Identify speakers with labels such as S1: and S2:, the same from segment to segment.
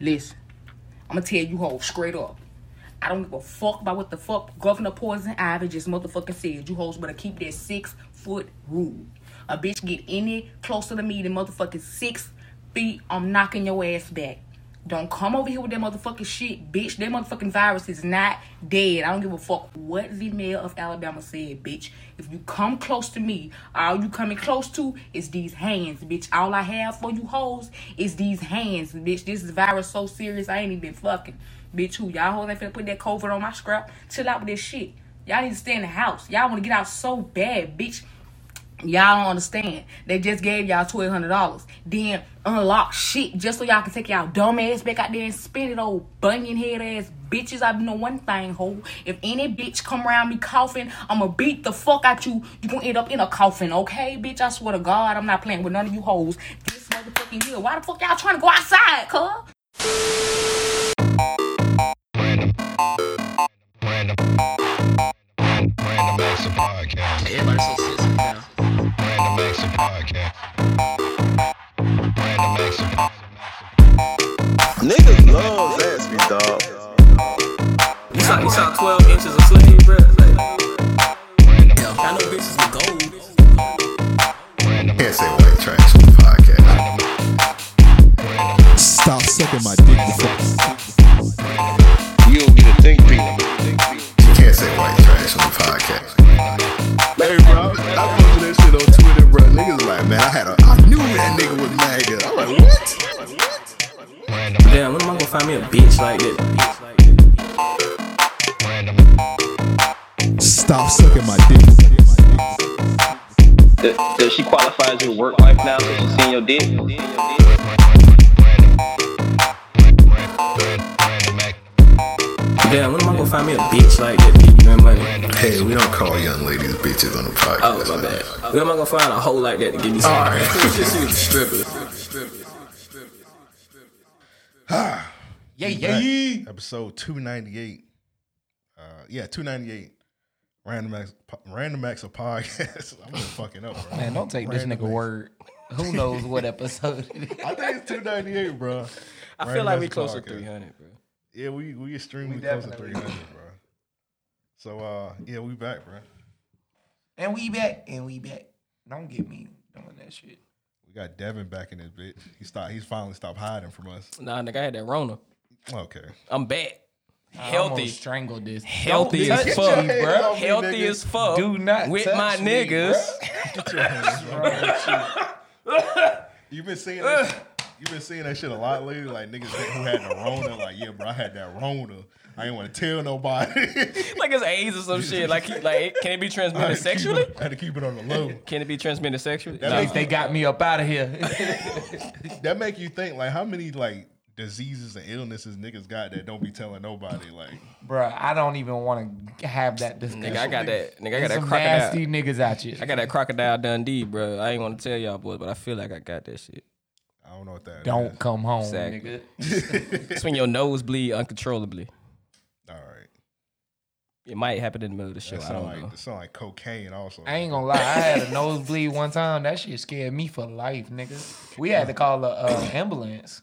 S1: Listen, I'm gonna tell you all straight up. I don't give a fuck about what the fuck Governor Poison Ivy just motherfucking said. You hoes better keep that six foot rule. A bitch get any closer to me than motherfucking six feet, I'm knocking your ass back. Don't come over here with that motherfucking shit, bitch. That motherfucking virus is not dead. I don't give a fuck what the mayor of Alabama said, bitch. If you come close to me, all you coming close to is these hands, bitch. All I have for you hoes is these hands, bitch. This virus so serious, I ain't even fucking. Bitch, who y'all hoes ain't finna put that COVID on my scrap? Chill out with this shit. Y'all need to stay in the house. Y'all wanna get out so bad, bitch. Y'all don't understand. They just gave y'all twelve hundred dollars. Then unlock shit just so y'all can take y'all dumb ass back out there and spend it, old bunion head ass bitches. I know one thing, ho. If any bitch come around me coughing, I'ma beat the fuck out you. You gonna end up in a coffin, okay, bitch? I swear to God, I'm not playing with none of you hoes. This motherfucking year. Why the fuck y'all trying to go outside, cuz?
S2: Random, random, random acts of podcast.
S3: Everybody's so sensitive now.
S2: Random acts of podcast. Random acts of
S4: Niggas love Zaxby, dog.
S3: You saw, you saw 12 inches of sleeve, bro. Like, I know bitches with gold.
S5: Can't say white trash on the podcast.
S6: Stop sucking my dick. you fuck.
S4: You don't get a think piece.
S5: You can't say white trash on the podcast. Hey, bro, I posted that shit on Twitter, bro. Niggas like, man, I had a, I knew that nigga was MAGA. I'm like, what?
S3: Damn, when am I gonna find me a bitch like that?
S6: Stop sucking my dick.
S7: Does, does she qualify as your work wife now since she's seen your dick?
S3: Damn, when am I gonna find me a bitch like that? You know money?
S5: Hey, we don't call young ladies bitches on the podcast.
S3: Oh, my bad. When am I gonna find a hoe like that to give me some?
S5: All right.
S3: she was a stripper.
S1: Yeah,
S8: Back. Episode 298. Uh, yeah, 298. Random acts, po- random acts of podcast. I'm just fucking up, bro.
S9: Man, Oh. don't take
S8: Random
S9: this nigga
S8: acts-
S9: word. Who knows what episode it is?
S8: I think it's 298, bro.
S3: I feel
S8: Random
S3: like we
S8: acts of
S3: closer to
S8: podcast.
S3: 300, bro.
S8: Yeah, we we extremely
S9: We
S8: close to
S9: definitely-
S8: 300, bro. So uh, yeah, we back, bro.
S9: And we back. And we back. Don't get me doing that shit.
S8: We got Devin back in this bitch. He stopped. He's finally stopped hiding from us.
S3: Nah, nigga, I had that Rona.
S8: Okay.
S3: I'm back.
S9: I almost
S3: Healthy.
S9: strangled this.
S3: Healthy
S9: Don't
S3: as
S9: touch
S3: fuck,
S9: me,
S3: bro.
S8: me,
S3: Healthy
S8: nigga.
S3: as fuck.
S9: Do not
S3: with
S9: touch
S3: my
S9: me,
S3: niggas.
S8: You've been seeing that. shit- You've been seeing that shit a lot lately, like niggas who had the Rona. Like, yeah, bro, I had that Rona. I ain't want to tell nobody.
S3: Like it's AIDS or some shit. Like, he- like, can it be transmitted sexually?
S8: I had to keep it on the low.
S3: Can it be transmitted sexually?
S8: That
S3: Nah.
S8: makes-
S9: They got me up out of here.
S8: That make you think like how many like diseases and illnesses niggas got that don't be telling nobody. Like
S9: Bruh, I don't even want to have that discussion.
S3: Nigga, I got that. Nigga, I got
S9: There's
S3: that
S9: some
S3: crocodile.
S9: nasty niggas out here.
S3: I got that crocodile Dundee, bro. I ain't want to tell y'all boys, but I feel like I got that shit.
S8: I don't know what that.
S9: Don't come home,
S3: Exactly.
S9: nigga.
S3: It's when your nose bleed uncontrollably.
S8: is. All right.
S3: It might happen in the middle of the show.
S8: That
S3: I
S8: sound
S3: don't
S8: like
S3: know.
S8: that sound like cocaine also.
S9: I ain't gonna lie, I had a nosebleed one time. That shit scared me for life, nigga. We had to call a uh, ambulance.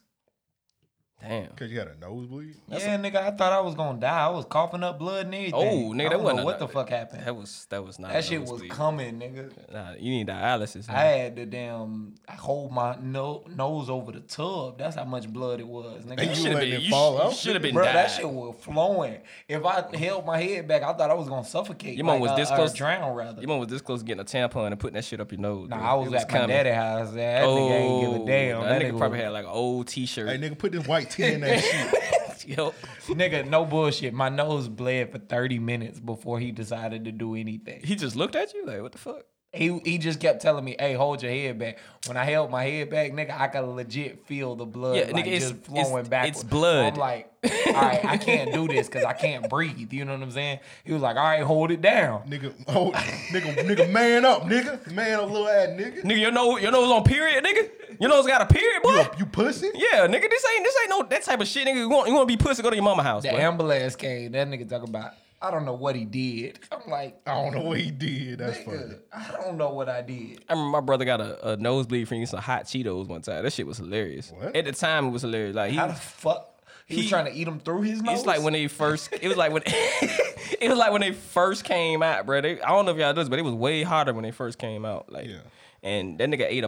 S3: Damn.
S8: Cause you got a nosebleed.
S9: yeah, nigga, I thought I was gonna die. I was coughing up blood and everything.
S3: Oh, nigga,
S9: I
S3: that
S9: don't
S3: wasn't
S9: know
S3: a-
S9: what the fuck happened.
S3: That was that was not.
S9: That
S3: a
S9: shit was
S3: nosebleed.
S9: coming, nigga.
S3: Nah, you need dialysis.
S9: I
S3: nigga.
S9: had the damn. I hold my no, nose over the tub. That's how much blood it was,
S3: You
S9: nigga.
S3: should have
S8: letting
S3: been.
S8: it fall
S3: You
S8: out?
S3: should have been.
S9: Bro,
S3: died.
S9: that shit was flowing. If I held my head back, I thought I was gonna suffocate.
S3: Your mom was
S9: uh,
S3: this
S9: or
S3: close-
S9: drown rather.
S3: Your mom was this close to getting a tampon and putting that shit up your nose.
S9: nah,
S3: dude.
S9: I was,
S3: It
S9: at my
S3: coming.
S9: daddy's house. That
S3: Oh,
S9: nigga ain't give a damn.
S3: That, nigga,
S9: was-
S3: probably had like an old T-shirt.
S8: Hey nigga, put this white tea in that shit.
S3: Yup.
S9: Nigga, no bullshit. My nose bled for 30 minutes before he decided to do anything.
S3: He just looked at you like, what the fuck?
S9: He he just kept telling me, hey, hold your head back. When I held my head back, nigga, I could legit feel the blood
S3: Yeah,
S9: like,
S3: nigga, it's-
S9: just flowing
S3: it's-
S9: back.
S3: it's blood.
S9: I'm like, all right, I can't do this because I can't breathe. You know what I'm saying? He was like, all right, hold it down.
S8: nigga, oh, nigga, nigga, man up, nigga, man up, little ass nigga.
S3: Nigga, your nose, your nose on period, nigga. Your nose got a period, boy.
S8: You, a- you pussy.
S3: Yeah, nigga, this ain't this ain't no that type of shit, nigga. You want you want to be pussy? Go to your mama house.
S9: The
S3: boy.
S9: ambulance came. That nigga talking about I don't know what he did. I'm like,
S8: I don't know what he did. That's funny.
S9: nigga, I don't know what I did.
S3: I remember my brother got a, a nosebleed from eating some hot Cheetos one time. That shit was hilarious.
S8: What?
S3: At the time, it was hilarious. Like he,
S9: How the fuck he, was
S3: He-
S9: trying to eat them through his nose?
S3: it's like when they first. It was like when. it was like when they first came out, bro. They, I don't know if y'all know this, but it was way hotter when they first came out. Like,
S8: Yeah.
S3: and that nigga ate a
S9: they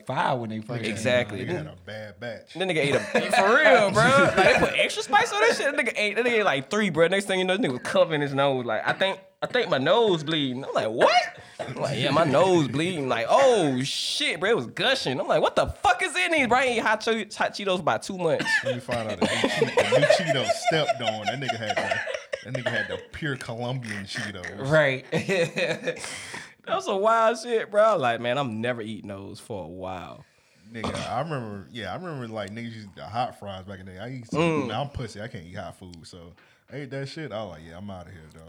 S3: bag.
S9: fire when they first
S3: Exactly.
S8: Nigga had a bad batch.
S3: That nigga ate a for real, bro. Like they put extra spice on that shit. That nigga ate. That nigga ate like three, bro. Next thing you know, this nigga was covering his nose. Like I think, I think my nose bleeding. I'm like, what? I'm like, yeah, my nose bleeding. Like, oh shit, bro, it was gushing. I'm like, what the fuck is in these? Bro, I ain't hot, che- hot Cheetos by two months.
S8: When you find out that he, cheat, that he Cheeto stepped on, that nigga had the, that nigga had the pure Colombian Cheetos.
S9: Right.
S3: That was some wild shit, bro. I was like, man, I'm never eating those for a while.
S8: Nigga, I remember. Yeah, I remember like niggas used to hot fries back in the day. I eat. Some,
S3: Mm.
S8: now I'm pussy. I can't eat hot food, so I ate that shit. I was like, yeah, I'm out of here, dog.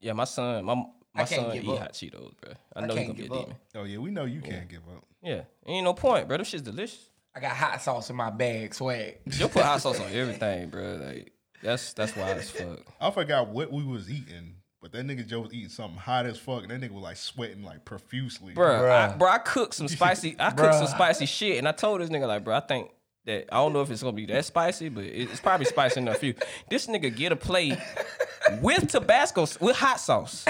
S3: Yeah, my son, my
S9: I
S3: my
S9: can't
S3: son
S9: give
S3: eat
S9: up.
S3: hot Cheetos, bro. I know he's
S9: can't
S3: gonna be a
S9: give up.
S3: demon.
S8: Oh yeah, we know you can't give up.
S3: Yeah, ain't no point, bro. Them shit's delicious.
S9: I got hot sauce in my bag, swag.
S3: You'll put hot sauce on everything, bro. Like that's that's wild as fuck.
S8: I forgot what we was eating, but that nigga Joe was eating something hot as fuck, and that nigga was like sweating like profusely.
S3: Bruh,
S9: Bruh.
S3: I, bro, I cooked some spicy. I cooked some
S9: Bruh.
S3: spicy shit, and I told this nigga like, bro, I think that I don't know if it's gonna be that spicy, but it- it's probably spicy enough for you. This nigga get a plate with Tabasco s- with hot sauce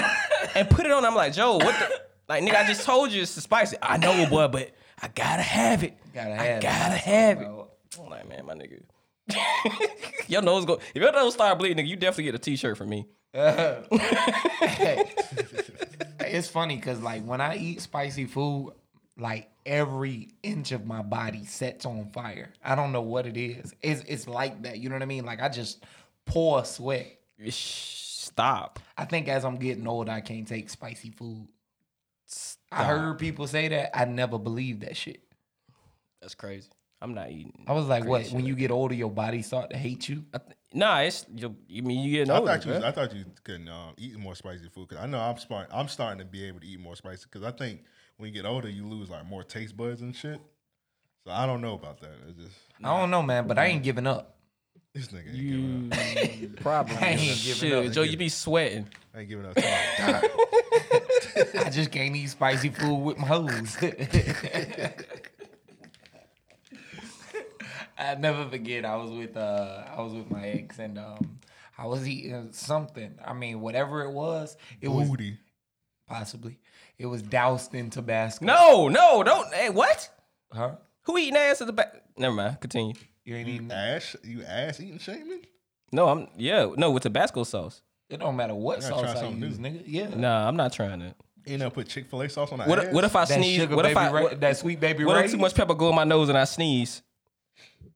S3: and put it on. I'm like, Joe, what? the... Like, nigga, I just told you it's spicy. I know, boy, but I gotta have it.
S9: Gotta
S3: I
S9: have it.
S3: gotta have it.
S9: Bro,
S3: I'm like, man, my nigga. your nose go. If your nose start bleeding, nigga, you definitely get a T-shirt from me.
S9: It's funny because like when I eat spicy food, like every inch of my body sets on fire. I don't know what it is. It's it's like that. You know what I mean? Like I just pour sweat.
S3: Shh, Stop.
S9: I think as I'm getting older, I can't take spicy food. I heard people say that. I never believed that shit.
S3: That's crazy. I'm not eating.
S9: I was like, what? When you get older, your body start to hate you.
S3: I th- Nah, it's you. You mean you getting
S8: I
S3: older?
S8: thought you,
S3: bruh.
S8: I thought you couldn't um, eat more spicy food because I know I'm starting. I'm starting to be able to eat more spicy because I think when you get older, you lose like more taste buds and shit. So I don't know about that. It's just
S9: I don't know, man, but I ain't giving up.
S8: this nigga ain't giving up.
S3: Probably.
S9: I ain't giving up.
S3: Shit, Joe, you be sweating.
S8: I ain't giving up. time.
S9: I just can't eat spicy food with my hose. I never forget. I was with uh, I was with my ex, and um, I was eating something. I mean, whatever it was, it was
S8: Booty.
S9: possibly it was doused in Tabasco.
S3: No, no, don't. Hey, what?
S9: huh?
S3: Who eating ass at the back? Never mind. Continue.
S9: You ain't
S3: Mm-hmm.
S9: eating that.
S8: Ash, you ass eating shaming?
S3: No, I'm. Yeah, no, with Tabasco sauce.
S9: It don't matter what
S8: gotta try
S9: sauce I
S8: something
S9: use, nigga. Yeah.
S3: Nah, I'm not trying that.
S8: You know, put Chick Fil A sauce on that.
S3: What? What if I
S9: That
S3: sneeze?
S9: sugar
S3: What
S9: baby,
S3: if I?
S9: Ray-
S3: What,
S9: that sweet baby
S3: what
S9: Ray?
S3: if too much pepper go in my nose and I sneeze?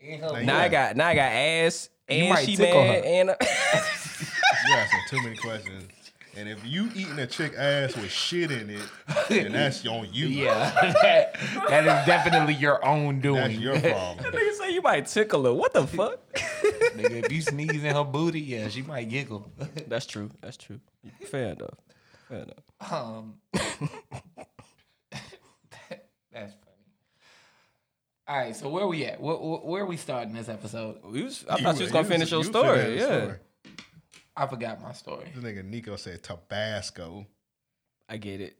S9: Ain't her-
S3: Now I got. Now I got ass. And
S9: might
S3: she
S9: tickle
S3: mad.
S9: her.
S3: And
S8: You asking too many questions. And if you eating a chick ass with shit in it, then that's on you.
S9: Yeah, that, that is definitely your own
S8: That's
S9: doing.
S8: your problem.
S3: nigga say you might tickle her. What the fuck?
S9: Nigga, if you sneeze in her booty, yeah, she might giggle.
S3: That's true. That's true. Fair enough. Fair enough.
S9: Um, that's funny. All right, so where we at? Where, where, where are we starting this episode?
S3: We was, I thought you was gonna finish your
S8: you
S3: story.
S8: finished
S3: Yeah.
S8: the
S9: I forgot my story.
S8: This nigga Nico said Tabasco
S3: I get it.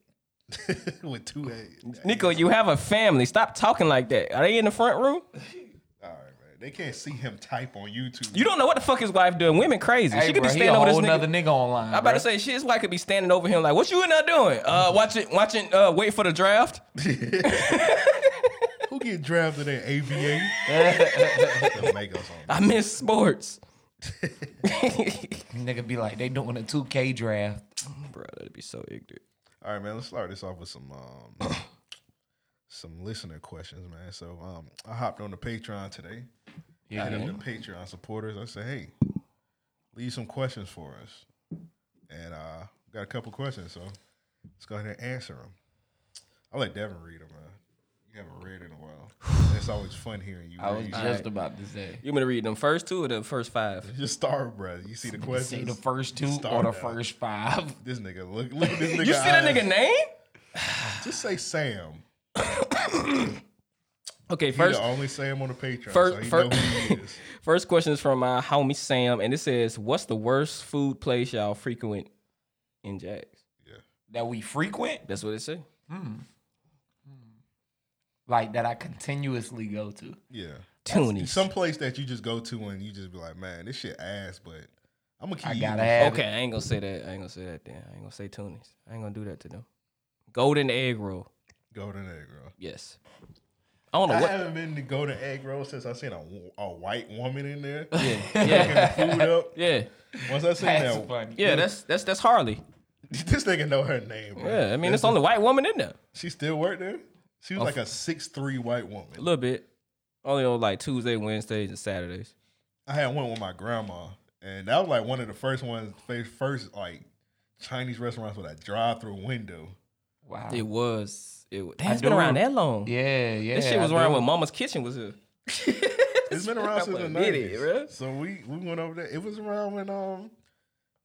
S8: with two A's.
S3: Nico, you have a family. Stop talking like that. Are they in the front room?
S8: All right, man. They can't see him type on YouTube.
S3: You don't know what the fuck his wife doing. Women crazy.
S9: Hey,
S3: she could
S9: bro,
S3: be
S9: he a
S3: standing over this
S9: whole
S3: nigga.
S9: nother nigga online.
S3: I'm about to say she, his wife could be standing over him like, "What you in there doing? Uh, watching, watching, uh, wait for the draft."
S8: Who get drafted at ABA? Don't make us on.
S3: I miss sports,
S9: nigga be like, they doing a 2K draft.
S3: bro. That'd be so ignorant.
S8: All right, man. Let's start this off with some um, some listener questions, man. So um, I hopped on the Patreon today. Yeah. Hit up the Patreon supporters. I said, hey, leave some questions for us, and uh, got a couple questions. So let's go ahead and answer them. I'll let Devin read them, man. You haven't read in a while. It's always fun hearing you.
S9: I was
S8: read.
S9: just about to say.
S3: You want me to read them first two or the first five?
S8: Just start, bro. You see the
S9: Say
S8: questions.
S9: the first two or
S8: Start
S9: the
S8: out.
S9: first five.
S8: This nigga, look, look at this nigga.
S3: You see that
S8: eyes.
S3: nigga name?
S8: Just say Sam.
S3: Okay,
S8: He
S3: first
S8: the only Sam on the Patreon.
S3: First,
S8: so he
S3: first,
S8: know who he is.
S3: first question is from my homie Sam, and it says, "What's the worst food place y'all frequent in Jags?"
S9: that we frequent,
S3: That's what it say.
S9: like that I continuously go to.
S8: Yeah.
S3: Tunies.
S8: Some place that you just go to and you just be like, man, this shit ass, but I'm gonna keep.
S9: I
S8: eating
S9: gotta
S8: this
S9: have
S3: Okay, I ain't gonna say that. I ain't gonna say that. Then I ain't gonna say Tunies. I ain't gonna do that to them. Golden egg roll.
S8: Golden egg roll.
S3: Yes. I don't know
S8: I
S3: what.
S8: haven't been to Golden Egg Roll since I seen a, w- a white woman in there.
S3: Yeah,
S8: Food up.
S3: yeah,
S8: Once I seen
S9: That's
S8: that,
S9: funny.
S3: yeah. That's that's that's Harley.
S8: this nigga know her name. Bro.
S3: Yeah, I mean, it's the only white woman in there.
S8: She still worked there. She was like a six three white woman.
S3: A little bit. Only on like Tuesday, Wednesdays, and Saturdays.
S8: I had one with my grandma, and that was like one of the first ones, fir- first like Chinese restaurants with a drive through window.
S9: Wow.
S3: It was. It was. Damn, it's
S9: do
S3: been around that
S9: rem-
S3: long.
S9: Yeah, yeah.
S3: This shit was
S9: I
S3: around
S9: do.
S3: when Mama's Kitchen was here.
S8: It's been around since the
S3: Fucking idiot, bro.
S8: nineties. So we we went over there. It was around when um,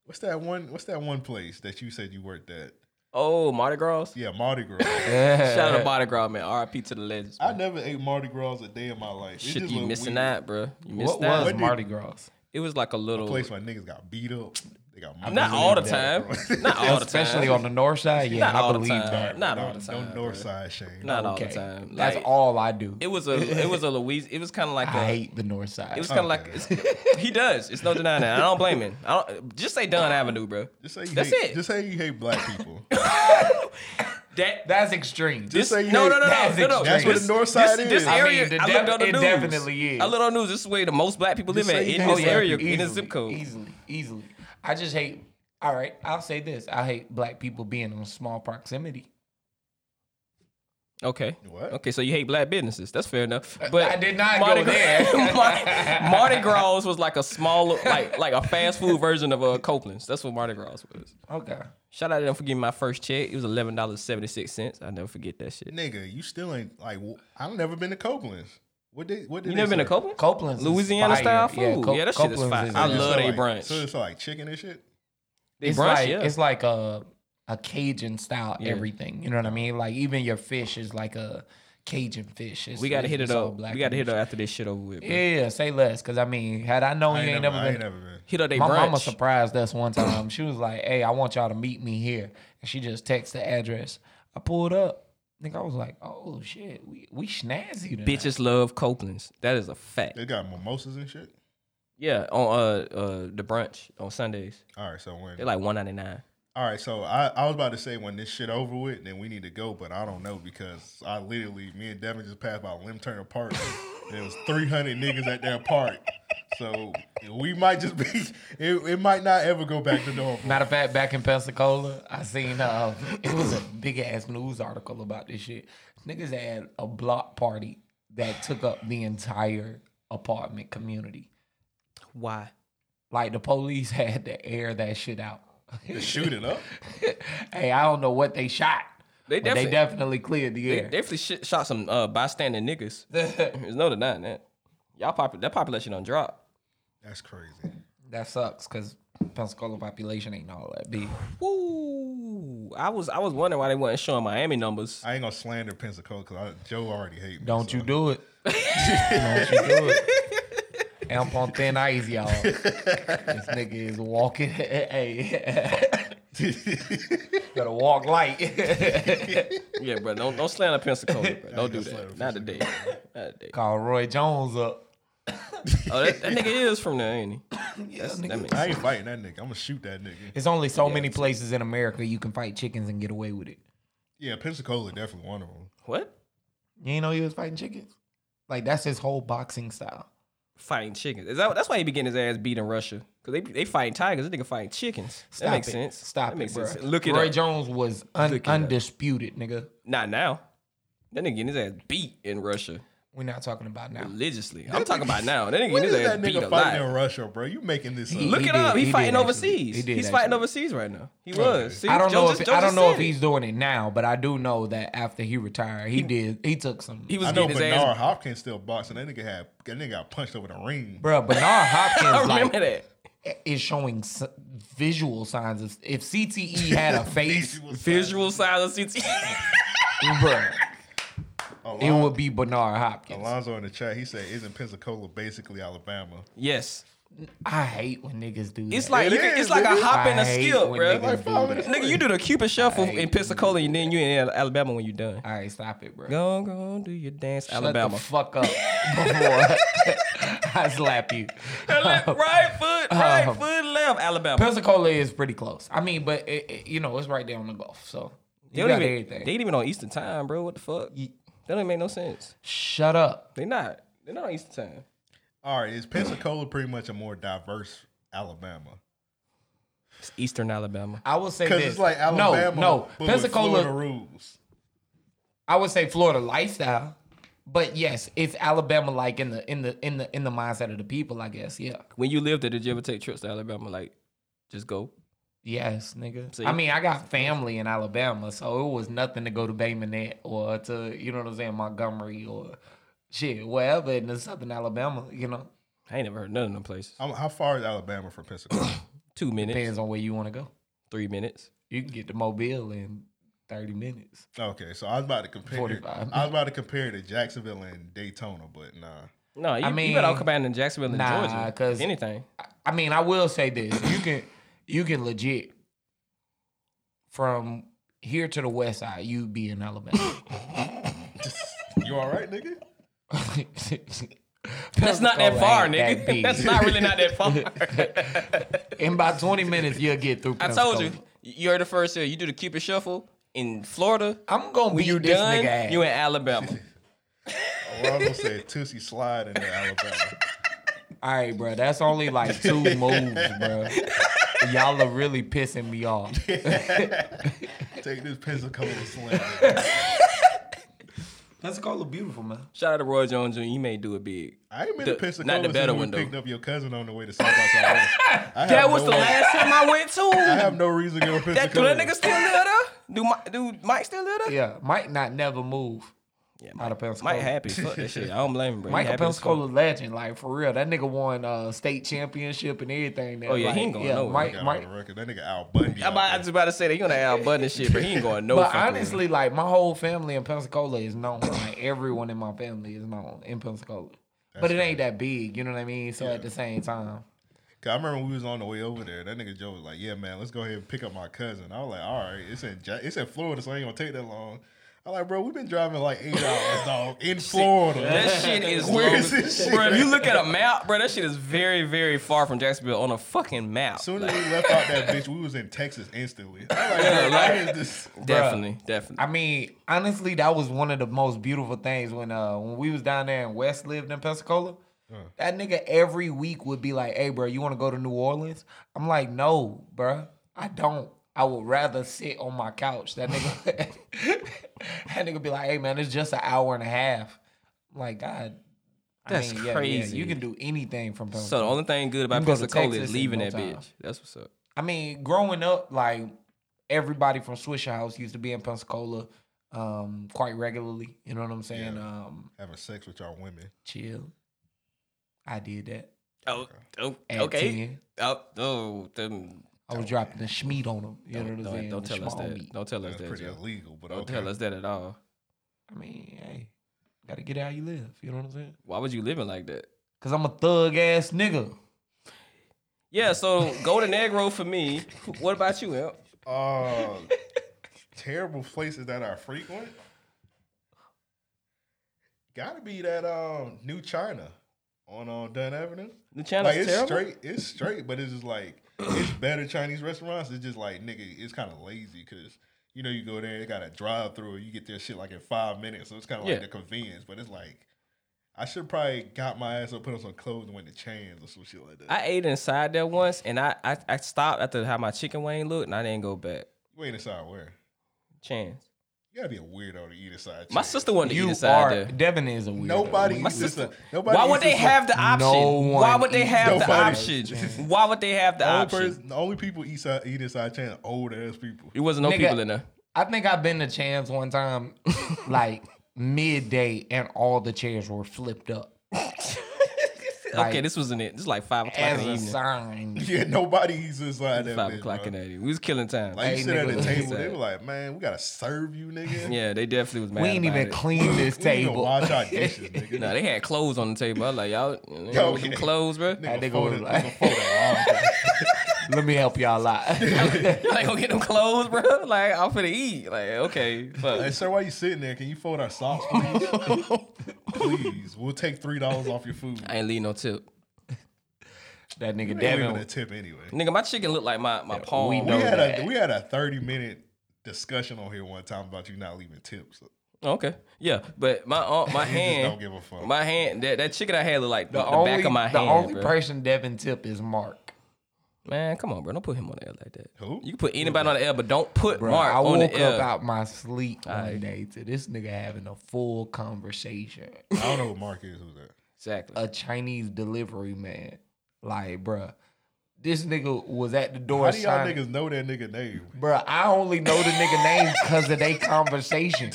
S8: what's that one? What's that one place that you said you worked at?
S3: Oh, Mardi Gras.
S8: Yeah, Mardi Gras.
S3: Shout out to Mardi Gras, man. R.I.P. to the legends.
S8: I
S3: man.
S8: never ate Mardi Gras a day in my life. It
S3: Shit,
S8: just
S3: you
S8: look
S3: missing
S8: weird.
S3: that, bro. You missed
S9: What
S3: that.
S9: was Mardi Gras?
S3: It was like a little.
S8: Place where niggas got beat up. They got
S3: Not all the time. Not all the time.
S9: Especially on the north side. Yeah,
S3: Not
S9: I
S3: all the
S9: believe
S3: time.
S9: that.
S3: Not all the time.
S8: No north side shame.
S3: Not all
S9: Okay.
S3: the time.
S9: That's
S3: Like,
S9: all I do.
S3: It was a. It was a Louise. It was kind of like
S9: I
S3: a.
S9: hate the north
S3: It
S9: side.
S3: was kind of like it's, he does. It's no denying that. I don't blame him. I don't, just say Dunn Avenue, bro.
S8: Just say you
S3: That's
S8: hate,
S3: it.
S8: Just say you hate black people.
S3: That
S9: That's extreme.
S8: Just say you
S3: no,
S8: hate-
S3: no, no, no,
S9: That's
S3: no, no.
S9: extreme.
S8: That's what the
S3: This-
S8: north
S3: this-
S8: side
S3: This
S8: is.
S9: I
S3: area, I,
S9: mean, the
S3: looked
S9: def-
S3: on the
S9: it
S3: news.
S9: definitely is.
S3: I looked on the news. This is where the most black people live
S8: Just
S3: at
S8: say you
S3: in
S8: hate
S3: this
S8: black
S3: area,
S8: people.
S3: in this
S8: Easily,
S3: zip code.
S9: Easily, easily. I just hate. All right, I'll say this. I hate black people being in small proximity.
S3: Okay.
S8: What?
S3: Okay, so you hate black businesses. That's fair enough. But
S9: I did not
S3: Mardi
S9: go
S3: Gras-
S9: there.
S3: Mardi, Mardi Gras was like a small, like like a fast food version of uh, Copeland's. That's what Mardi Gras was.
S9: Okay.
S3: Shout out to them for giving me my first check. It was eleven dollars seventy six cents. I never forget that shit.
S8: Nigga, you still ain't like. wh- I've never been to Coblenz. What did what did
S3: You
S8: they
S3: never been to
S8: serve?
S3: Copeland?
S9: Copeland's is
S3: Louisiana style
S9: fire. Yeah,
S3: food. Yeah,
S9: Co-
S3: that shit is
S9: Copeland's
S3: fire.
S9: is
S3: I
S9: amazing.
S3: love
S8: So
S3: they
S8: like-
S3: brunch.
S8: So it's like chicken and shit.
S3: they
S9: it's
S3: brunch,
S9: like
S3: yeah.
S9: it's like a a Cajun style everything. You know what I mean? Like even your fish is like a Cajun fish. It's,
S3: we gotta
S9: it's-
S3: hit it
S9: it's all
S3: up.
S9: black
S3: We gotta hit it
S9: and
S3: up after this shit over with.
S9: shit.
S3: bro.
S9: Yeah, say less, cause I mean, had I known
S8: I
S9: Oh, you
S8: ain't
S9: ain't
S8: never,
S9: never
S8: I ain't
S9: been,
S8: never been.
S3: Hit up they
S9: my
S3: brunch.
S9: mama surprised us one time. she was like, "Hey, I want y'all to meet me here," and she just texted the address. I pulled up. Think I was like, "Oh shit, we we snazzy tonight."
S3: Bitches love Copeland's. That is a fact.
S8: They got mimosas and shit.
S3: Yeah, on uh uh the brunch on Sundays.
S8: All right, so when
S3: They're like one ninety nine.
S8: all right, so I, I was about to say when this shit over with, then we need to go, but I don't know because I literally me and Devin just passed by Lim Turner Park. there was three hundred niggas at that park, so we might just be it, it might not ever go back to normal.
S9: Matter of fact, back in Pensacola, I seen uh, it was a big ass news article about this shit. Niggas had a block party that took up the entire apartment community.
S3: Why?
S9: Like the police had to air that shit out.
S8: Shoot it up.
S9: hey, I don't know what they shot.
S3: They
S9: They definitely,
S3: definitely-
S9: they definitely cleared the
S3: They
S9: air.
S3: definitely shit, shot some uh bystander niggas. There's no denying that. Y'all pop that population on drop.
S8: That's crazy.
S9: that sucks because Pensacola population ain't all that big.
S3: Woo! I was I was wondering why they weren't showing Miami numbers.
S8: I ain't gonna slander Pensacola because Joe already hate me.
S9: Don't
S8: so.
S9: you do it. Don't you do it. I'm on thin ice, y'all. This nigga is walking. hey. Gotta walk light.
S3: Yeah, bro. Don't don't slander Pensacola. Bro. Don't do
S8: gonna slander
S3: that. Not today. Not today.
S9: Call Roy Jones up.
S3: Oh, that, that nigga is from there, ain't he? That's, that makes
S8: I
S3: sense.
S8: ain't fighting that nigga. I'm gonna shoot that nigga.
S9: There's only so many places in America you can fight chickens and get away with it.
S8: Yeah, Pensacola definitely one of them.
S3: What?
S9: You ain't know he was fighting chickens? Like that's his whole boxing style.
S3: Fighting chickens. Is that, that's why he be getting his ass beat in Russia. Cause they they fighting tigers. This nigga fighting chickens.
S9: Stop
S3: that makes
S9: it.
S3: sense.
S9: Stop
S3: that
S9: it,
S3: makes
S9: bro.
S3: sense. Look it
S9: Roy
S3: up.
S9: Jones was un-
S3: Look it up.
S9: undisputed, nigga.
S3: Not now. That nigga getting his ass beat in Russia
S9: We're not talking about now.
S3: religiously. I'm talking about now. That nigga
S8: When
S3: getting
S8: is
S3: his ass
S8: that
S3: beat
S8: nigga
S3: a
S8: fighting
S3: lot.
S8: in Russia, bro? You making this up?
S3: Look
S9: He
S3: it
S9: did-
S3: up. He,
S9: he did
S3: fighting
S9: actually.
S3: overseas.
S9: He did
S3: He's fighting
S9: actually.
S3: overseas right now. He was. See,
S9: I don't
S3: Joe
S9: know
S3: just-
S9: if
S3: Joe
S9: I don't
S3: just
S9: know if
S3: said it.
S9: he's doing it now, but I do know that after he retired, he, did he took some.
S3: He was
S8: I know
S3: getting his
S8: Bernard
S3: ass.
S8: Hopkins still boxing. That nigga had that nigga got punched over the ring.
S9: bro, Bernard
S3: I
S9: Hopkins
S3: remember
S9: like,
S3: that.
S9: is showing s- visual signs of if CTE had a face,
S8: He was-
S3: Visual signs of CT.
S9: bro. it would be Bernard Hopkins.
S8: Alonzo in the chat, he said, "Isn't Pensacola basically Alabama?"
S3: Yes.
S9: I hate when niggas do
S3: It's
S9: that.
S3: like you
S8: It
S3: can-
S8: is,
S3: it's like a
S8: nigga.
S3: hop and
S9: I
S3: a
S9: hate
S3: skip,
S9: when
S3: bro.
S9: niggas Like five do minutes
S3: Nigga, you do the Cupid shuffle in Pensacola, and then you in Alabama when you done.
S9: All right, stop it, bro.
S3: Go go do your dance,
S9: Shut the
S3: Alabama.
S9: fuck up before I slap you.
S3: right foot, right
S9: Um,
S3: foot, left, Alabama.
S9: Pensacola is pretty close. I mean, but it, it- you know, it's right there on the Gulf. So
S3: They
S9: you
S3: don't
S9: got
S3: even
S9: everything.
S3: they ain't even on Eastern time, bro. What the fuck? That don't even make no sense.
S9: Shut up.
S3: They not. They not on Eastern time.
S8: All right, is Pensacola pretty much a more diverse Alabama?
S3: It's Eastern Alabama.
S9: I will say
S8: Because
S9: this.
S8: it's like Alabama,
S9: no,
S8: but
S9: no.
S8: with Florida
S9: Pensacola.
S8: rules.
S9: I would say Florida lifestyle, but yes, it's Alabama like in the in the in the in the mindset of the people. I guess. Yeah.
S3: When you lived there, did you ever take trips to Alabama? Like, just go.
S9: Yes, nigga.
S3: See?
S9: I mean, I got family in Alabama, so it was nothing to go to Baymanette or to you know what I'm saying, Montgomery or shit, wherever in the Southern Alabama. You know,
S3: I ain't never heard of none of them places.
S8: How, how far is Alabama from Pensacola?
S3: Two minutes,
S9: depends on where you want to go.
S3: three minutes.
S9: You can get to Mobile in 30 minutes.
S8: okay, so I was about to compare.
S9: 45.
S8: I was about to compare to Jacksonville and Daytona, but nah.
S3: No, you,
S9: I
S3: you
S9: mean,
S3: better all come out in Jacksonville and
S9: nah,
S3: Georgia.
S9: 'cause-
S3: Cause anything.
S9: I mean, I will say this: you can you can legit from here to the west side, you be in Alabama.
S8: You all right, nigga?
S3: That's not that far, nigga. That's not really not that far.
S9: In about twenty minutes, you'll get through.
S3: I told you.
S9: Pensacola.
S3: You heard it first here. You do the Cupid shuffle in Florida.
S9: I'm gonna
S3: When
S9: beat
S3: you
S9: this
S3: done,
S9: nigga ass.
S3: you in Alabama.
S8: Alonzo said Tootsie slide into Alabama.
S9: All right, bro. That's only like two moves, bro. Y'all are really pissing me off.
S8: Take this Pensacola slam.
S9: Pensacola, beautiful man.
S3: Shout out to Roy Jones Jr. He may do it big.
S8: I ain't been
S3: The-
S8: to Pensacola
S3: not the
S8: since
S3: better
S8: we
S3: one, though.
S8: picked up your cousin on the way to South by Southwest. I
S3: That
S8: have
S3: was
S8: no
S3: the
S8: way-
S3: last time I went
S8: I
S3: to.
S8: have no reason to go to
S3: That do
S8: Pensacola.
S3: that nigga still live there? Do Mike, do Mike still live there?
S9: Yeah, Mike not never move
S3: Yeah,
S9: out of Pensacola.
S3: Mike happy. Fuck that shit. I don't blame him, bro. He
S9: Michael
S3: happy as fuck.
S9: Pensacola legend, like for real. That nigga won uh, state championship and everything. That,
S3: Oh, yeah,
S9: like,
S3: he ain't going nowhere.
S9: Mike,
S8: Got it on
S9: Mike,
S8: the record. That nigga Al Bundy.
S3: I'm about, I
S8: out
S3: was about to say that he gonna Al Bud and shit, but he ain't going no.
S9: but
S3: fucking way.
S9: honestly, like my whole family in Pensacola is known. Like everyone in my family is known in Pensacola. but it ain't that big, you know what I mean? So at the same time,
S8: there. I remember we was on the way over there. That nigga Joe was like, "Yeah, man, let's go ahead and pick up my cousin." I was like, "All right, it's in Ja- it's in Florida, so I ain't gonna take that long." I'm like, "Bro, we've been driving like eight hours, dog, in Florida."
S3: That shit is
S8: Where
S3: low.
S8: is this shit?
S3: Bro, if you look at a map, bro, that shit is very, very far from Jacksonville on a fucking map.
S8: As soon
S3: Like,
S8: as we left out that bitch, we was in Texas instantly. I'm like, "Bro, why is this?"
S3: definitely, definitely.
S9: I mean, honestly, that was one of the most beautiful things when uh when we was down there and West lived in Pensacola. That nigga every week would be like, "Hey, bro, you want to go to New Orleans?" I'm like, "No, bro, I don't. I would rather sit on my couch." That nigga, that nigga be like, "Hey, man, it's just an hour and a half." I'm like, God,
S3: That's
S9: yeah, yeah,
S3: crazy.
S9: you can do anything from Pensacola.
S3: so the only thing good about
S9: You can go to
S3: Pensacola
S9: Texas
S3: is
S9: in
S3: leaving
S9: no
S3: that
S9: time.
S3: bitch. That's what's up.
S9: I mean, growing up, like everybody from Swisher House used to be in Pensacola um quite regularly. You know what I'm saying? Um
S8: Having sex with y'all women.
S9: chill. I did that.
S3: Oh, oh
S9: At
S3: okay.
S9: 10.
S3: Oh, oh, them,
S9: I was dropping the schmeat on them. You know
S3: don't,
S9: what I'm
S3: don't,
S9: saying?
S3: don't
S9: The
S3: tell us
S9: small
S3: that.
S9: meat.
S3: Don't tell us
S8: That's
S3: that.
S8: pretty
S3: Joe.
S8: illegal, but
S3: Don't
S8: okay.
S3: tell us that at all.
S9: I mean, hey, gotta get how you live. You know what I'm saying?
S3: Why would you living like that?
S9: Cause I'm a thug ass nigga.
S3: Yeah. So Golden Negro for me. What about you, Imp?
S8: Uh, terrible places that I frequent. Gotta be that um New China on uh, Dunn Avenue.
S3: The channel's
S8: Like it's
S3: terrible.
S8: straight, it's straight, but it's just like it's better Chinese restaurants. It's just like nigga, it's kind of lazy because you know you go there, they got a drive through, you get their shit like in five minutes, so it's kind of
S3: Yeah.
S8: like the convenience. But it's like I should probably got my ass up, put on some clothes, and went to chains or some shit like that.
S3: I ate inside there once, and I, I I stopped after how my chicken wing looked, and I didn't go back.
S8: you ain't inside where?
S3: Chance.
S8: You gotta be a weirdo to eat inside.
S3: My
S8: Chins.
S3: sister wanted to eat
S9: You
S3: inside
S9: are
S3: there.
S9: Devin is a weirdo.
S8: Nobody
S3: My
S8: eats this.
S3: sister-
S8: Nobody.
S3: Why
S8: eats
S3: would they
S8: this-
S3: have the option? Why
S9: one
S3: would they
S9: eats
S3: have the
S8: nobody.
S3: option? Why would they have the
S8: The only,
S3: option?
S8: person, the only people eat side, eat inside China old ass people.
S3: It wasn't no
S9: Nigga.
S3: people in there.
S9: I think I've been to Cham's one time, like midday, and all the chairs were flipped up.
S3: okay, this wasn't it. This is like five o'clock in
S9: as
S3: the
S9: a
S3: evening.
S9: sign.
S8: Yeah, nobody's inside that
S3: Five
S8: bitch,
S3: o'clock
S8: bro.
S3: in the evening. We was killing time.
S8: Like
S9: Hey,
S8: you sit at
S9: nigga,
S8: the table, they
S3: inside.
S8: were like, "Man, we gotta serve you, nigga.
S3: yeah, they definitely was mad.
S9: We ain't
S3: about
S9: even
S3: it.
S9: clean this
S8: We need to
S9: table.
S8: wash our dishes, nigga."
S3: No, they had clothes on the table. I was like, y'all, you
S8: Yo,
S3: know, with them
S8: yeah.
S3: clothes, bro.
S9: That nigga
S8: fold
S9: was
S8: it-
S9: like-
S8: nigga fold it long,
S9: Let me help y'all out.
S3: like, go get them clothes, bro. Like, I'm finna eat. Like, okay,
S8: bro. Hey,
S3: fuck.
S8: sir, why you sitting there? Can you fold our socks, please? please, we'll take three dollars off your food.
S3: I ain't leave no tip.
S9: That nigga
S8: Damn even a
S9: Devin.
S8: tip anyway.
S3: Nigga, my chicken looked like my, my palm.
S9: we
S8: We
S9: know-
S8: had a
S9: that.
S8: we had a thirty minute discussion on here one time about you not leaving tips.
S3: Okay, yeah, but my uh, my hand,
S8: don't give a fuck.
S3: my hand, that, that chicken I had looked like the,
S9: The,
S3: the
S9: only,
S3: back of my
S9: the
S3: hand,
S9: only
S3: bro.
S9: person Devin tip is Mark.
S3: Man, come on, bro, don't put him on the air like that.
S8: Who?
S3: You can put anybody on the air, but don't put
S9: Bro,
S3: Mark
S9: I
S3: on
S9: woke
S3: the air.
S9: up out my sleep one
S3: Aight.
S9: day to this nigga having a full conversation.
S8: I don't know who Mark is. Who's that?
S3: Exactly.
S9: a Chinese delivery man. Like, bruh, this nigga was at the door
S8: How do y'all
S9: signing.
S8: niggas know that nigga name?
S9: Bruh, I only know the nigga name because of they conversation.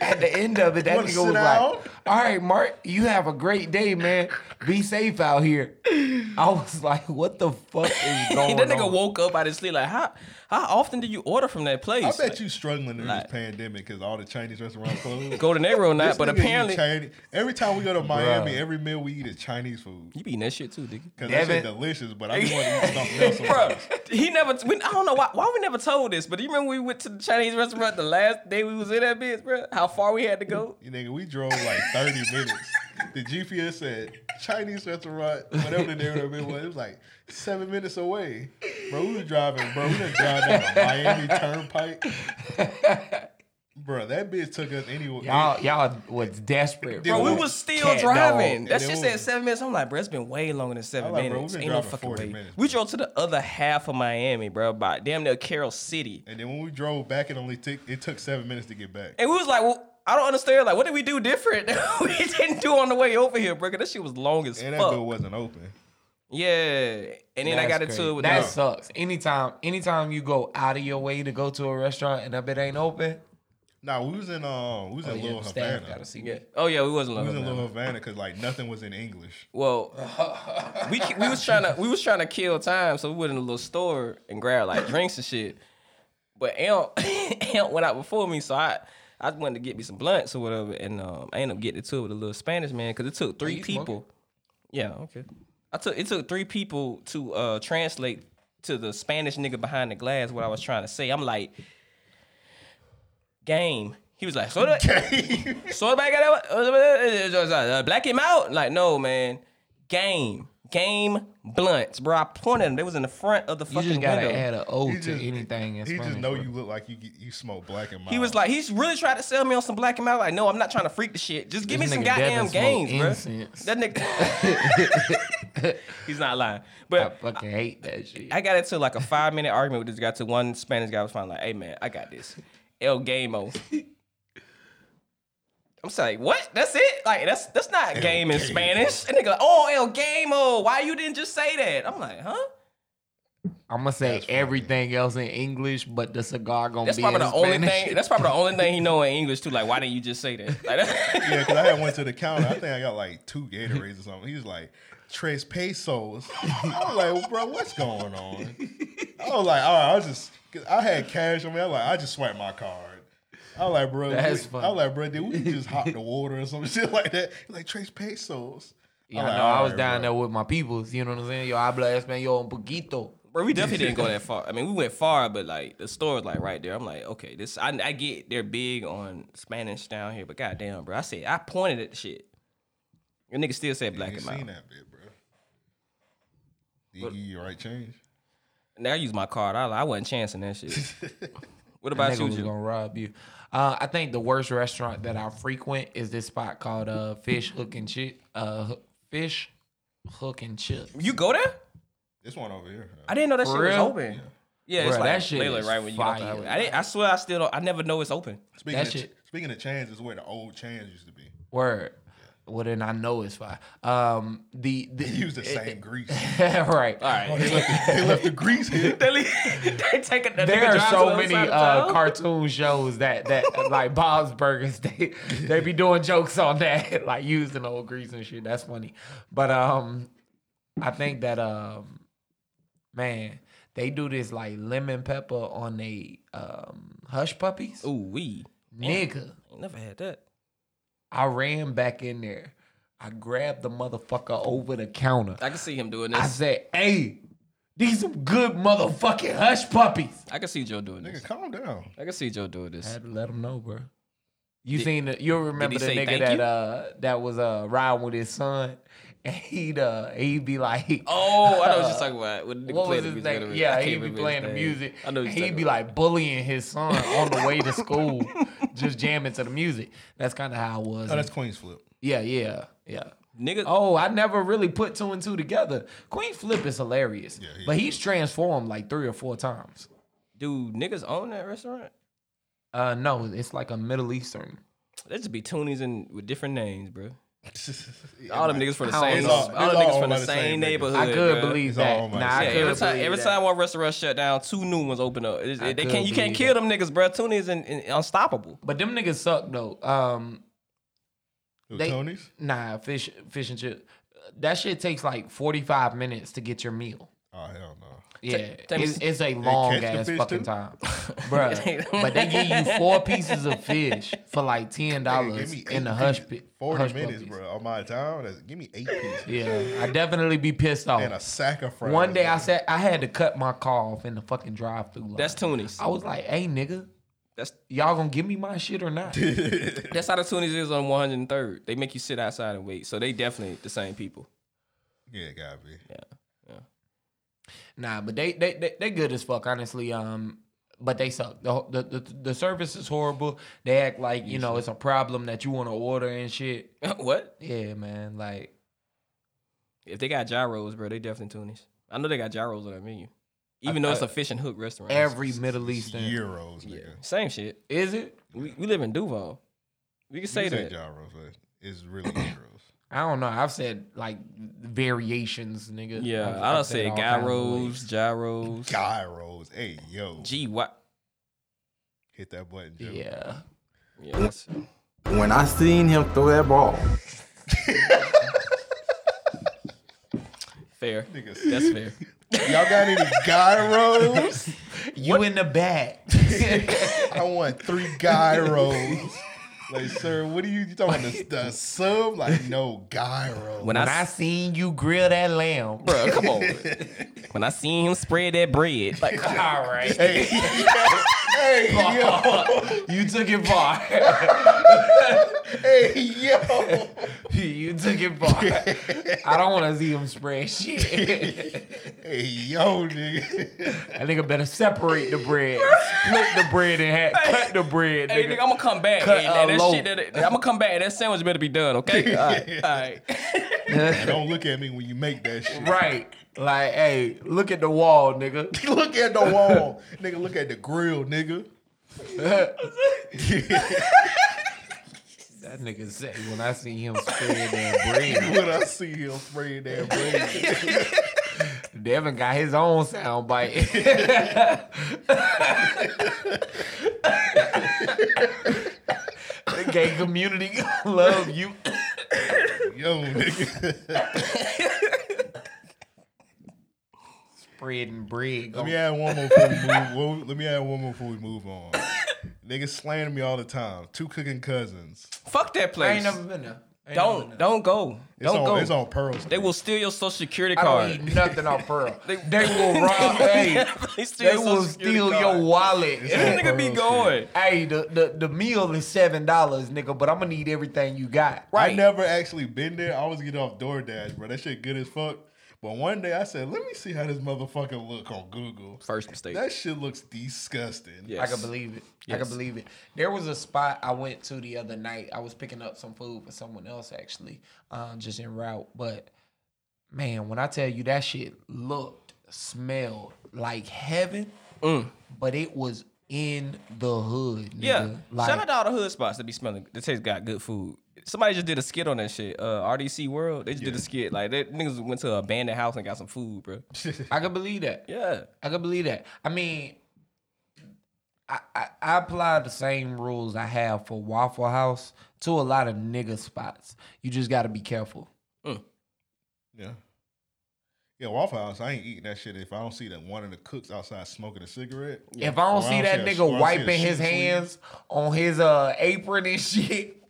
S9: At the end of it, that
S8: Wanna
S9: nigga
S8: sit
S9: was
S8: down?
S9: like, "All right, Mark, you have a great day, man. Be safe out here." I was like, "What the fuck is going
S3: that nigga
S9: on?"
S3: woke up out of his sleep like how how often do you order from that place?
S8: I bet
S3: Like,
S8: you struggling in
S3: like-
S8: this pandemic because all the Chinese restaurants closed.
S3: go to Nero or
S8: This
S3: not, but
S8: nigga eat
S3: apparently
S8: Chinese. every time we go to Miami, every meal we eat is Chinese food
S3: you be eating that shit too, nigga.
S8: because that shit
S9: Devin-
S8: delicious. But I just want to eat something else.
S3: Bro,
S8: sometimes.
S3: he never. we- I don't know why. Why we never told this, but do you remember we went to the Chinese restaurant the last day we was in that bitch, bro? How far we had to go?
S8: You nigga, we drove like thirty minutes. The GPS said Chinese restaurant, whatever the name of it was. It was like seven minutes away. Bro, we were driving. Bro, we done drive down the Miami Turnpike. Bro, that bitch took us anywhere.
S9: Y'all, y'all was desperate,
S3: Bro,
S8: Bro,
S9: for
S3: we
S8: Dude,
S3: was still
S9: cat
S3: driving.
S9: dog.
S3: That
S8: It
S3: shit said
S8: was.
S3: seven minutes. I'm like, bro, it's been way longer than seven
S8: I'm like, bro,
S3: minutes.
S8: we've been
S3: Ain't no
S8: driving
S3: fucking
S8: 40
S3: way.
S8: minutes,
S3: we drove to the other half of Miami, bro, by damn near Carroll City.
S8: and then when we drove back, it only took it took seven minutes to get back.
S3: And we was like, well, I don't understand. Like, what did we do different that we didn't do on the way over here, bro? 'Cause that shit was long as
S8: And that
S3: fuck.
S8: door wasn't open.
S3: Yeah. And then I
S9: That's
S3: got into
S9: crazy.
S3: it with
S9: that
S3: them.
S9: sucks. Anytime, anytime you go out of your way to go to a restaurant and up it ain't open,
S8: Nah, we was in um, we was in
S9: Oh, yeah,
S8: Little
S9: the staff
S8: Havana.
S9: gotta see
S3: Yeah. Oh yeah, we wasn't
S8: We
S3: long.
S8: was in Little Havana because like nothing was in English.
S3: Well, we we was trying to we was trying to kill time, so we went in a little store and grabbed like drinks and shit. But Amp, Amp went out before me, so I I wanted to get me some blunts or whatever, and um, I ended up getting to it with a little Spanish man because it took three
S9: you
S3: people.
S9: smoking?
S3: Yeah, okay. I took it took three people to uh, translate to the Spanish nigga behind the glass what I was trying to say. I'm like, game. He was like, so the, so everybody got that. uh, Black him out. Like, no, man. Game. Game blunts, bro. I pointed them. They was in the front of the
S9: You
S3: fucking
S9: just gotta
S3: window.
S9: add an O to
S8: just-
S9: anything in
S8: He
S9: Spanish.
S8: just know
S9: bro.
S8: you look like you get- you smoke black and mild.
S3: He was like, he's really tried to sell me on some black and mild. Like, no, I'm not trying to freak the shit. Just give
S9: This
S3: me some
S9: nigga
S3: goddamn
S9: Devin smoke
S3: games, bro.
S9: incense.
S3: That nigga. he's not lying.
S9: I
S3: But
S9: fucking hate that shit.
S3: I got into like a five minute argument with this guy. To one Spanish guy was finally like, "Hey man, I got this." El Gamo. I'm sorry, what? That's it? Like that's that's not game in Spanish. And nigga like, "Oh, El Gamo, why you didn't just say that?" I'm like, "Huh?"
S9: I'm gonna say everything else in English, but the cigar gonna
S3: That's
S9: be
S3: probably
S9: in
S3: the only
S9: Spanish.
S3: thing. That's probably the only thing he know in English too. Like, why didn't you just say that? Like, that-
S8: Yeah, because I had went to the counter. I think I got like two Gatorades or something. He was like, tres pesos. I was like, bro, what's going on? I was like, all right, I was just, 'cause I had cash on me. I was like, I just swiped my card. I was like, bro,
S9: That's
S8: we-
S9: funny.
S8: I was like, bro, did we just hop the water or some shit like that? He like, tres pesos.
S9: Yeah,
S8: I'm
S9: I
S8: like,
S9: know. I was
S8: alright,
S9: down
S8: bro.
S9: there with my peoples. You know what I'm saying? Yo, habla español un poquito.
S3: bro, we definitely didn't go that far. I mean, we went far, but like the store is like right there. I'm like, okay, this. I, I get they're big on Spanish down here, but goddamn, bro, I said I pointed at the shit. Your nigga still said black
S8: You
S3: and mild.
S8: seen that bit, bro. Did he give you your right change?
S3: Now I use my card. I, I wasn't chancing that shit. what about
S9: Nigga
S3: you?
S9: was
S3: Ju-
S9: gonna rob you. Uh, I think the worst restaurant that I frequent is this spot called uh, Fish Hook and Chip. Uh, Hook- Fish Hook and Chip.
S3: You go there?
S8: This one over here.
S3: I didn't know that
S9: For
S3: shit was
S9: real?
S3: open. Yeah, it's
S9: Bruh,
S3: like
S9: that shit
S3: literally
S9: is
S3: right when you get off the
S9: fire.
S3: highway. I, didn't, I swear, I still don't. I never know it's open.
S8: Speaking
S9: that
S8: of,
S9: shit-
S8: speaking of change, is where the old change used to be.
S9: Word. Well, then I know it's fine. Um, the, the
S8: They used the same grease.
S9: right.
S3: All right.
S8: They left the, they left the grease here.
S3: they take a,
S9: there are so many uh, cartoon shows that that like Bob's Burgers they they be doing jokes on that like using old grease and shit. That's funny, but um I think that um man, they do this like lemon pepper on they um hush puppies.
S3: Ooh wee,
S9: Nigga.
S3: Ain't never had that.
S9: I ran back in there. I grabbed the motherfucker over the counter.
S3: I can see him doing
S9: I
S3: this.
S9: said, hey, these some good motherfucking hush puppies.
S3: I can see Joe doing this.
S8: Nigga, calm down.
S3: I can see Joe doing
S9: I
S3: this.
S9: had to let them know, bro. You seen the, you'll remember the
S3: say
S9: nigga
S3: thank
S9: that
S3: you?
S9: uh that was uh riding with his son and he'd uh he'd be like
S3: Oh, I know what you're talking about. When the nigga
S9: what
S3: play
S9: was
S3: the
S9: his
S3: music, I
S9: name?
S3: don't- I
S9: Yeah,
S3: can't
S9: he'd be
S3: remember his
S9: playing the
S3: name.
S9: music.
S3: I know what you're
S9: and he'd
S3: talking
S9: be
S3: about.
S9: like bullying his son on the way to school, just jamming to the music. That's kind of how it was.
S8: Oh, that's Queen's flip.
S9: yeah, yeah, yeah.
S3: Nigga,
S9: Oh, I never really put two and two together. Queen Flip is hilarious,
S8: he
S9: but he's transformed like three or four times.
S3: do niggas own that restaurant?
S9: Uh, no, it's like a Middle Eastern.
S3: That just be toonies in with different names, bro. All them niggas from the
S9: I don't
S3: same,
S9: know.
S3: all
S8: It's
S3: them
S8: all
S3: niggas from
S8: owned by
S3: the
S8: the same
S3: same
S8: niggas.
S3: neighborhood.
S9: I
S3: bro.
S9: could believe
S8: It's all
S9: that.
S8: my
S9: Nah, I
S3: Yeah,
S9: could
S3: every time,
S9: believe
S3: every
S9: that.
S3: time one restaurant shut down, two new ones open up. It's-
S9: I
S3: they
S9: could
S3: can't, you can't kill
S9: believe
S3: them niggas, bro. Toonies and, and unstoppable.
S9: But them niggas suck though. Um,
S8: Who,
S9: They-
S8: Tony's?
S9: nah, fish, fish and chip. That shit takes like forty five minutes to get your meal.
S8: Oh hell no.
S9: Yeah,
S3: take-
S9: it's, it's a long
S8: catch the
S9: ass
S8: fish,
S9: fucking
S8: too?
S9: time, bruh. but they give you four pieces of fish for like ten
S8: Hey,
S9: dollars in
S8: eight
S9: the hush
S8: pieces.
S9: pit.
S8: Forty
S9: hush
S8: minutes,
S9: puppies.
S8: bro. On my time, that's, give me eight pieces
S9: Yeah, I definitely be pissed off.
S8: and a sack of fries.
S9: One day I
S8: nigga.
S9: said I had to cut my car off in the fucking drive through.
S3: That's toonies.
S9: I was like, "Hey, nigga,
S3: That's
S9: y'all gonna give me my shit or not?"
S3: that's how the toonies is on 103rd. They make you sit outside and wait. So they definitely the same people.
S8: "Yeah, it gotta be."
S9: nah, but they, they they they good as fuck, honestly. Um, but they suck. The whole- the the, the service is horrible. They act like you know it's a problem that you want to order and shit.
S3: what?
S9: Yeah, man. Like,
S3: If they got gyros, bro, they definitely toonies. I know they got gyros on that menu, even though it's a fish and hook restaurant.
S9: every Middle
S8: It's
S9: Eastern.
S8: euros,
S3: yeah.
S8: nigga.
S3: same shit.
S9: Is it?
S3: We, we live in Duval. We can say
S8: You
S3: that.
S8: said gyros, but it's really euros.
S9: I don't know. I've said like variations, nigga.
S3: Yeah,
S9: I've-
S3: I
S9: I've
S3: don't say
S9: all kinds of
S3: gyros,
S9: ways.
S3: gyros.
S8: Gyros. Hey yo,
S3: Gee, what?
S8: hit that button. Joe.
S9: Yeah.
S3: Yeah, that's-
S10: When I seen him throw that ball,
S3: fair.
S8: Nigga,
S3: That's fair.
S8: Y'all got any gyros?
S9: You in the back.
S8: I want three gyros. Like, sir, what are you, you talking about? The, the sub? Like, no, gyros.
S3: When
S9: When
S3: I,
S9: I seen you grill that lamb, bro.
S3: bro, come on. when I seen him spread that bread, like,
S9: All right.
S8: Hey, hey, yo,
S9: You took it far.
S8: hey, yo.
S9: you took it far. I don't want to see him spread shit.
S8: Hey, yo, nigga.
S9: That nigga better separate the bread, split the bread in half, cut the bread.
S3: hey,
S9: nigga.
S3: nigga, I'm gonna come back.
S9: Cut
S3: and,
S9: a
S3: that
S9: loaf.
S3: shit, that, I'm gonna come back. and That sandwich better be done, okay? All right. All right.
S8: Don't look at me when you make that shit.
S9: Right. Like, hey, look at the wall, nigga.
S8: Look at the wall. nigga, look at the grill, nigga.
S9: That nigga said when I see him spread that bread.
S8: When I see him spraying that bread.
S9: Devin got his own sound bite. the gay community love you.
S8: Yo, nigga.
S9: Spread and bread.
S8: Let me add one more before we move. well, Let me add one more before we move on. Niggas slandering me all the time. Two cooking cousins.
S3: Fuck that
S9: I
S3: place.
S9: ain't never been there. I ain't never
S3: don't
S9: been there.
S3: don't go.
S8: It's
S3: don't
S8: on,
S3: go.
S8: It's on Pearl's.
S3: They will steal your social security
S9: I
S3: card.
S9: don't eat nothing off Pearl. they, will rob. hey,
S3: they steal,
S9: they
S3: your
S9: will
S3: Social Security
S9: steal
S3: card.
S9: your wallet.
S3: That nigga be going.
S9: hey, the, the the meal is seven dollars, nigga. But I'm gonna need everything you got.
S8: I
S3: Right.
S8: never actually been there. I always get off DoorDash, bro. That shit good as fuck. But one day I said, let me see how this motherfucker look on Google.
S3: First mistake.
S8: That shit looks disgusting.
S3: Yes.
S9: I can believe it. I
S3: Yes.
S9: can believe it. There was a spot I went to the other night. I was picking up some food for someone else actually, um, just en route. But man, when I tell you that shit looked, smelled like heaven, but it was in the hood. Nigga.
S3: Mm. Yeah.
S9: like
S3: Shout out to all the hood spots that be smelling. That taste got good food. Somebody just did a skit on that shit. Uh, RDC World. They just did a skit. Like that niggas went to an abandoned house and got some food, bro.
S9: I can believe that.
S3: Yeah.
S9: I can believe that. I mean, I, I, I apply the same rules I have for Waffle House to a lot of nigga spots. You just got to be careful.
S8: Yeah. Yeah, Waffle House. I ain't eating that shit if I don't see that one of the cooks outside smoking a cigarette.
S9: If I don't
S8: or
S9: see that
S8: a-
S9: nigga
S8: or I don't see a
S9: wiping
S8: shit
S9: his
S8: tweet,
S9: hands on his uh apron and shit,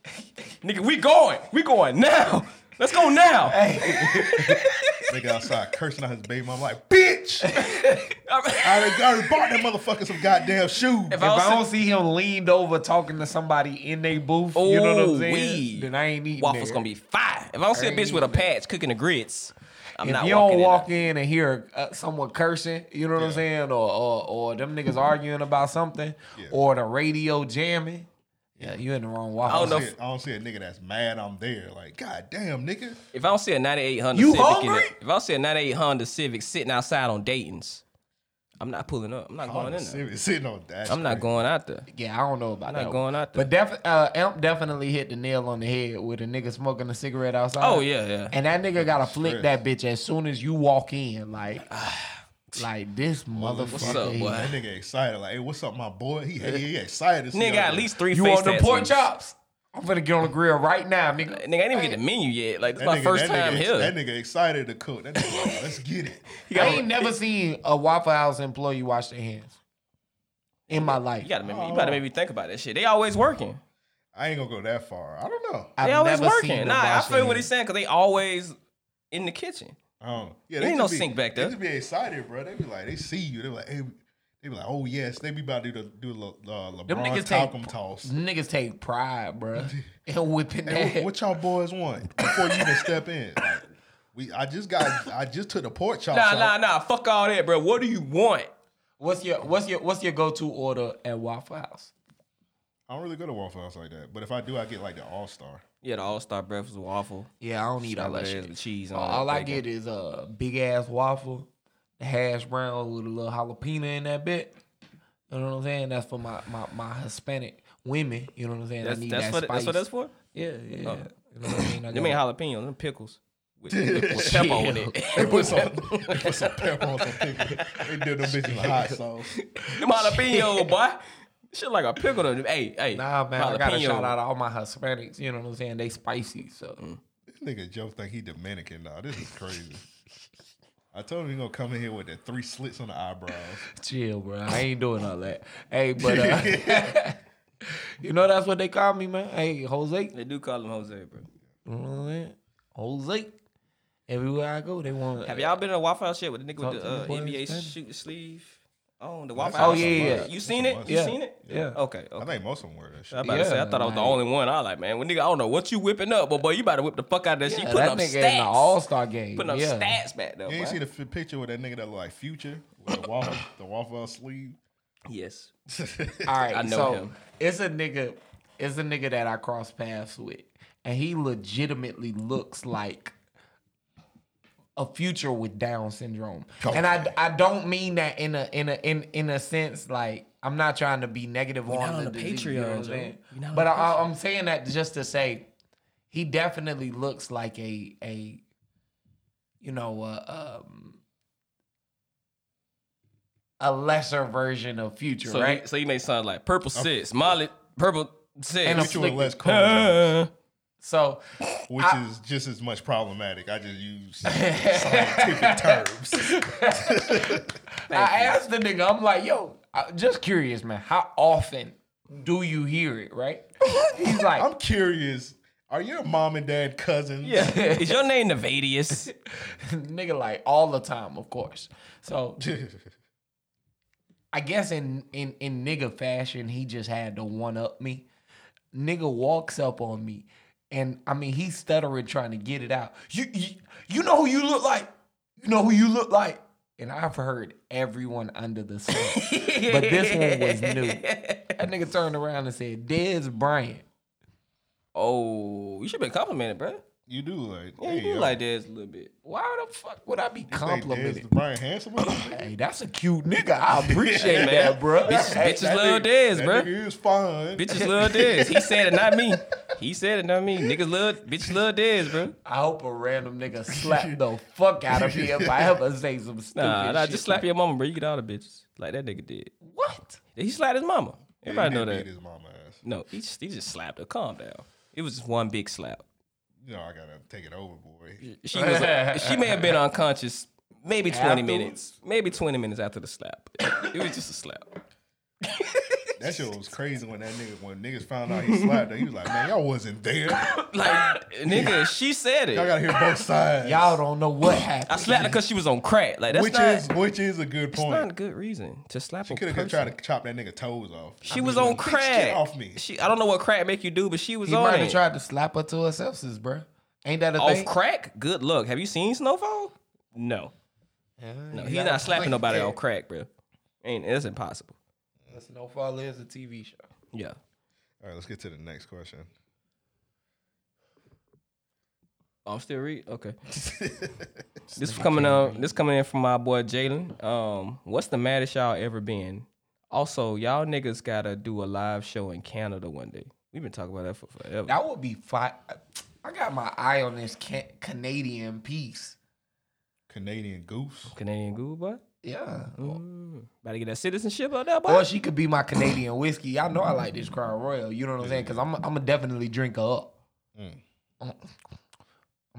S3: nigga, we going, we going now. Let's go now.
S8: nigga outside cursing out his baby mama like, bitch. I already, I already bought that motherfucker some goddamn shoes.
S9: if, I, don't see him leaned over talking to somebody in their booth, you know what I'm saying? Then I ain't eating
S3: Oh, Waffles
S9: there.
S3: gonna be fire. If I don't see a
S9: I
S3: bitch with a patch cooking the grits, I'm
S9: if
S3: not
S9: you
S3: walking
S9: don't
S3: in.
S9: walk in and hear uh, someone cursing, you know what I'm saying, or, or or them
S3: Mm-hmm.
S9: niggas arguing about something, or the radio jamming, yeah, you in the wrong
S8: I
S9: waffle.
S8: don't, see, I don't see a nigga that's mad I'm there. Like, God damn, nigga.
S3: If I don't see a 98 Honda
S8: You
S3: Civic in
S8: hungry?
S3: it, if I don't see a 98 Honda Civic sitting outside on Dayton's, I'm not pulling up. I'm not
S9: Honda
S3: going in there.
S9: Civic sitting on- that's
S3: I'm not
S9: crazy.
S3: going out there.
S9: Yeah, I don't know about
S3: I'm not
S9: that.
S3: going out
S9: But def- uh, Amp definitely hit the nail on the head with a nigga smoking a cigarette outside.
S3: Oh, yeah, yeah.
S9: And that nigga gotta flick
S3: Stress.
S9: that bitch as soon as you walk in, like, like this motherfucker. here.
S8: That nigga excited. Like, hey, what's up, my boy? He, he, he excited. to see
S3: Nigga
S8: y'all.
S3: got at least three
S9: You
S3: face
S9: want them
S3: tats
S9: pork
S3: on.
S9: chops? I'm finna get on the grill right now, nigga.
S3: Nigga, I didn't even get the menu yet. Like, this
S8: That
S3: is my
S8: nigga-
S3: first
S8: that
S3: time
S8: nigga,
S3: here.
S8: That nigga excited to cook. That nigga, like, let's get it.
S9: I ain't never seen a Waffle House employee wash their hands in my life.
S3: you gotta make me, you gotta make me think about that shit. They always working.
S8: I ain't gonna go that far. I don't know.
S3: They always working. Nah, I feel what he's saying because they always in the kitchen.
S8: Oh,
S3: There
S8: they
S3: ain't no
S8: just be-
S3: sink back
S8: They
S3: there.
S8: just be excited, bro. They be like, they see you. They be like, hey, they be like, oh yes, they be about to do the do a Le, uh,
S9: Them
S8: LeBron
S9: niggas
S8: talcum
S9: take
S8: toss.
S9: Niggas take pride, bro, in whipping
S8: Hey,
S9: that.
S8: what, what y'all boys want before you even step in? Like, we, I just got, I just took the pork chops.
S3: Nah,
S8: out.
S3: nah, nah. Fuck all that, bro. What do you want?
S9: What's your what's your what's your go to order at Waffle House?
S8: I don't really go to Waffle House like that. But if I do, I get like the All Star.
S3: Yeah, the All Star breakfast was waffle.
S9: Yeah, I don't eat all that
S3: Strawberries
S9: shit.
S3: with cheese.
S9: All, I get is a big ass waffle, the hash brown with a little jalapeno in that bit. You know what I'm saying? That's for my my, my Hispanic women. You know what I'm saying?
S3: That's-
S9: I need
S3: that's
S9: that
S3: what-
S9: spice.
S3: that's what that's for?
S9: Yeah,
S3: Oh.
S9: yeah. You know what I mean? I
S3: They mean
S9: got-
S3: jalapeno, them pickles. With, with, with pepper on it.
S8: They put some, they put some pepper on some pickles. They did them bitches with hot sauce.
S3: Them jalapeno, boy. Shit like a pickle. To, hey, hey.
S9: Nah, man, I gotta
S3: jalapeno. Mm.
S9: shout out all my Hispanics. You know what I'm saying? They spicy, so
S8: This nigga Joe think he Dominican now. This is crazy. I told him he gonna come in here with the three slits on the eyebrows.
S9: chill, bro. I ain't doing all that. Hey, but uh, you know that's what they call me, man. Hey, Jose.
S3: They do call him Jose, bro.
S9: You know what I'm saying? Jose. Everywhere I go, they want.
S3: Have y'all been in a Waffle House shit with the nigga
S9: Talk
S3: with
S9: to
S3: the
S9: me,
S3: uh,
S9: boy,
S3: NBA
S9: understand?
S3: shoot the sleeve? Oh, the
S9: That's
S3: Waffle
S9: a
S3: House.
S9: must. Oh, yeah, yeah.
S3: You seen it? You
S9: Yeah.
S3: seen it?
S9: Yeah.
S3: Okay. okay.
S8: I think most of them wear that shit.
S3: I was about to say, I thought I was the only one. I was like, man, well, nigga, I don't know what you whipping up, but boy, you about to whip the fuck out of that shit.
S9: Yeah,
S3: You
S9: that
S3: putting up
S9: nigga
S3: stats.
S9: in the All Star game.
S3: Putting up
S9: yeah.
S3: stats back though.
S8: You ain't
S3: boy.
S8: see the f- picture with that nigga that look like Future with the waffle, the waffle sleeve.
S3: Yes.
S9: All right,
S3: I know
S9: so
S3: him.
S9: It's a nigga. It's a nigga that I cross paths with, and he legitimately looks like a future with Down syndrome. And I, I don't mean that in a in a in in a sense like I'm not trying to be negative
S3: We're
S9: on,
S3: not
S9: the
S3: on the
S9: disease, you know
S3: Patreon,
S9: what I'm
S3: Joe.
S9: saying?
S3: We're not on
S9: But
S3: the
S9: I, I'm saying that just to say he definitely looks like a a you know uh, um a lesser version of future,
S3: So,
S9: right?
S3: you, so you may sound like purple six, Molly, purple six,
S9: And a Future with flick- less
S3: Uh,
S8: chromosomes.
S9: So,
S8: Which is just as much problematic. I just use scientific terms.
S9: I asked the nigga, I'm like, yo, I'm just curious, man. How often do you hear it, right? He's like,
S8: I'm curious. Are your mom and dad cousins?
S3: Yeah. Is your name Nevadius?
S9: nigga, like all the time, of course. So I guess in in in nigga fashion, he just had to one up me. Nigga walks up on me, and I mean, he's stuttering trying to get it out. You you, you know who you look like. You know who you look like. And I've heard everyone under the sun, but this one was new. That nigga turned around and said, "Dez Bryant."
S3: Oh, you should be complimented, bro.
S8: You do like
S3: Yeah, you
S8: hey,
S3: do
S8: yo.
S3: like this a little bit.
S9: Why the fuck would I be
S8: They say Dez
S9: complimented?
S8: the Brian Handsome.
S9: Hey, that's a cute nigga. I appreciate
S3: Hey, man.
S9: that, bro.
S3: Bitches,
S9: Hey,
S3: bitches love Dez,
S8: that
S3: bro.
S8: nigga is fine.
S3: Bitches love Dez. He said it, not me. He said it, not me. Niggas love, bitches love Dez, bro.
S9: I hope a random nigga slap the fuck out of me if I ever say some stupid
S3: Nah, nah
S9: shit.
S3: just slap your mama, bro. You get all the bitches like that nigga did.
S9: What?
S3: He slapped his mama. Everybody know that.
S8: His mama ass.
S3: No, he just, he just slapped her. Calm down. It was just one big slap.
S8: You know I gotta take it over, boy.
S3: She was. she may have been unconscious Maybe 20
S8: Afterwards?
S3: minutes. Maybe 20 minutes after the slap. It was just a slap.
S8: That shit was crazy when that nigga when niggas found out he slapped her. He was like, man, y'all wasn't there.
S3: like nigga, she said it.
S8: Y'all gotta hear both sides.
S9: Y'all don't know what happened.
S3: I slapped her because she was on crack. Like that's
S8: which
S3: not,
S8: is which is a good point.
S3: not a good reason to slap
S8: She
S3: a
S8: could have
S3: person.
S8: tried to chop that nigga toes off.
S3: She was on
S8: "Bitch, get
S3: crack.
S8: off me.
S3: She, I don't know what crack make you do, but she was
S9: He
S3: on
S9: might
S3: it.
S9: have tried to slap her to her sepsis, bro. Ain't that a
S3: off
S9: thing?
S3: crack. Good luck. Have you seen Snowfall? No, no,
S9: you
S3: he's
S9: gotta
S3: not slapping
S9: play
S3: nobody
S9: fair.
S3: on crack, bro. Ain't it's impossible.
S9: That's no fall is a TV show.
S3: Yeah.
S8: All right, let's get to the next question.
S3: I'm still read. Okay. this coming out. This coming in from my boy Jalen. Um, what's the maddest y'all ever been? Also, y'all niggas gotta do a live show in Canada one day. We've been talking about that for forever.
S9: That would be fine. I got my eye on this can- Canadian piece.
S8: Canadian goose.
S3: Canadian goo, boy.
S9: Yeah.
S3: Mm. Better get that citizenship out there, boy.
S9: Or she could be my Canadian whiskey. Y'all know I like this Crown Royal. You know what I'm saying? Because I'm, I'm gonna definitely drink her up.
S8: Mm.
S9: I'm,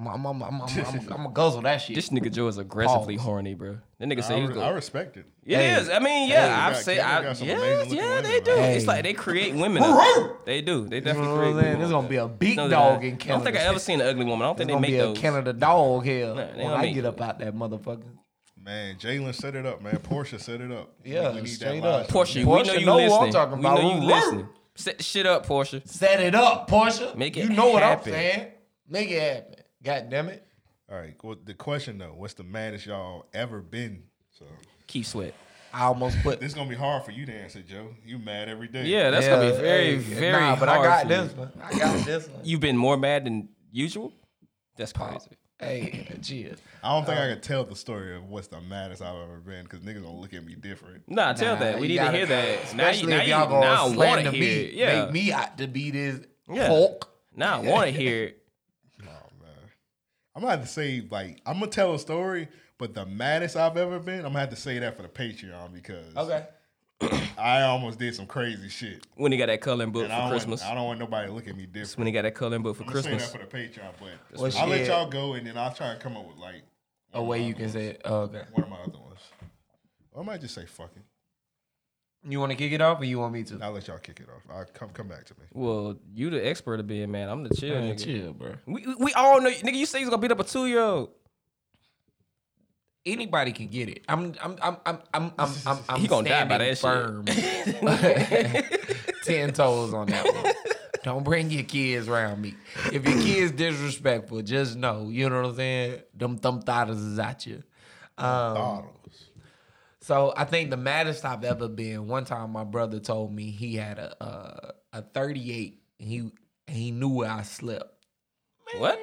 S9: I'm, I'm, I'm, I'm, I'm, gonna guzzle that shit.
S3: This nigga Joe is aggressively horny, bro. That nigga say
S8: I,
S3: he's
S8: re- I
S3: going.
S8: respect it.
S3: It
S9: Hey.
S3: is. I mean, yeah,
S9: Hey,
S3: I've
S8: got-
S3: said,
S8: Canada
S3: I,
S8: got some
S3: yeah,
S8: amazing-looking
S3: yeah,
S8: women,
S3: they do.
S8: man.
S3: It's
S9: Hey.
S3: like they create women. out there. they do. They
S9: You know
S3: definitely
S9: what
S3: create
S9: I'm saying?
S3: women.
S9: There's
S3: out
S9: gonna be
S3: there.
S9: a big
S3: No, they're
S9: dog
S3: not.
S9: in
S3: I don't
S9: Canada.
S3: think I ever seen an ugly woman. I don't think
S9: There's
S3: they
S9: gonna
S3: make
S9: be a
S3: those.
S9: Canada dog here
S3: Nah, they
S9: when
S3: don't
S9: I
S3: make
S9: get
S3: those.
S9: up out that motherfucker.
S8: Man, Jalen set it up, man. Portia set it up. We-
S9: Yeah,
S8: we need that
S9: straight
S8: live
S9: up.
S8: show.
S3: Portia,
S9: Portia
S3: we know you
S9: know who I'm
S3: listening.
S9: talking
S3: we know
S9: about.
S3: you listening. Set the shit up, Portia.
S9: Set it up, Portia.
S3: Make it
S9: You know what I'm
S3: happen.
S9: saying? Make it happen. God damn it.
S8: All right. Well, the question though, what's the maddest y'all ever been? So
S3: Keep sweat.
S9: I almost put
S8: this is gonna be hard for you to answer, Joe. You mad every day.
S3: Yeah, that's gonna be very,
S9: hey,
S3: very
S9: Nah, but I
S3: hard
S9: got
S3: for
S9: this
S3: You.
S9: one. I got this one.
S3: You've been more mad than usual. That's crazy.
S9: Hey, cheers.
S8: I don't
S3: uh,
S8: think I can tell the story of what's the maddest I've ever been because niggas gonna look at me different.
S3: Nah, tell
S9: Nah,
S3: that. We
S9: you
S3: need
S9: gotta-
S3: to hear that. Now you,
S9: Especially
S3: now
S9: if
S3: you,
S9: y'all gonna
S3: now I want to
S9: slander
S3: hear.
S9: me,
S3: it. Yeah.
S9: make me out to be this
S3: Yeah.
S9: pork.
S3: Now I want to hear. it.
S8: Oh, I'm gonna have to say like I'm gonna tell a story, but the maddest I've ever been, I'm gonna have to say that for the Patreon because I almost did some crazy shit.
S3: When he got that coloring book
S8: And I
S3: for
S8: don't,
S3: Christmas.
S8: want, I don't want nobody to look at me
S3: That's
S8: different.
S3: when he got that coloring book for
S8: I'm gonna say
S3: Christmas.
S8: that for the Patreon, but
S9: Well,
S8: I'll let
S9: shit.
S8: y'all go and then I'll try and come up with like
S9: A way you can say it. Oh, okay.
S8: one of my other ones. Or I might just say fucking.
S9: You want to kick it off, or you want me to?
S8: I'll let y'all kick it off. I'll come come back to me.
S3: Well, you the expert of being man. I'm the chill
S9: Man,
S3: nigga.
S9: chill, bro.
S3: We we all know, nigga. You say he's gonna beat up a two year old.
S9: Anybody can get it. I'm, I'm, I'm, I'm, I'm, I'm, I'm, I'm
S3: He gonna die by that
S9: standing firm. Ten toes on that one. Don't bring your kids around me. If your kids disrespectful, just know. You know what I'm saying? Them thumb thotters is at you. Um,
S8: Bottles.
S9: So I think the maddest I've ever been. One time, my brother told me he had a a, a 38. And he he knew where I slept.
S3: What?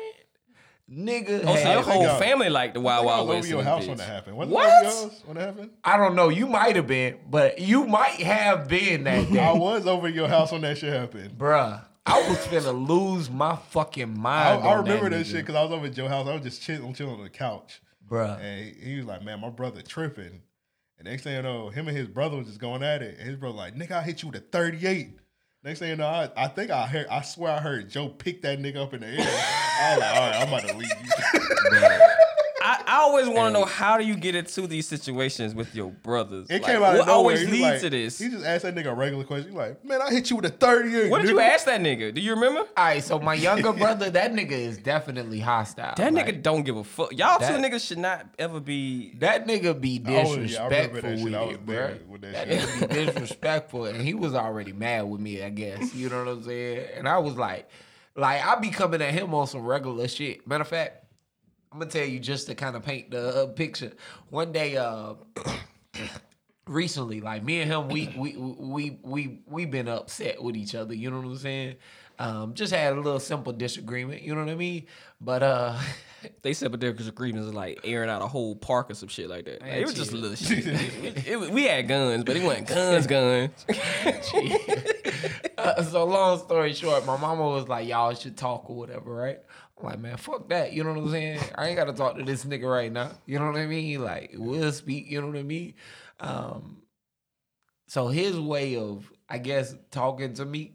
S9: Nigga,
S3: Oh, so
S9: had-
S3: your whole
S8: y'all-
S3: family like the Wild
S8: I
S3: Wild
S8: was over
S3: West.
S8: your
S3: in
S8: house
S3: this
S8: when
S3: bitch.
S8: that happened. Wasn't
S3: What?
S8: I over your house when that happened?
S9: I don't know. You might have been, but you might have been that day,
S8: I was over your house when that shit happened.
S9: bruh. I was gonna lose my fucking
S8: I,
S9: mind.
S8: I
S9: on
S8: remember that,
S9: that
S8: shit because I was over at Joe's house. I was just chilling, chilling on the couch,
S9: bruh.
S8: and he, he was like, "Man, my brother tripping." And next thing you know, him and his brother was just going at it. And his brother like, "Nigga, I hit you with a 38." Next thing you know, I, I think I heard, I swear I heard Joe pick that nigga up in the air. I was like, "All right, I'm about to leave you."
S3: I, I always want to know how do you get into these situations with your brothers?
S8: It
S3: Like,
S8: came out of
S3: What
S8: nowhere.
S3: always
S8: He was
S3: leads
S8: like-
S3: to this?
S8: He just asked that nigga a regular question. He like, "Man, I hit you with a 38."
S3: what did you
S8: nigga."
S3: ask that nigga? Do you remember?
S9: All right, so my younger brother, that nigga is definitely hostile.
S3: That
S9: Like,
S3: nigga don't give a fuck. Y'all
S9: That-
S3: two niggas should not ever be.
S9: that nigga be
S8: Oh, yeah, I remember
S9: disrespectful
S8: that shit.
S9: with
S8: I was
S9: it,
S8: there
S9: bruh.
S8: with
S9: That
S8: that shit.
S9: nigga be disrespectful, and he was already mad with me, I guess. You know what I'm saying? And I was like, like I be coming at him on some regular shit. Matter of fact, I'm gonna tell you just to kind of paint the uh, picture. One day, uh, recently, like me and him, we we we we we been upset with each other. You know what I'm saying? Um, just had a little simple disagreement. You know what I mean? But uh,
S3: They said, but their agreements is like airing out a whole park or some shit like that. Like, it was just
S9: chill.
S3: little shit. It- it was- we had guns, but it wasn't guns, guns.
S9: Uh, so long story short, my mama was like, "Y'all should talk or whatever, right?" I'm like, "Man, fuck that." You know what I'm saying? I ain't gotta talk to this nigga right now. You know what I mean? Like, we'll speak. You know what I mean? Um, so his way of, I guess, talking to me,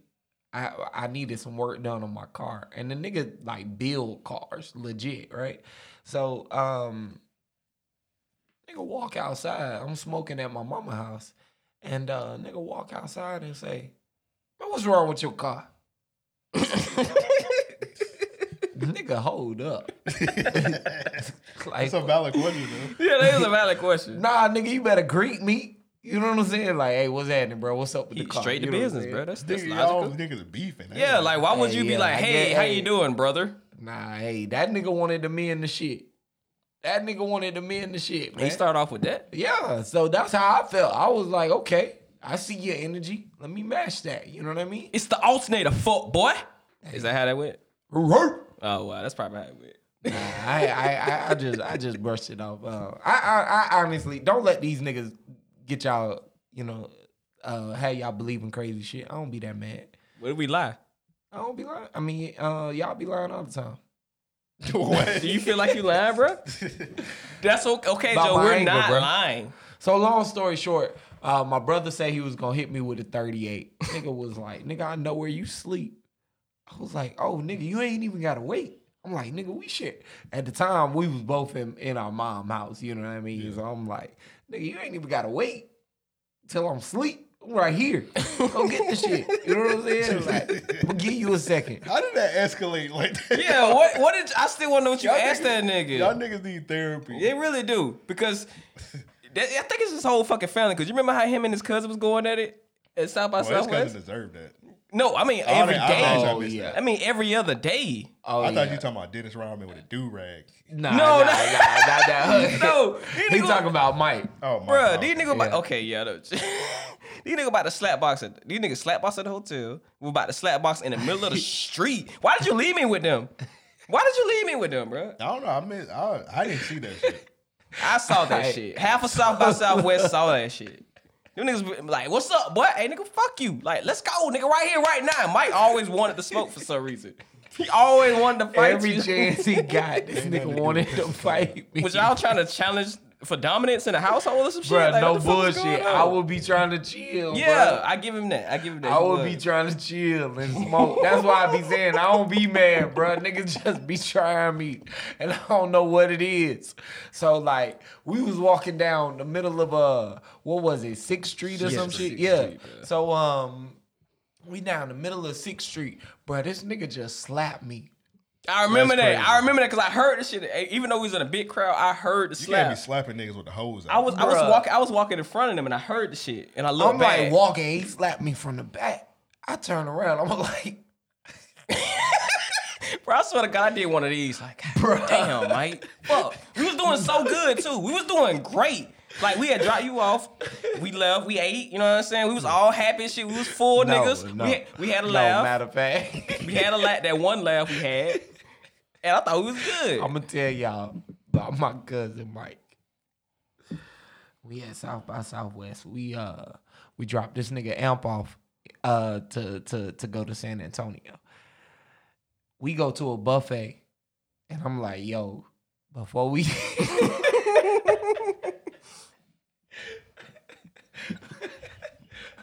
S9: I I needed some work done on my car, and the nigga like build cars, legit, right? So um, Nigga walk outside. I'm smoking at my mama house. And uh nigga walk outside and say, Man, what's wrong with your car? nigga, hold up.
S8: That's a valid question, though.
S3: Yeah, that is a valid question.
S9: Nah, nigga, you better greet me. You know what I'm saying? Like, hey, what's happening, bro? What's up with the
S3: He
S9: car?
S3: straight to
S9: You know what I'm
S3: business,
S9: saying?
S3: bro. That's that's
S8: Nigga, y'all
S3: logical.
S8: niggas are beefing. that
S3: Yeah,
S8: ain't-
S3: like why would
S9: Hey,
S3: you be
S9: yeah,
S3: like,
S9: I
S3: hey,
S9: get-
S3: how
S9: hey.
S3: you doing, brother?
S9: Nah, hey, that nigga wanted to mend the shit. That nigga wanted to mend the shit, man.
S3: He start off with that.
S9: yeah, so that's how I felt. I was like, okay, I see your energy. Let me match that. You know what I mean?
S3: It's the alternator, fuck boy. Is that how that went?
S9: Right.
S3: Oh wow, that's probably how it went.
S9: I, I, I, I just I just brushed it off. Uh, I, I I honestly don't let these niggas get y'all, you know, uh, have y'all believe in crazy shit. I don't be that mad.
S3: What did we lie?
S9: I don't be lying. I mean, uh, y'all be lying all the time.
S3: Do you feel like you lying, bro? That's okay, okay
S9: About
S3: Joe.
S9: my
S3: We're
S9: angle,
S3: not
S9: bro.
S3: lying.
S9: So long story short, uh, my brother said he was gonna hit me with a 38. nigga was like, nigga, I know where you sleep. I was like, oh nigga, you ain't even gotta wait. I'm like, nigga, we shit. At the time, we was both in, in our mom house, you know what I mean? So I'm like, nigga, you ain't even gotta wait till I'm sleep. I'm right here. Go get the shit. You know what I'm saying? Like, I'm gonna give you a second.
S8: How did that escalate like that?
S3: Yeah, what what did I still wanna know what you asked that nigga.
S8: Y'all niggas need therapy.
S3: They really do because that, I think it's his whole fucking family. Because you remember how him and his cousin was going at it at South by
S8: Well, his
S3: Southwest.
S8: cousin deserved that.
S3: no, I mean every
S8: I, didn't- I,
S3: day.
S8: thought
S9: Oh,
S8: you missed
S9: yeah.
S8: that.
S3: I mean every other day.
S9: Oh,
S8: I thought
S9: yeah.
S8: you talking about Dennis Rodman with a do rag.
S9: Nah,
S3: No,
S9: nah, nah,
S3: no.
S9: nah, nah,
S3: No,
S9: He talking about Mike.
S8: Oh my
S3: Bruh,
S8: god,
S3: these niggas about
S9: Yeah.
S3: okay, yeah. that- these niggas about to slap box at these niggas slap box at the hotel. We're about to slap box in the middle of the street. Why did you leave me with them? Why did you leave me with them, bruh?
S8: I don't know. I missed. I, I didn't see that shit.
S3: I saw that
S9: Right.
S3: shit. Half of South by Southwest saw that shit. Them niggas be like, what's up, boy? Hey, nigga, fuck you. Like, let's go, nigga, right here, right now. Mike always wanted to smoke for some reason. He always wanted to fight
S9: Every
S3: you.
S9: chance he got, this nigga wanted to fight me.
S3: Was y'all trying to challenge for dominance in the household or some shit?
S9: Bruh,
S3: Like,
S9: no
S3: what the fuck was
S9: bullshit.
S3: going on?
S9: I would be trying to chill.
S3: Yeah,
S9: Yeah.
S3: I give him that. I give him that.
S9: I
S3: He
S9: would be trying to chill and smoke. That's why I be saying I don't be mad, bruh. Niggas just be trying me, and I don't know what it is. So like, we was walking down the middle of uh, what was it, Sixth Street or
S3: Yeah,
S9: some shit?
S3: Sixth
S9: Yeah.
S3: Street, bruh.
S9: so um, we down the middle of Sixth Street, bruh. This nigga just slapped me.
S3: I remember
S9: That's
S3: that. I remember that because I heard the shit. Eh, Even though we was in a big crowd, I heard the
S8: You can't be
S3: slap.
S8: slapping niggas with the hose.
S3: I was I was
S9: Bruh.
S3: walking I was walking in front of him and I heard the shit and I looked
S9: I'm
S3: back.
S9: like walking, he slapped me from the back. I turn around, I'm like,
S3: Bro, I swear to God, I did one of these. Like, God damn, Mike. Fuck. We was doing so good, too. We was doing great. Like, we had dropped you off. We left. We ate. You know what I'm saying? We was all happy and shit. We was full
S9: No,
S3: niggas.
S9: no.
S3: We, had, we had a
S9: no,
S3: laugh.
S9: matter of fact.
S3: We had a laugh. That one laugh we had. And I thought we was good.
S9: I'm gonna tell y'all about my cousin Mike. We at South by Southwest. We uh we dropped this nigga amp off uh to to to go to San Antonio. We go to a buffet, and I'm like, yo, before we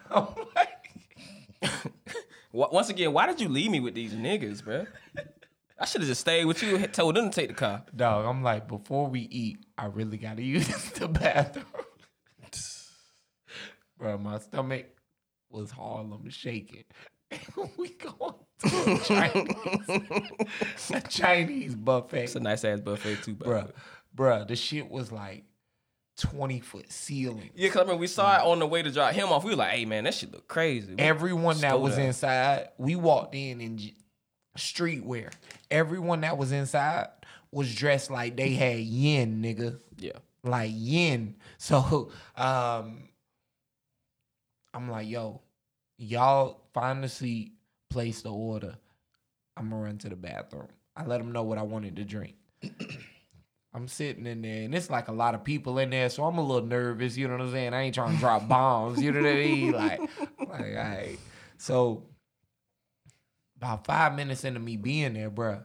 S9: I'm like,
S3: Wa- Once again, why did you leave me with these niggas, bro? I should have just stayed with you and told them to take the car.
S9: dog, I'm like, before we eat, I really gotta use the bathroom. Bro, my stomach was Harlem shaking. we going to a Chinese, a Chinese buffet.
S3: It's a nice ass buffet, too, bro.
S9: Bruh, bruh, the shit was like 20 foot ceiling.
S3: Yeah, because I mean, we saw it on the way to drop him off. We were like, hey, man, that shit look crazy. We-
S9: Everyone that
S3: Slow
S9: was
S3: down.
S9: inside, we walked in in j- streetwear. Everyone that was inside was dressed like they had yen, nigga.
S3: yeah.
S9: like yin. So um I'm like, yo, y'all find the seat, place the order. I'm gonna run to the bathroom. I let them know what I wanted to drink. I'm sitting in there, and it's like a lot of people in there, so I'm a little nervous. You know what I'm saying? I ain't trying to drop bombs. You know what I mean? Like, like, all right. So, about five minutes into me being there, bruh,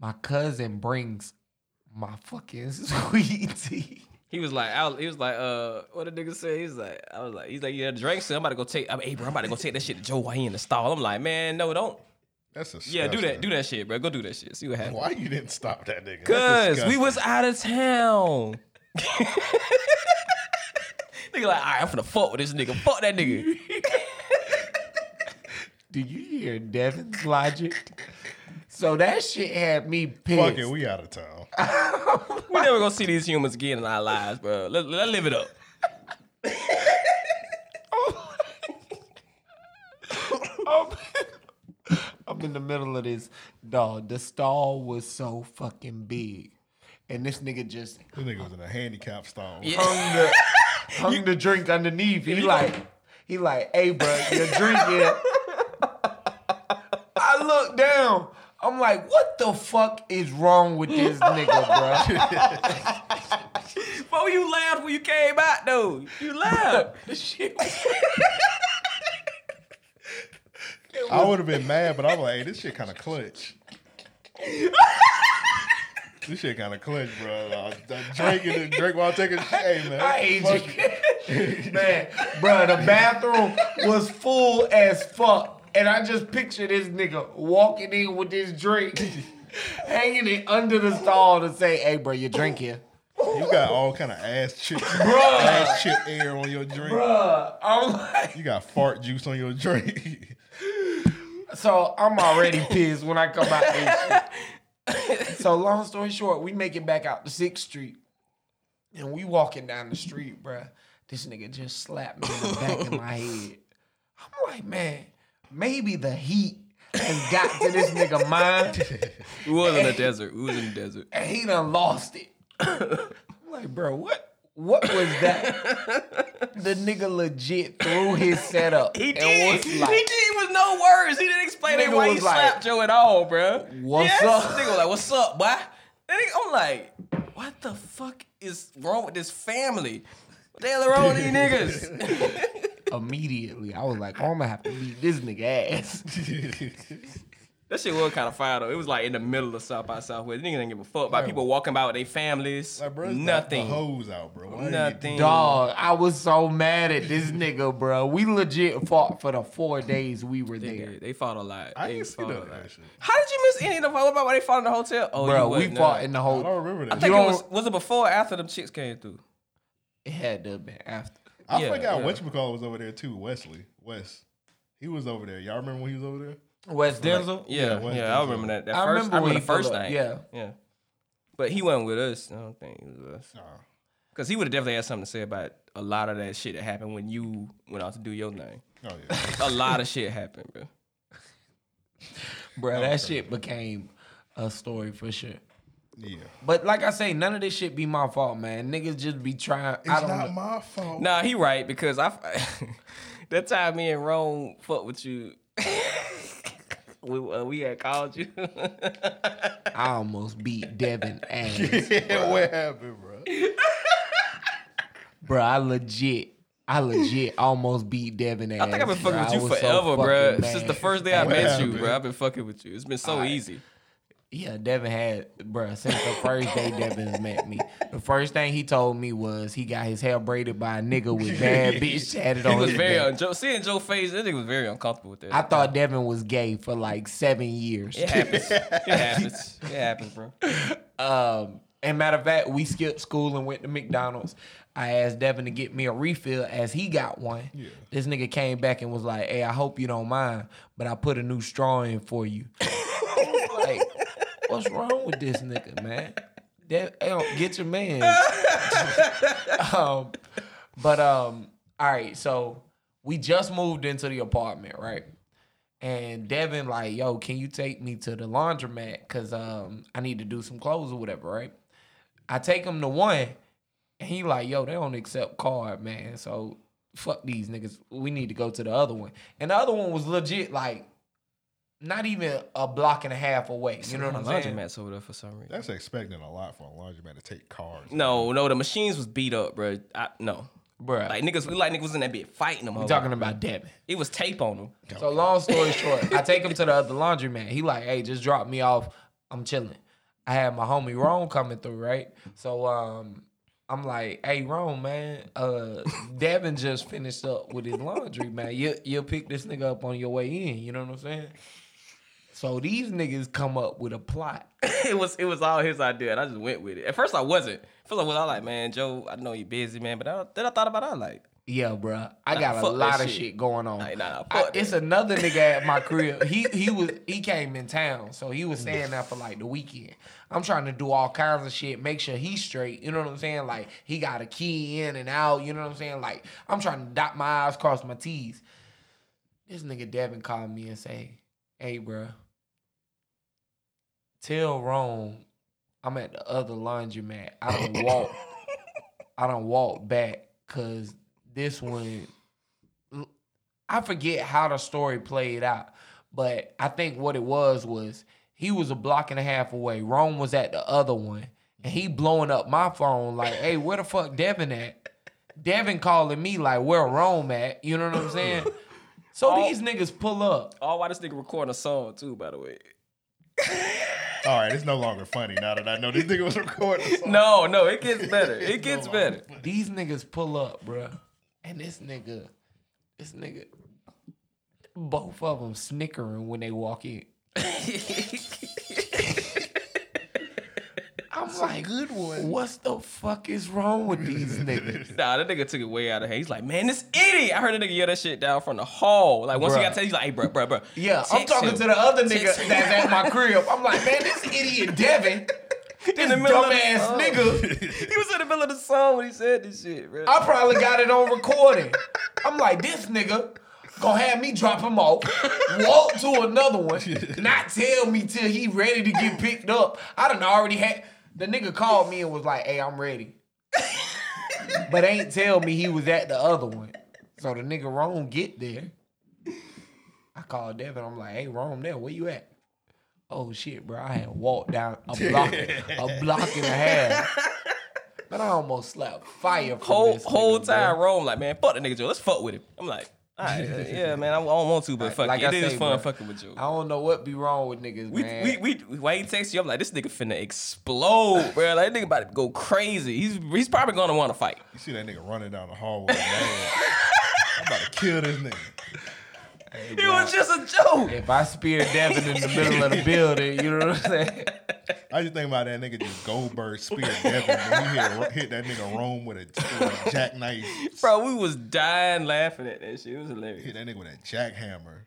S9: my cousin brings my fucking sweet tea.
S3: He was like, I was, he was like, uh, what the nigga said? He's like, I was like, he's like, yeah, drink some. I'm about to go take. I'm, hey, bro, I'm about to go take that shit to Joe while he in the stall. I'm like, man, no, don't.
S8: That's disgusting.
S3: Yeah, do that, do that shit, bro. Go do that shit. See what happens.
S8: Why you didn't stop that nigga? That's
S3: Cause we
S8: disgusting.
S3: was out of town. Nigga like, all right, I'm finna fuck with this nigga. Fuck that nigga.
S9: Do you hear Devin's logic? So that shit had me pissed.
S3: Fuck it, we
S8: out of town.
S3: we never gonna see these humans again in our lives, bro. Let, let live it up.
S9: I'm- I'm in the middle of this, dog. The stall was so fucking big, and this nigga just
S8: This nigga was in a handicap stall.
S9: hung the hung the drink underneath. He like he like, hey, bro, your drink here. I look down. I'm like, what the fuck is wrong with this nigga, bro?
S3: Bro, you laughed when you came out though. You laughed.
S9: the shit.
S8: I would have been mad, but I'm like, hey, this shit kind of clutch. this shit kind of clutch, bro. Like, I- I drink it and drink while taking shit, hey, man.
S9: I hate
S8: Fuck
S9: you. Man, bro, the bathroom was full as fuck. And I just picture this nigga walking in with this drink, hanging it under the stall to say, hey, bro, your drink here.
S8: You got all kind of ass chips,
S9: Bruh.
S8: ass chip air on your drink.
S9: Bruh, Uh, I'm like,
S8: you got fart juice on your drink.
S9: So I'm already pissed when I come out this shit. So long story short, we make it back out to 6th Street. And we walking down the street, bruh. This nigga just slapped me in the back of my head. I'm like, man, maybe the heat has got to this nigga mind.
S3: We was in the desert. We was in the desert.
S9: And he done lost it. I'm like, bro, what what was that? the nigga legit threw his setup.
S3: He
S9: and
S3: did.
S9: was
S3: He
S9: like-
S3: did with no words. He didn't explain it
S9: Nigga
S3: why he
S9: was like,
S3: slapped you at all, bro.
S9: What's
S3: yes?
S9: up?
S3: Nigga was like, what's up, boy? And he- I'm like, what the fuck is wrong with this family? What the hell is wrong with these niggas?
S9: immediately. I was like, oh, I'm gonna have to beat this nigga ass.
S3: That shit was kind of fire though. It was like in the middle of South by Southwest. Niggas didn't give a fuck about
S9: Right.
S3: people walking by with their families.
S8: bro, it's like the
S3: nothing.
S8: hose out, bro. Why you-
S3: Nothing.
S9: Dog, I was so mad at this nigga, bro. We legit fought for the four days we were
S3: They,
S9: there.
S3: did. they fought a lot.
S9: I
S3: They
S9: didn't see
S3: fought
S9: none
S3: a
S9: of
S3: lot.
S9: that
S3: How did you miss any of the follow up where they fought in the hotel? Oh,
S9: Bro,
S3: you
S9: we
S3: wasn't
S9: fought
S3: there.
S9: in the whole.
S3: I think it was was it before or after them chicks came through?
S9: It had to have been after.
S8: I
S3: Yeah,
S8: forgot
S3: yeah.
S8: yeah. Westmacall was over there too. Wesley, Wes, he was over there. Y'all remember when he was over there?
S9: Wes Denzel?
S3: Yeah, yeah,
S8: Wes
S3: I
S8: Denzel.
S3: remember that. that
S9: I
S3: first,
S9: remember
S3: I remember
S9: when he
S3: the first
S9: fell off,
S3: night.
S9: yeah.
S3: yeah. But he wasn't with us. I don't think he was with us. Because he would have definitely had something to say about a lot of that shit that happened when you went out to do your thing.
S8: Oh yeah.
S3: a lot of shit happened, bro.
S9: Bro, that shit became a story for sure.
S8: Yeah.
S9: But like I say, none of this shit be my fault, man. Niggas just be trying. I don't know.
S8: my fault.
S3: Nah, he right because I that time me and Rome fucked with you. we uh, we had called you.
S9: I almost beat Devin ass.
S8: yeah, what happened, bro?
S9: Bro, I legit, I legit almost beat Devin ass.
S3: I think I've been fucking
S9: bruh.
S3: with
S9: I
S3: you
S9: was so
S3: forever, bro.
S9: fucking
S3: Since the
S9: mad. Oh,
S3: first day I met you, bro, I've been fucking with you. It's been so
S9: Alright.
S3: easy.
S9: Yeah, Devin had, bruh, since the first day Devin's met me, the first thing he told me was he got his hair braided by a nigga with bad bitch tatted
S3: He
S9: on
S3: was
S9: his
S3: very
S9: back.
S3: un- Joe, seeing Joe face. That nigga was very uncomfortable with that.
S9: I thought Devin was gay for like seven years.
S3: it happens. it happens. It happens, bro.
S9: Um, and matter of fact, we skipped school and went to McDonald's. I asked Devin to get me a refill as he got one. This nigga came back and was like, "Hey, I hope you don't mind, but I put a new straw in for you." I was like, what's wrong with this nigga, man? Dev, hey, don't- get your man. um, but um, all right, so we just moved into the apartment, right? And Devin like, yo, can you take me to the laundromat? Cause um, I need to do some clothes or whatever, right? I take him to one, and he like, yo, they don't accept card, man. So fuck these niggas. We need to go to the other one. And the other one was legit like, not even a block and a half away. You know what I'm saying?
S3: Laundromat's over there for some reason.
S8: That's expecting a lot from a laundromat to take cars.
S3: No, no, the machines was beat up, bro. I, no,
S9: Bruh.
S3: Like niggas, we like niggas was in that bit fighting them.
S9: We talking about Devin.
S3: It was tape on them.
S9: So long story short, I take him to the other laundromat. He like, hey, just drop me off. I'm chilling. I had my homie Rome coming through, right? So um, I'm like, hey, Rome, man, uh, Devin just finished up with his laundry, man. You you'll pick this nigga up on your way in. You know what I'm saying? So these niggas come up with a plot.
S3: it was it was all his idea, and I just went with it. At first, I wasn't. At first, I was I was like, man, Joe, I know you busy, man. But I, then I thought about it, I was like,
S9: Yeah, bruh. I
S3: Nah,
S9: got a
S3: fuck
S9: lot
S3: that
S9: of
S3: shit.
S9: shit going on.
S3: Nah, nah, fuck
S9: I-
S3: that.
S9: it's another nigga at my crib. He he was he came in town, so he was staying there for like the weekend. I'm trying to do all kinds of shit, make sure he's straight. You know what I'm saying? Like he got a key in and out. You know what I'm saying? Like I'm trying to dot my I's, cross my T's. This nigga Devin called me and say, "Hey, bruh, tell Rome I'm at the other laundromat. I don't walk. I don't walk back because this one I forget how the story played out, but I think what it was was he was a block and a half away. Rome was at the other one, and he blowing up my phone like, "Hey, where the fuck Devin at?" Devin calling me like, "Where Rome at?" You know what I'm saying? So these niggas pull up.
S3: all "Oh, why this nigga recording a song too, by the way.
S8: All right, it's no longer funny now that I know this nigga was recording.
S3: No, no, it gets better. It gets better.
S9: These niggas pull up, bruh. and this nigga, this nigga, both of them snickering when they walk in. I'm like, good one. What's the fuck is wrong with these niggas?
S3: Nah, that nigga took it way out of hand. He's like, man, this idiot. I heard a nigga yell that shit down from the hall. Like once he
S9: Bruh.
S3: got taken, he's like, hey, bro, bro, bro.
S9: Yeah, I'm talking to the other nigga that's at my crib. I'm like, man, this idiot Devin, this
S3: the middle of the
S9: dumbass
S3: song.
S9: nigga,
S3: he was in the middle of the song when he said this shit, bro.
S9: I probably got it on recording. I'm like, this nigga gonna have me drop him off, walk to another one, not tell me till he ready to get picked up. I done already had the nigga called me and was like, hey, I'm ready. but ain't tell me he was at the other one. So the nigga Rome get there. I called Devin. I'm like, hey, Rome, there, where you at? Oh shit, bro. I had walked down a block, a block and a half. But I almost slapped fire from
S3: whole
S9: this nigga,
S3: whole
S9: bruh.
S3: time Rome like, man, fuck the nigga Joe. Let's fuck with him. I'm like, all right, uh, yeah, man, I, I don't want to, but fuck
S9: Like
S3: it.
S9: I
S3: it is
S9: say,
S3: fun
S9: bruh,
S3: fucking with you.
S9: I don't know what be wrong with niggas,
S3: We,
S9: man.
S3: we, we, why he text you? I'm like, this nigga finna explode, bro. Like, that nigga about to go crazy. He's he's probably gonna want to fight.
S8: You see that nigga running down the hallway. man. I'm about to kill this nigga.
S3: It was just a joke.
S9: if I spear Devin in the middle of the building, you know what I'm saying?
S8: I just think about that nigga just Goldberg spear Devin when he hit, hit that nigga Rome with a, with a jackknife.
S3: Bro, we was dying laughing at that shit. It was hilarious.
S8: Hit that nigga with a jackhammer.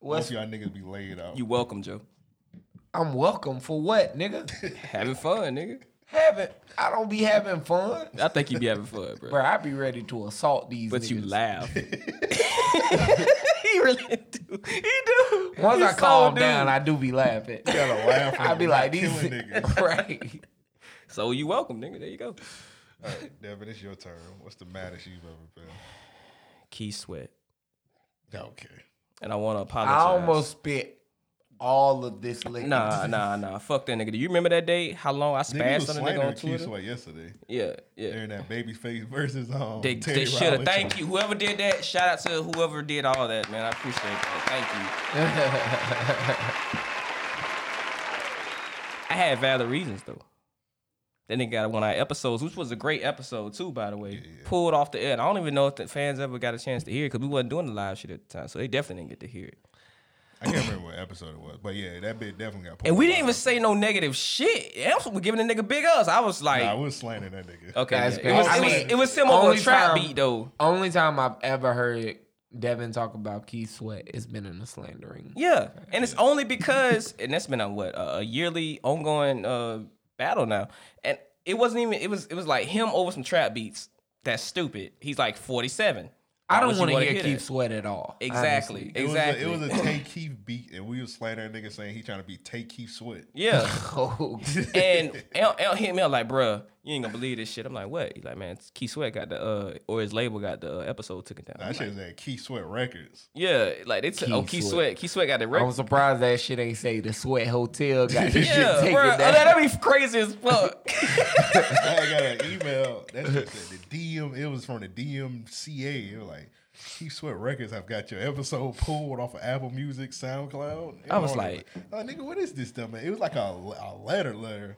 S8: Most
S9: What's-
S8: of y'all niggas be laid out.
S3: You welcome, Joe.
S9: I'm welcome for what, nigga?
S3: Having fun, nigga.
S9: Having I don't be having fun.
S3: I think you be having fun, bro.
S9: Bro, I be ready to assault these
S3: But
S9: niggas.
S3: you laugh. he really do. He do.
S9: Once
S3: He
S9: I
S3: so
S9: calm
S3: do.
S9: down, I do be laughing.
S8: gotta laugh.
S9: I
S8: at
S9: be
S8: him,
S9: like,
S8: not
S9: these
S8: killing niggas.
S9: right.
S3: So you welcome, nigga. There you go.
S8: All right, Devin, it's your turn. What's the maddest you've ever been?
S3: Key sweat.
S8: Okay.
S3: And I want to apologize.
S9: I almost spit all of this liquor.
S3: Nah, nah, nah. Fuck that nigga. Do you remember that day? How long I
S8: Niggas was
S3: spazzed on the nigga
S8: slandering
S3: on
S8: Q
S3: Twitter?
S8: Sweat yesterday
S3: Yeah, yeah.
S8: during that babyface versus um.
S3: They,
S8: Terry
S3: they should have.
S8: Rollins.
S3: Thank you. Whoever did that, shout out to whoever did all that, man. I appreciate that. Thank you. I had valid reasons, though. Then they got one of our episodes, which was a great episode, too, by the way. Pulled off the air. And I don't even know if the fans ever got a chance to hear it because we wasn't doing the live shit at the time. So they definitely didn't get to hear it.
S8: I can't remember what episode it was, but yeah, that bit definitely got.
S3: And
S8: pulled
S3: we didn't
S8: off.
S3: even say no negative shit. Else we're giving the nigga big ups. I was like,
S8: Nah, I was slandering that nigga.
S3: okay.
S9: That's
S3: yeah.
S9: great.
S3: It was,
S9: I
S3: it was,
S9: mean,
S3: it was similar
S9: only
S3: to a trap
S9: time-
S3: beat, though.
S9: Only time I've ever heard Devin talk about Keith Sweat has been in a slandering.
S3: Yeah, and it's only because, and that's been a what a a yearly ongoing uh, battle now, and it wasn't even it was it was like him over some trap beats. That's stupid. He's like forty seven.
S9: I don't want to hear Keith Sweat at all.
S3: Exactly,
S9: honestly.
S8: It was
S3: exactly.
S8: A, it was a Tay Keith beat, and we was slandering that nigga saying he trying to be Tay Keith Sweat.
S3: yeah.
S9: Oh,
S3: and El, El hit me up like, bruh, you ain't gonna believe this shit. I'm like, what? He's like, man, it's Keith Sweat got the uh, or his label got the uh, episode taken down.
S8: Nah, that shit was at Keith Sweat Records.
S3: Yeah, like they took oh
S9: Keith
S3: Keith
S9: Sweat.
S3: Sweat, Keith Sweat got the
S9: I'm
S3: record.
S9: surprised that shit ain't say the Sweat Hotel got this shit
S3: Yeah,
S9: taken
S3: bro,
S9: down.
S3: that'd be crazy as fuck.
S8: I got an email. That shit said the DM. It was from the DMCA. It was like Keith Sweat Records. I've got your episode pulled off of Apple Music, SoundCloud. It
S3: I was
S8: on
S3: like-
S8: it. oh, nigga, what is this dumb? It was like a, a letter, letter.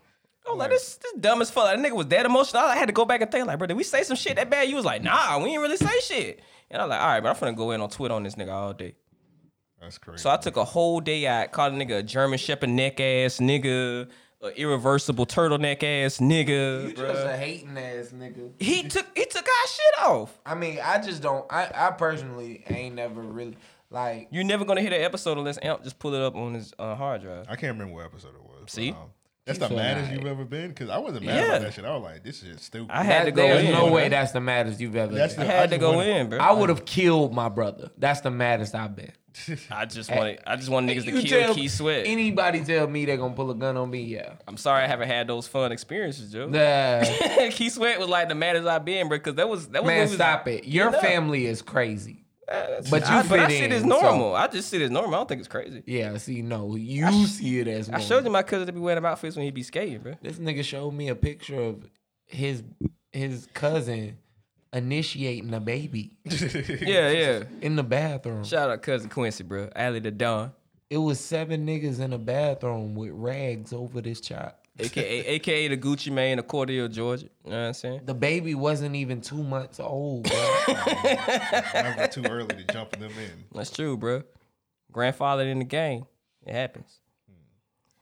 S3: I'm like, this, this dumb as fuck. That nigga was dead emotional. I had to go back and think, like, bro, did we say some shit that bad? You was like, nah, we ain't really say shit. And I was like, all right, but I'm finna go in on Twitter on this nigga all day.
S8: That's crazy.
S3: So I took a whole day out, called a nigga a German Shepherd neck ass nigga, a irreversible turtleneck ass nigga.
S9: You just
S3: bruh.
S9: a hating ass nigga.
S3: He took he took our shit off.
S9: I mean, I just don't. I, I personally ain't never really like.
S3: You're never gonna hear that episode unless Amp just pull it up on his uh, hard drive.
S8: I can't remember what episode it was. um,
S3: See,
S8: That's the maddest you've ever been because I wasn't mad
S3: Yeah.
S8: about that shit. I was like, this is stupid.
S3: I had
S9: That-
S3: to go
S9: There's
S3: in,
S9: no
S3: bro.
S9: way that's the maddest you've ever.
S8: That's
S9: been.
S8: the- I had to I just go
S3: wanna- in, bro.
S9: I would have killed my brother. That's the maddest I've been.
S3: I just want I just want niggas to
S9: You
S3: kill
S9: tell
S3: Key Sweat.
S9: Anybody tell me they're gonna pull a gun on me? Yeah.
S3: I'm sorry I haven't had those fun experiences, Joe.
S9: Nah.
S3: Key Sweat was like the maddest I've been, bro, because that was that was
S9: Man,
S3: what we was-
S9: stop it. Your
S3: Yeah.
S9: family is crazy.
S3: That's-
S9: But you
S3: I, but I
S9: fit
S3: see it
S9: in,
S3: as
S9: so-
S3: normal. I just see it as normal. I don't think it's crazy.
S9: Yeah. See, no, you see it as.
S3: I
S9: normal.
S3: showed you my cousin to be wearing outfits when he be skating, bro.
S9: This nigga showed me a picture of his his cousin initiating a baby
S3: Yeah, yeah.
S9: in the bathroom.
S3: Shout out cousin Quincy, bro. Alley the Don,
S9: It was seven niggas in a bathroom with rags over this child.
S3: aka aka the Gucci man, the Cordell Georgia. You know what I'm saying?
S9: The baby wasn't even two months old. bro.
S8: Never too early to jump them in.
S3: That's true, bro. Grandfather in the game. It happens.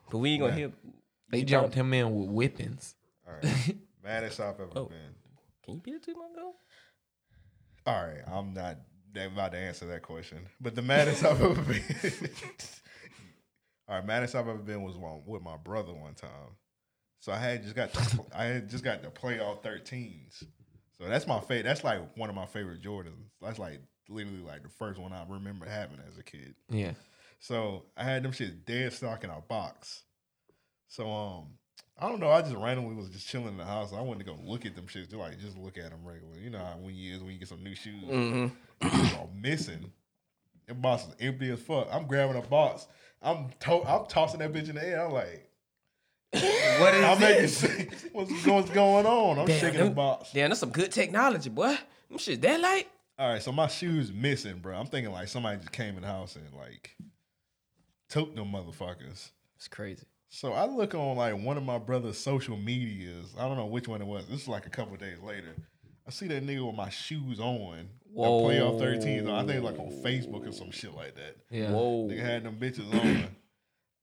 S3: But we ain't gonna hear.
S9: they
S3: you
S9: jumped him in with whippings.
S8: All right. Maddest I've
S3: Oh.
S8: ever been.
S3: Can you beat it two months ago?
S8: All right, I'm not that- about to answer that question, but the maddest I've ever been. All right, maddest I've ever been was one, with my brother one time. So I had just got to, I had just got to play all 13s. So that's my favorite. That's like one of my favorite Jordans. That's like literally like the first one I remember having as a kid.
S9: Yeah.
S8: So I had them shit dead stock in our box. So um, I don't know. I just randomly was just chilling in the house. I wanted to go look at them shit, just like just look at them regularly. You know how when you is when you get some new shoes,
S3: Mhm.
S8: It's all missing. The box is empty as fuck. I'm grabbing a box. I'm to- I'm tossing that bitch in the air. I'm like,
S9: What is
S8: I'm making sense. What's, go- what's going on? I'm
S3: Damn,
S8: shaking the
S3: them-
S8: box.
S3: Damn, that's some good technology, boy. Them shit that light.
S8: All right, so my shoes missing, bro. I'm thinking like somebody just came in the house and like took them motherfuckers.
S3: It's crazy.
S8: So I look on like one of my brother's social medias. I don't know which one it was. This is like a couple of days later. I see that nigga with my shoes on.
S3: Whoa.
S8: The playoff 13s. on. I think like on Facebook or some shit like that.
S9: Yeah.
S3: Whoa.
S8: Nigga had them bitches on.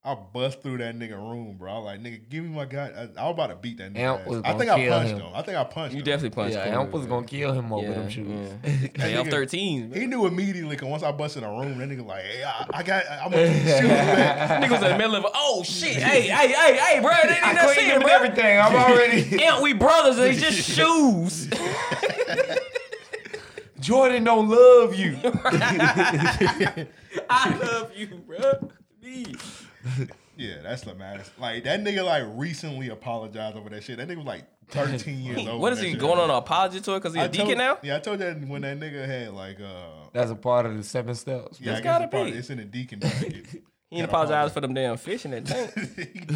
S8: I bust through that nigga room, bro. I was like, nigga, give me my god. I, I was about to beat that nigga.
S9: Amp
S8: ass.
S9: was
S8: I
S9: gonna
S8: think I
S9: kill
S8: punched
S9: him.
S8: him. I think I punched
S3: You
S8: him.
S3: definitely punched.
S9: yeah,
S3: Corey,
S9: Amp was
S3: bro.
S9: gonna kill him over
S3: Yeah,
S9: them shoes.
S3: yeah.
S8: nigga-
S3: Playoff 13.
S8: He knew immediately. Cause once I busted a room, that nigga like, hey, I, I got, I'm gonna get the shoes back.
S3: Nigga was in the middle of, oh shit, hey, hey, hey, hey, bro, they
S9: I
S3: ain't
S9: cleaned
S3: nothing
S9: him
S3: saying,
S9: and
S3: bro.
S9: everything. I'm already
S3: Amp, we brothers, they just shoes.
S9: Jordan don't love you.
S3: I love you, bro. Me.
S8: Yeah, that's the maddest. Like that nigga like recently apologized over that shit. That nigga was like 13 years old.
S3: What
S8: when
S3: is
S8: that
S3: he
S8: shit
S3: going on
S8: happened.
S3: an apology tour? Cause he
S8: I
S3: a deacon
S8: told-
S3: now?
S8: Yeah, I told you that when that nigga had like uh
S9: That's a part of the seven steps.
S8: yeah, I
S3: That's
S8: guess
S3: gotta
S8: it's probably-
S3: be.
S8: it's in the deacon bracket.
S3: He ain't
S8: Gotta
S3: apologized for them damn fish in that tank.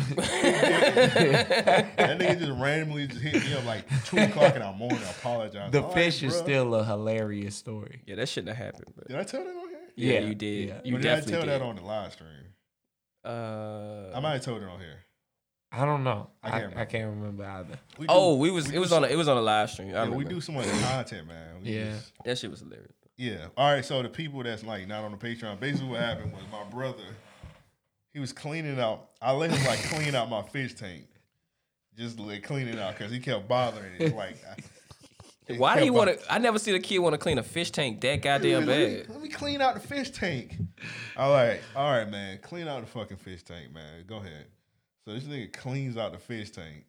S8: that nigga just randomly just hit me up like two o'clock in the morning. Apologize.
S9: The fish is still a hilarious story.
S3: Yeah, that shouldn't have happened, bro.
S8: Did I tell that on here?
S3: Yeah,
S9: Yeah,
S3: you did.
S9: yeah.
S3: You
S8: or did I
S3: definitely
S8: tell
S3: did.
S8: that on the live stream?
S3: Uh,
S8: I might have told it on here.
S9: I don't know.
S8: I can't
S9: I can't,
S8: remember.
S9: I, can't remember either.
S8: We do-
S3: oh, we was it was
S8: do
S3: on a, it was on a live stream. I
S8: some- yeah, we
S3: remember.
S8: do so much content, man. We
S9: Yeah.
S8: just-
S3: That shit was hilarious.
S8: Yeah. All right. So the people that's like not on the Patreon, basically what happened was my brother, he was cleaning out. I let him like clean out my fish tank, just like clean it out because he kept bothering it. Like, I,
S3: Why do you want
S8: to?
S3: to? I never see the kid want to clean a fish tank that goddamn
S8: Let me,
S3: bad.
S8: let me clean out the fish tank. All right, all right, man. Clean out the fucking fish tank, man. Go ahead. So this nigga cleans out the fish tank,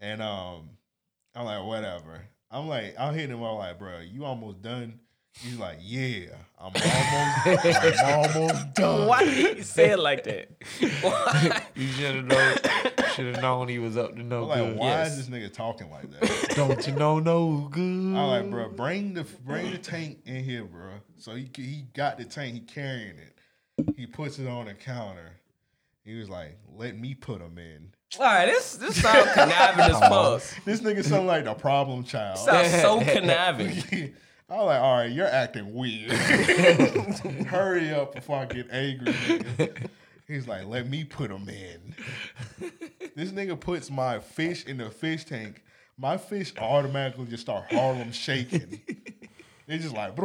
S8: and um, I'm like, whatever. I'm like, I'm hitting him. I'm like, bro, you almost done. He's like, yeah, I'm almost, I'm almost done.
S3: Why did he say it like that? Why?
S9: You should have known. should have known he was up to no
S8: I'm like,
S9: Oh, good.
S8: why
S3: yes.
S8: is this nigga talking like that?
S9: Don't you know no good?
S8: I'm like, bro, bring the bring the tank in here, bro. So he he got the tank, he carrying it. He puts it on the counter. He was like, let me put him in.
S3: All right, this this sounds conniving as fuck.
S8: This nigga sound like the problem child.
S3: Sounds so conniving.
S8: I was like, all right, you're acting weird. Hurry up before I get angry. Nigga. He's like, let me put him in. This nigga puts my fish in the fish tank. My fish automatically just start Harlem shaking. They just like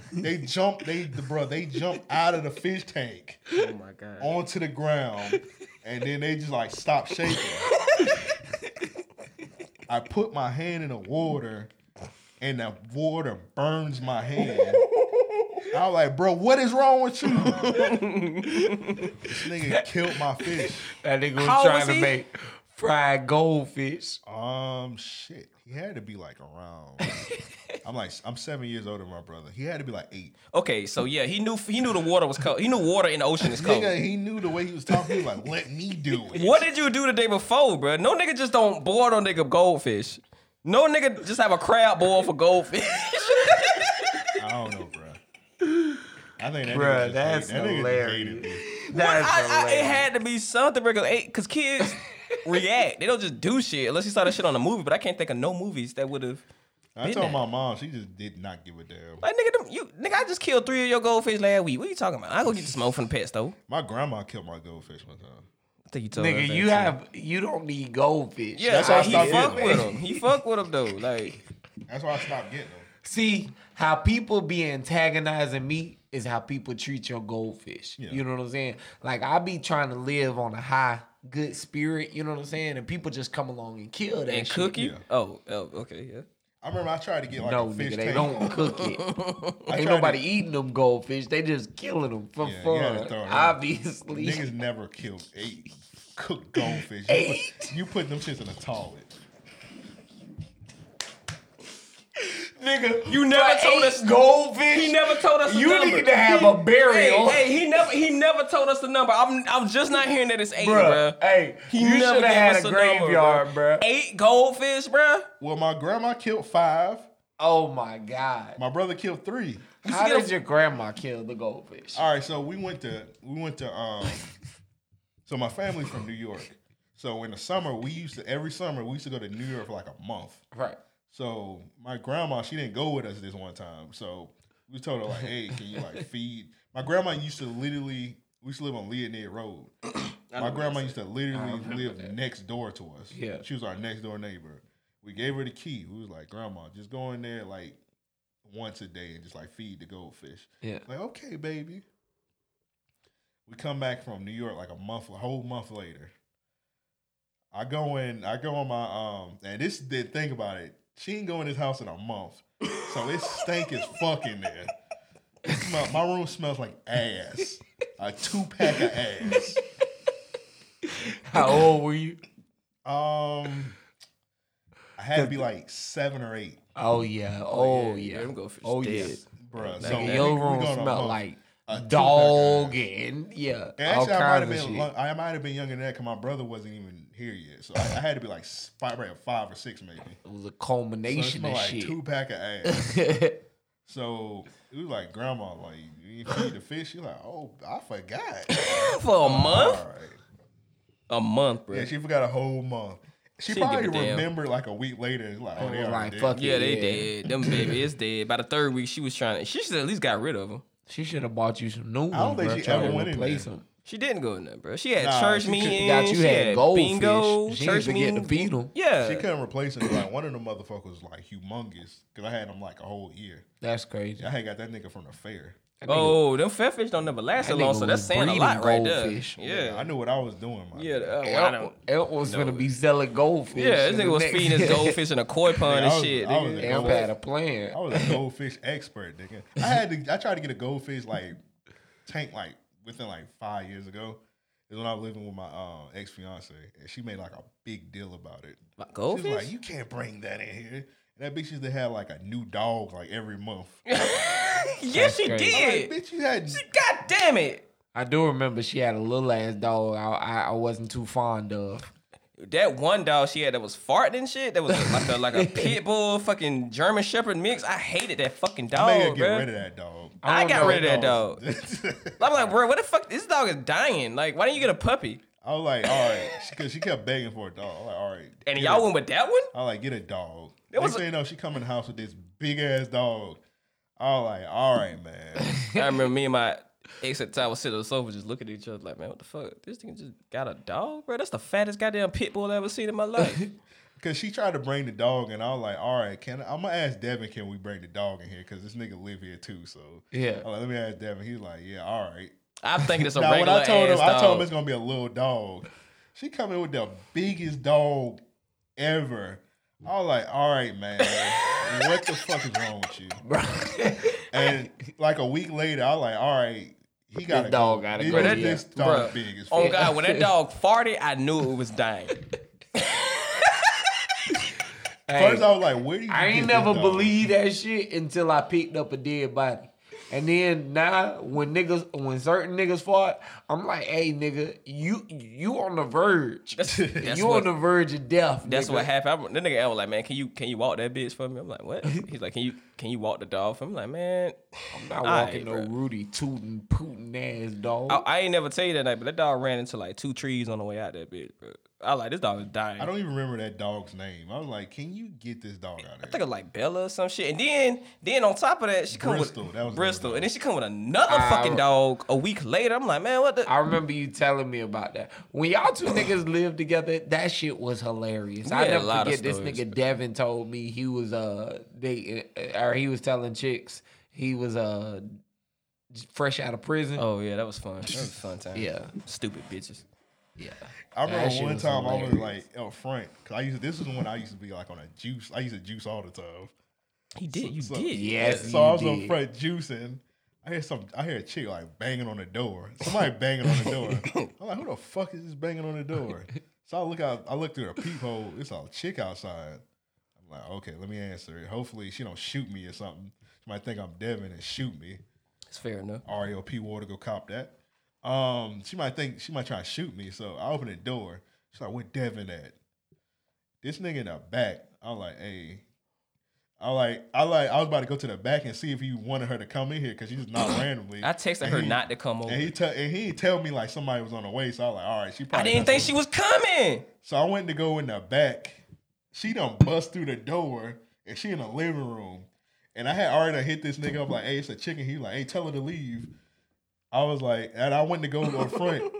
S8: they jump. They the bro. They jump out of the fish tank.
S3: Oh my god.
S8: Onto the ground, and then they just like stop shaking. I put my hand in the water, and the water burns my hand. I was like, bro, what is wrong with you? this nigga killed my fish.
S9: That nigga was
S8: How old
S9: trying
S8: was
S9: to
S8: he?
S9: make fried goldfish.
S8: Um, shit. He had to be like around. I'm like, I'm seven years older than my brother. He had to be like eight.
S3: Okay, so yeah, he knew he knew the water was cold. He knew water in the ocean is cold.
S8: Nigga, he knew the way he was talking. He was like, let me do it.
S3: What did you do the day before, bro? No nigga just don't board on nigga goldfish. No nigga just have a crab boil for goldfish.
S8: I don't know, bro. I think
S3: Bruh,
S8: that nigga just
S3: that's
S8: hated- that nigga just hated
S3: hilarious.
S8: me.
S3: What? I- I- it had to be something because because kids react. They don't just do shit unless you saw that shit on a movie. But I can't think of no movies that would have.
S8: I told my mom, she just did not give a damn.
S3: Like nigga, them, you nigga, I just killed three of your goldfish last week. What you talking about? I go get the smoke from the pet store.
S8: My grandma killed my goldfish one time.
S3: I think you told her
S9: Nigga,
S3: that
S9: you
S3: too.
S9: have you don't need goldfish.
S3: Yeah,
S9: That's how I
S3: he
S9: stopped
S3: fuck
S9: getting
S3: with
S9: them.
S3: him. He fuck with him though. Like
S8: that's why I stopped getting them.
S9: See how people be antagonizing me is how people treat your goldfish. You know what I'm saying? Like I be trying to live on a high good spirit. You know what I'm saying? And people just come along and kill that
S3: and
S9: shit.
S3: cookie. Oh, oh, okay, yeah.
S8: I remember I tried to get like
S9: no,
S8: a
S9: nigga,
S8: fish
S9: they
S8: tank.
S9: don't cook it.
S8: I
S9: Ain't
S8: tried
S9: nobody
S8: to-
S9: eating them goldfish. They just killing them for
S8: Yeah, you had to
S9: fun.
S8: throw it out.
S9: Obviously,
S8: Niggas never killed eight cooked goldfish. Eight? You put, them shits in a toilet.
S9: nigga,
S3: You never told us
S9: goldfish.
S3: He never told us. the
S9: You
S3: number.
S9: need to have
S3: He-
S9: a burial.
S3: Hey, hey, he never he never told us the number. I'm I'm just not hearing that it's eight, bro.
S9: Bruh, Hey,
S3: He
S9: you
S3: never
S9: should have
S3: gave
S9: had
S3: us
S9: a
S3: a number,
S9: graveyard, bruh.
S3: Eight goldfish, bruh.
S8: Well, my grandma killed five.
S9: Oh my god!
S8: My brother killed three.
S9: How did your grandma kill the goldfish?
S8: All right, so we went to we went to um so my family's from New York. So in the summer we used to every summer we used to go to New York for like a month.
S9: Right.
S8: So my grandma, she didn't go with us this one time. So we told her like, hey, can you like feed my grandma used to literally we used to live on Leonid Road. My grandma used to literally live next door to us.
S9: Yeah.
S8: She was our next door neighbor. We gave her the key. We was like, Grandma, just go in there like once a day and just like feed the goldfish.
S9: Yeah.
S8: Like, okay, baby. We come back from New York like a month, a whole month later. I go in, I go on my um, and this the thing about it. She ain't go in this house in a month, so it stink as fucking there. It smell- my room smells like ass, a two pack of ass.
S9: How old were you?
S8: Um, I had to be like seven or eight,
S9: Oh yeah.
S3: yeah.
S9: Oh yeah.
S3: Them goldfish
S9: Oh yeah.
S3: dead.
S8: bro.
S9: Nigga, your room smelled like dog and yeah.
S8: And
S9: all
S8: actually, I might
S9: kinds
S8: have
S9: of shit.
S8: been lo- I might have been younger than that because my brother wasn't even here yet, so I, I had to be like s- five, right, five or six maybe.
S9: it was a
S8: So it
S9: culmination
S8: smelled
S9: of
S8: like
S9: shit.
S8: two pack of ass. so it was like grandma, like you ain't feed the fish. She like, oh, I forgot.
S3: For a month,
S8: All right.
S3: a month, bro.
S8: Yeah, she forgot a whole month. She,
S3: She didn't
S8: probably
S3: give a damn.
S8: remembered like a week later. It's like, oh, they
S9: was
S8: already
S9: like,
S8: dead.
S9: fuck
S3: Yeah, they
S9: Yeah.
S3: dead. Them baby is dead. By the third week, she was trying. She should at least got rid of him.
S9: She should have bought you some new ones.
S8: I don't think
S9: bruh,
S8: she
S9: try
S8: ever
S9: to
S8: went in
S9: replace
S8: there.
S9: them.
S3: She didn't go in there, bro. She had
S8: Nah,
S3: church
S8: she could've
S3: meetings.
S9: Got you
S3: she
S9: had goldfish.
S3: bingo,
S9: She
S3: church
S9: didn't forget to
S3: meetings.
S9: feed them.
S3: Yeah,
S8: She couldn't replace him. Like one of the motherfuckers was like humongous because I had him like a whole year.
S9: That's crazy.
S8: I had got that nigga from the fair.
S3: Oh, them fat fish don't never last so
S9: That
S3: long,
S9: nigga
S3: so that's
S9: was
S3: saying a
S9: breeding
S3: lot right there.
S9: goldfish.
S3: Yeah,
S8: I knew what I was doing. My
S3: yeah,
S8: nigga.
S3: uh, well, I
S9: El,
S3: don't.
S9: El was gonna be selling goldfish.
S3: Yeah, this
S9: in the
S3: nigga was
S9: next-
S3: feeding his goldfish in a koi pond
S8: I
S3: and
S8: was-
S3: shit.
S8: I was
S3: nigga.
S8: a
S9: El had a plan.
S8: I was a goldfish expert, nigga. I had to. I tried to get a goldfish like tank like within like five years ago. Is when I was living with my uh, ex fiance, and she made like a big deal about it.
S3: Like
S8: She's
S3: goldfish?
S8: like, you can't bring that in here. And that bitch used to have like a new dog like every month.
S3: yes, she
S9: crazy.
S3: did.
S8: Like, bitch, you had
S3: God damn it.
S9: I do remember she had a little ass dog. I, I, I wasn't too fond of.
S3: That one dog she had that was farting and shit, that was like a, like a pit bull fucking German Shepherd mix. I hated that fucking dog,
S8: I made her get
S3: bruh.
S8: rid of that dog.
S3: Oh, I,
S9: don't
S3: got
S9: know
S3: rid of that dog.
S8: I
S3: I'm like, bro, what the fuck? This dog is dying. Like, why didn't you get a puppy?
S8: was like, all right, because she kept begging for a dog. I'm like, all right.
S3: And
S8: get
S3: y'all
S8: a-
S3: went with that one?
S8: I was like, get a dog.
S3: There was
S8: Next
S3: a-
S8: thing you know, she come in the house with this big ass dog. I was like, all right, man.
S3: I remember me and my ex at the time was sitting on the sofa just looking at each other like, man, what the fuck? This thing just got a dog, bro? That's the fattest goddamn pit bull I ever seen in my life.
S8: Cause she tried to bring the dog, and I was like, "All right, can I, I'm gonna ask Devin? Can we bring the dog in here? Cause this nigga live here too." So
S9: Yeah.
S8: I'm like, let me ask Devin. He's like, "Yeah, all right."
S3: I'm thinking it's a
S8: Now, when I
S3: regular
S8: told him,
S3: ass
S8: I told
S3: dog.
S8: him it's gonna be a little dog. She come in with the biggest dog ever. I was like, "All right, man, what the fuck is wrong with you?" and like a week later, I was like, "All right." He got
S3: This dog
S8: got
S3: gotta
S8: this,
S3: go, yeah.
S8: This dog
S3: Bruh,
S8: big as
S3: Oh
S8: fuck.
S3: god, when that dog farted, I knew it was dying.
S8: First, I was like, "Where do you?"
S9: I
S8: get
S9: ain't
S8: this
S9: never
S8: dog?"
S9: believed that shit until I picked up a dead body. And then now, when niggas, when certain niggas fought, I'm like, "Hey, nigga, you you on the verge.
S3: that's
S9: you
S3: what-
S9: on the verge of death."
S3: That's
S9: nigga.
S3: what happened. I, the nigga I was like, man, can you can you walk that bitch for me? I'm like, what? He's like, can you can you walk the dog for me? I'm like, man, I'm
S9: Not walking no Rudy Tootin' Putin ass dog.
S3: I, I ain't never tell you that night, but that dog ran into like two trees on the way out that bitch. Bro. I was like this dog is dying.
S8: I don't even remember that dog's name. I was like, "Can you get this dog out of here?"
S3: I think it was like Bella or some shit. And then then on top of that, she come
S8: Bristol,
S3: with
S8: that was the
S3: Bristol. And then she come with another
S9: I-
S3: fucking dog a week later. I'm like, man, what the
S9: I remember you telling me about that. When y'all two niggas lived together, that shit was hilarious.
S3: We
S9: I
S3: had a
S9: never
S3: lot of
S9: forget this
S3: stories.
S9: nigga Devin told me he was uh they or he was telling chicks he was uh fresh out of prison.
S3: Oh yeah, that was fun. That was a fun time.
S9: Yeah.
S3: Stupid bitches.
S9: Yeah.
S8: I remember
S9: That shit
S8: one
S9: was
S8: time I was like
S9: hilarious.
S8: up front because I used this is when I used to be like on a juice. I used to juice all the time.
S3: He did. You
S8: So,
S3: did.
S9: Yes,
S8: So I
S9: you
S8: was up
S9: did.
S8: front juicing. I hear some. I hear a chick like banging on the door. Somebody banging on the door. I'm like, who the fuck is this banging on the door? So I look out. I look through the peephole. It's a chick outside. I'm like, okay, let me answer it. Hopefully she don't shoot me or something. She might think I'm Devin and shoot me.
S3: It's fair enough.
S8: REOP water go cop that. Um, she might think she might try to shoot me, so I open the door. She's like, "Where Devin at?" This nigga in the back. I'm like, "Hey." I like, I like, I was about to go to the back and see if you wanted her to come in here because she's not randomly.
S3: I texted
S8: And
S3: her
S8: he-
S3: not to come over.
S8: And he tell, and he tell me like somebody was on the way, so I was like, all right, she
S3: I
S8: probably.
S3: didn't think she was coming.
S8: So I went to go in the back. She done bust through the door and she in the living room. And I had already hit this nigga up like, hey, it's a chicken. He like, hey, tell her to leave. I was like, and I went to go to a front.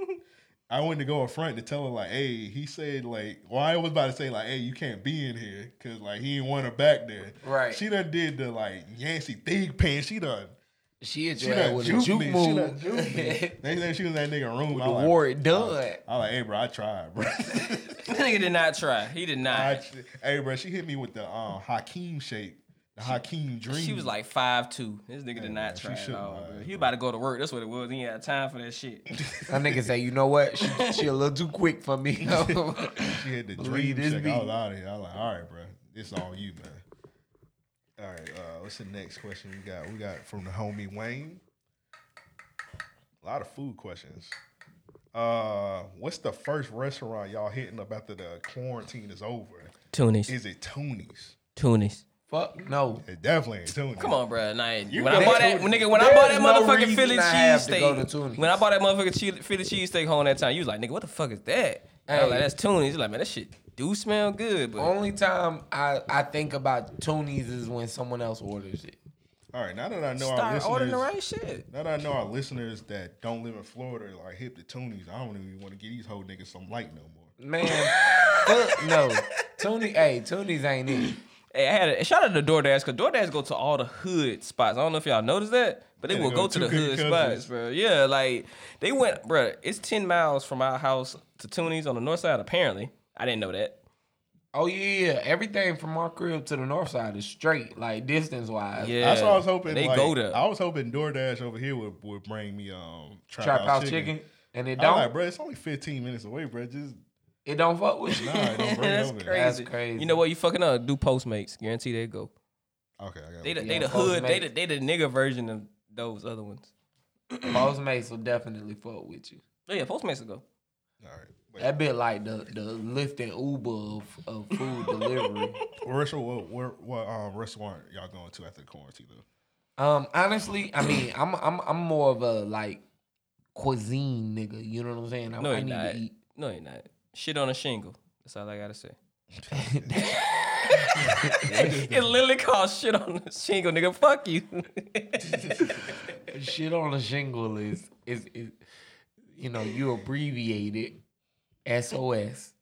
S8: I went to go up front to tell her like, hey, he said like, well, I was about to say like, hey, you can't be in here because like he didn't want her back there.
S9: Right.
S8: She done did the like Yancy thing pin. She done.
S9: She hit
S8: She
S9: your ass
S8: done
S9: with
S8: juke,
S9: a juke
S8: me. She done
S9: move.
S8: juke me. Next thing she was in that nigga room. I
S9: The
S8: was like,
S9: war it done.
S8: I was like, hey, bro, I tried, bro.
S3: That nigga did not try. He did not.
S8: I, hey, bro, she hit me with the um, Hakeem shake, the Hakeem dream.
S3: She was like five two. This nigga did not try at
S8: shouldn't
S3: all. bro. He about to go to work. That's what it was. He ain't had time for that shit.
S9: That nigga say, you know what? She, she a little too quick for me.
S8: she had the
S9: Believe
S8: dream
S9: this
S8: shake.
S9: beat.
S8: I was out of here. I was like, all right, bro, it's all you, man. All right, uh, what's the next question we got? We got from the homie Wayne. A lot of food questions. Uh, what's the first restaurant y'all hitting up after the quarantine is over?
S3: Toonies.
S8: Is it Toonies?
S3: Toonies.
S9: Fuck no.
S8: It definitely ain't Toonies.
S3: Come on, bro. Nah,
S8: You
S3: when I
S8: can-
S3: bought that, when, nigga, when I bought that
S9: There's no
S3: motherfucking
S9: reason
S3: Philly
S9: I have to go
S3: cheesesteak,
S9: to Toonies.
S3: when I bought that motherfucking chee- Philly cheesesteak home that time, you was like, nigga, what the fuck is that? I was
S9: Hey.
S3: like, that's Toonies. You're like, man, that shit do smell good, but
S9: Only time I, I think about Toonies is when someone else orders it.
S8: All right, now that I know our
S3: start
S8: listeners,
S3: ordering the right shit.
S8: Now that I know our listeners that don't live in Florida are like hip to toonies, I don't even want to get these whole niggas some light no more.
S9: Man, fuck no. Toonie, hey, Toonies ain't it.
S3: Hey, I had a shout out to DoorDash because DoorDash go to all the hood spots. I don't know if y'all noticed that, but they
S8: Yeah, they
S3: will
S8: go
S3: go
S8: to
S3: to the
S8: two
S3: hood
S8: good
S3: spots,
S8: cousins.
S3: bro. Yeah, like they went, bro. It's ten miles from our house to Toonies on the north side. Apparently, I didn't know that.
S9: Oh yeah, yeah. Everything from our crib to the north side is straight, like distance wise.
S3: Yeah,
S8: That's what I was hoping.
S3: They
S8: like,
S3: go there.
S8: I was hoping DoorDash over here would, would bring me um trap,
S9: Trap
S8: house,
S9: house
S8: chicken.
S9: chicken. And it
S8: I'm
S9: don't
S8: like, bro, it's only 15 minutes away, bro. Just
S9: it don't fuck with you.
S8: nah, it don't bring it
S3: That's
S8: over. there.
S3: crazy.
S9: That's crazy.
S3: You know what? You fucking up. Do Postmates. Guarantee they go.
S8: Okay, I got
S3: They
S8: it.
S3: the, they
S9: Yeah,
S3: the hood. They the,
S9: Postmates.
S3: they the nigga version of those other ones.
S9: Most mates will definitely fuck with you.
S3: Oh, yeah, Postmates will go.
S8: All right. Wait,
S9: That bit like the the Lyft and Uber of, of food delivery.
S8: what restaurant? What, what, what um, restaurant y'all going to after the quarantine though?
S9: Um, honestly, I mean, I'm I'm I'm more of a like cuisine nigga. You know what I'm saying? I,
S3: No,
S9: I
S3: you're
S9: need
S3: not.
S9: to eat.
S3: No, you're not. Shit on a shingle. That's all I gotta say. it literally calls shit on a shingle, nigga. Fuck you.
S9: Shit on a shingle is is, is you know you abbreviate it SOS,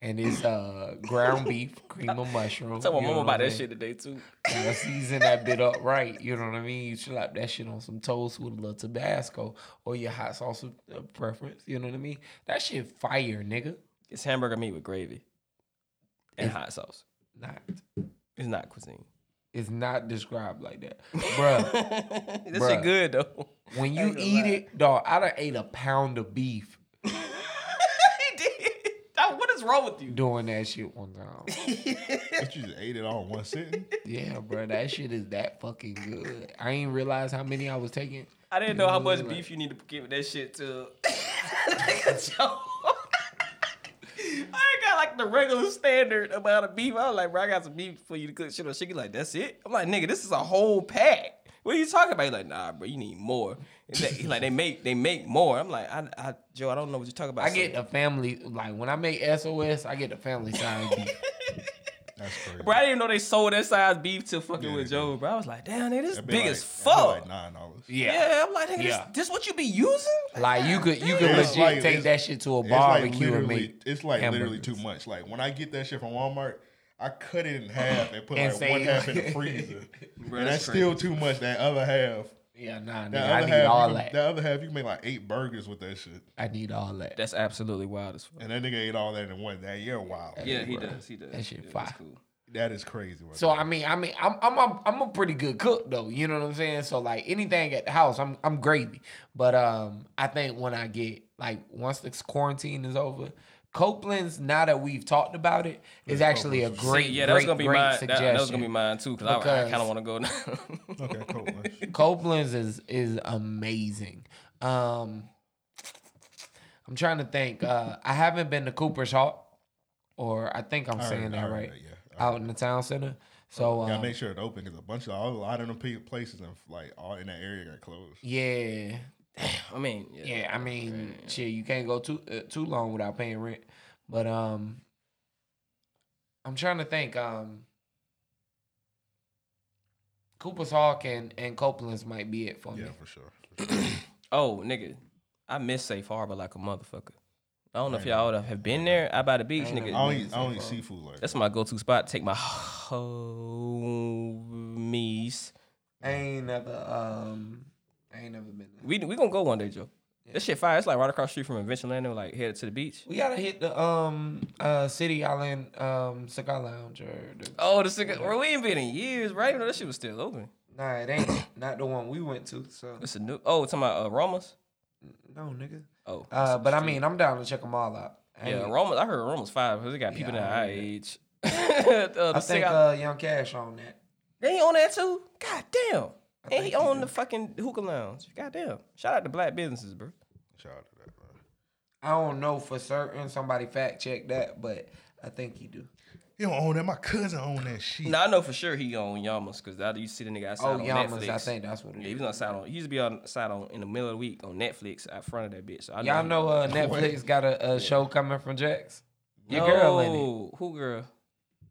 S9: and it's uh ground beef, cream of mushroom.
S3: Tell my
S9: you
S3: mom
S9: know
S3: about
S9: what I
S3: that
S9: mean?
S3: shit today too.
S9: You know, season that bit up right. You know what I mean? You slap that shit on some toast with a little Tabasco or your hot sauce of of preference. You know what I mean? That shit fire, nigga.
S3: It's hamburger meat with gravy and hot sauce.
S9: Not.
S3: It's not cuisine.
S9: It's not described like that, bruh.
S3: This shit good, though.
S9: When
S3: I
S9: you
S3: ain't gonna
S9: eat
S3: lie.
S9: it, dog, I done ate a pound of beef
S3: Dog, What is wrong with you?
S9: doing that shit one time.
S8: But you just ate it all in one sitting.
S9: Yeah, bro, that shit is that fucking good. I ain't realize how many I was taking.
S3: I didn't know how much beef you need to give that shit to. Nigga, Joe. I ain't got like the regular standard amount of beef. I was like, bro, I got some beef for you to cook shit on. She be like, that's it. I'm like, nigga, this is a whole pack. What are you talking about? He like, nah, bro, you need more. And they- he like, they make they make more. I'm like, I, I, Joe, I don't know what you're talking about.
S9: I
S3: son.
S9: get the family like when I make SOS, I get the family side beef.
S8: That's crazy.
S3: Bro, I didn't even know they sold that size beef to fucking with Joe, bro. I was like, damn, nigga, this
S8: That'd be
S3: big
S8: like-
S3: as
S8: that'd be
S3: fuck.
S8: Like nine dollars.
S3: yeah. I'm like, nigga,
S9: Yeah.
S3: this, this what you be using?
S9: Like you could you could
S8: It's
S9: legit
S8: like-
S9: take
S8: it's-
S9: that shit to a
S8: It's like
S9: barbecue and
S8: literally-
S9: make
S8: It's like literally
S9: hamburgers.
S8: too much. Like when I get that shit from Walmart, I cut it in half and put
S9: And
S8: like
S9: say-
S8: one half in the freezer.
S3: Bro,
S8: and that's still too much. That other half.
S9: Yeah, nah,
S8: That
S9: nigga, I
S8: other
S9: need
S8: half.
S9: all
S8: you,
S9: that.
S8: That other half, you can make like eight burgers with that shit.
S9: I need all that.
S3: That's absolutely wild as fuck.
S8: And that nigga ate all that in one day. You're wild.
S3: Yeah, he does. He does.
S9: That shit
S3: yeah,
S9: fire.
S3: cool.
S8: That is crazy. right
S9: So
S8: there.
S9: I mean, I mean, I'm I'm a, I'm a pretty good cook though. You know what I'm saying? So like anything at the house, I'm I'm gravy. But um, I think when I get like once this quarantine is over, Copeland's. Now that we've talked about it, is actually a great
S3: See, yeah, that was
S9: great
S3: gonna be
S9: great
S3: mine. That,
S9: suggestion.
S3: that was gonna be mine too, cause I- I,
S9: Because-
S3: kind of want to go now.
S8: okay, cool. man.
S9: Copeland's is is amazing. Um, I'm trying to think. Uh, I haven't been to Cooper's Hawk, or I think I'm
S8: I
S9: saying
S8: already- I
S9: that
S8: already
S9: right.
S8: know, yeah. I
S9: Out in the town center. So
S8: Gotta
S9: um,
S8: make sure it open because a bunch of all, a lot of them pe- places and like all in that area got closed.
S9: yeah,
S3: I mean, yeah.
S9: yeah. I mean, shit, you can't go too uh, too long without paying rent. But um, I'm trying to think. Um, Cooper's Hawk and and Copeland's might be it for
S8: Yeah,
S9: me.
S8: for sure.
S3: Oh, nigga, I miss Safe Harbor like a motherfucker. I don't know if y'all would have been there. I by the beach,
S9: ain't
S3: nigga.
S9: never
S8: I don't eat, I don't eat seafood like
S3: That's my go-to spot. Take my homies.
S9: I ain't never um, I ain't never been. There.
S3: We we gonna go one day, Joe. This shit fire. It's like right across the street from Adventure Land. and we're Like headed to the beach.
S9: We gotta hit the um uh City Island um cigar lounge or the,
S3: Oh, the cigar. Bro, we ain't been in years, right? Even though that shit was still open.
S9: nah it ain't not the one we went to so
S3: It's a new. Oh, it's about uh, Roma's.
S9: no nigga
S3: Oh,
S9: uh but I mean I'm down to check them all out I
S3: yeah,
S9: ain't-
S3: Roma's. I heard Roma's five because they got people
S9: Yeah,
S3: that
S9: I
S3: our age. uh, the
S9: I think
S3: cigar-
S9: uh Young Cash on that
S3: They ain't on that too. God damn. And he
S9: think he
S3: owned the fucking hookah lounge. God damn. Shout out to black businesses, bro.
S8: that. Shout out to that, bro.
S9: I don't know for certain somebody fact check that but I think he do
S8: He don't own that. My cousin own that shit.
S3: Now I know for sure he owned Yamas because you see the nigga outside
S9: oh
S3: on
S9: Yamas
S3: Netflix.
S9: I think that's what it
S3: Yeah, he
S9: is
S3: was outside on. He used to be outside on in the middle of the week on Netflix out front of that bitch. So I
S9: y'all
S3: he-
S9: know uh Netflix got a, a show coming from Jax your girl in it
S3: No, Who girl?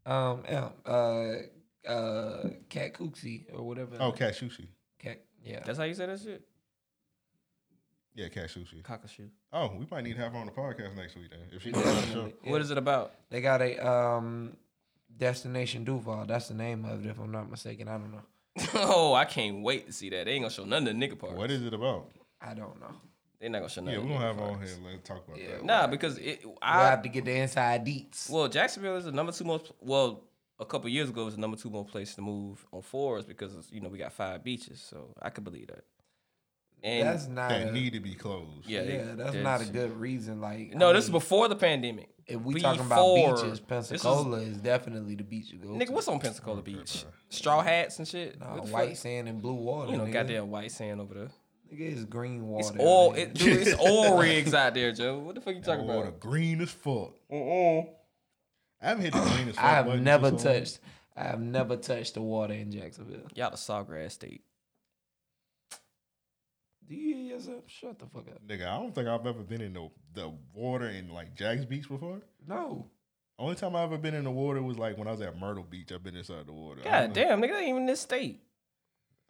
S9: um yeah, uh uh Cat Cooksey or whatever
S8: Oh, cat sushi.
S9: Cat yeah
S3: That's how you say that shit.
S8: Yeah, cat sushi.
S3: Cockashoe.
S8: Oh, we might need to have her on the podcast next week then. If she comes on the show.
S9: Yeah.
S3: What is it about?
S9: They got a um Destination Duval. That's the name of it, if I'm not mistaken. I don't know.
S3: oh, I can't wait to see that. They ain't gonna show none of the nigga parts.
S8: What is it about?
S9: I don't know.
S3: They not gonna show none.
S8: Yeah,
S3: of
S8: we're
S3: the
S8: gonna
S3: nigga
S8: have her on
S3: parts.
S8: here. Let's talk about that.
S3: Nah, because it. I,
S9: we'll have to get the inside deets.
S3: Well, Jacksonville is the number two most. Well, a couple years ago, it was the number two most place to move on fours because you know we got five beaches, so I could believe that. And
S9: that's not
S8: that
S9: a,
S8: need to be closed.
S3: yeah, they-
S9: yeah, that's
S3: they're
S9: not a
S3: just-
S9: good reason. Like
S3: No,
S9: I
S3: this is
S9: mean,
S3: before the pandemic.
S9: if we talking about
S3: Before-
S9: beaches,
S3: this is-
S9: Pensacola is, definitely the beach you go
S3: nigga,
S9: to.
S3: what's on Pensacola Beach? Straw hats and shit.
S9: Nah,
S3: What the
S9: white
S3: fuck?
S9: sand and blue water?
S3: You know,
S9: nigga.
S3: goddamn white sand over there.
S9: Nigga, it's green water.
S3: It's all
S9: nigga.
S3: it, dude, it's all rigs out there, Joe. What the fuck you talking
S8: Water
S3: about?
S8: green as fuck.
S3: Mm-mm.
S8: I haven't hit the green as fuck.
S9: I have
S8: button
S9: never
S8: since I'm-
S9: touched. I have never touched the water in Jacksonville.
S3: Y'all the Sawgrass State.
S9: Do you hear yourself? Shut the fuck up.
S8: Nigga, I don't think I've ever been in the, the water in like Jags Beach before.
S9: No.
S8: Only time I ever been in the water was like when I was at Myrtle Beach. I've been inside the water. I
S3: God
S8: don't-
S3: damn, nigga, that ain't even this state.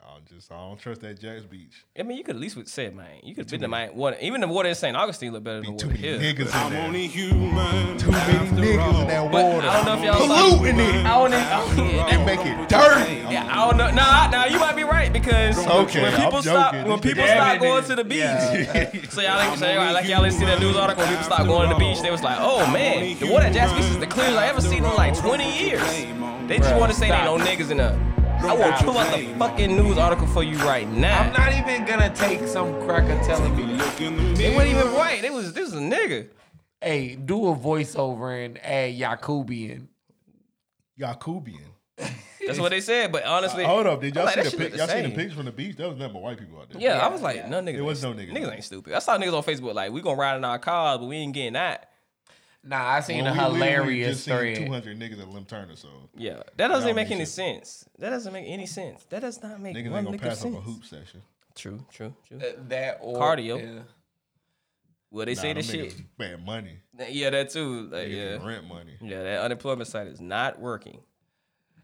S8: I'm just I don't trust that Jack's Beach.
S3: I mean, you could at least would say, man, you could have been to my water. Even the water in St. Augustine look better than the water here.
S8: niggas in there.
S3: only human. Too
S5: many niggas in that water.
S3: I don't know if y'all
S5: Polluting it.
S3: I don't know. I don't- yeah,
S5: They make it dirty.
S3: Yeah, I don't know. Nah, nah, you might be right because
S5: Okay,
S3: when
S5: I'm
S3: people stop,
S5: joking.
S3: when people
S5: Damn
S3: stop
S5: it,
S3: going to the beach, so y'all like, so y'all, like y'all didn't see that news article when people stop going to the beach, they was like, oh man, the water at Jazz Beach is the clearest I ever seen in like 20 years. They just
S9: Bruh,
S3: want to say there ain't
S9: stop.
S3: no niggas in there. I will pull out the fucking news article for you right now.
S9: I'm not even gonna take some cracker telling me.
S3: They weren't even white. They was this is a nigga.
S9: Hey, do a voiceover and add Yakubian.
S8: Yakubian.
S3: That's what they said. But honestly,
S8: Uh, hold up, did
S3: I'm
S8: y'all
S3: like,
S8: see
S3: that
S8: the
S3: shit
S8: pic-
S3: look
S8: y'all seen the
S3: same.
S8: pictures from the beach? That was nothing but white people out there.
S3: Yeah, I was like, no niggas.
S8: There was no
S3: niggas.
S8: niggas.
S3: Niggas ain't stupid. I saw niggas on Facebook like, we gonna ride in our cars, but we ain't getting that.
S9: Nah, I seen
S8: Well,
S9: a
S8: we literally
S9: hilarious
S8: just seen
S9: thread.
S8: 200 niggas at Lim Turner, so
S3: Yeah, that doesn't
S8: Y'all
S3: make any
S8: niggas-
S3: sense. That doesn't make any sense. That does not make
S8: Niggas
S3: one
S8: ain't
S3: lick
S8: gonna
S3: of
S8: pass up
S3: sense.
S8: a hoop session.
S3: True, true, true.
S9: Uh, That or
S3: Cardio.
S9: yeah.
S3: Well, they
S8: Nah,
S3: say
S8: them
S3: this
S8: niggas
S3: shit.
S8: Bad money.
S3: Yeah, that too. Like,
S8: Niggas
S3: yeah,
S8: get rent money.
S3: yeah, that unemployment site is not working.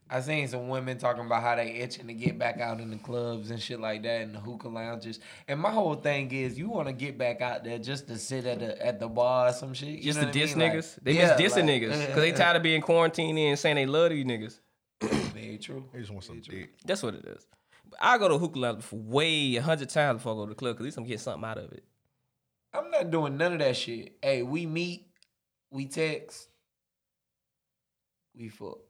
S9: I seen some women talking about how they itching to get back out in the clubs and shit like that and the hookah lounges. And my whole thing is, you want to get back out there just to sit at the at the bar or some shit. You
S3: Just
S9: know
S3: the
S9: what I
S3: diss
S9: mean? Like,
S3: niggas. They
S9: yeah,
S3: just dissing
S9: like,
S3: niggas because they tired of being quarantined and saying they love these niggas.
S9: Very true.
S8: They just want some dick.
S3: That's what it is. But I go to hookah lounge for way a hundred times before I go to the club. 'cause at least I'm getting something out of it.
S9: I'm not doing none of that shit. Hey, we meet, we text, we fuck.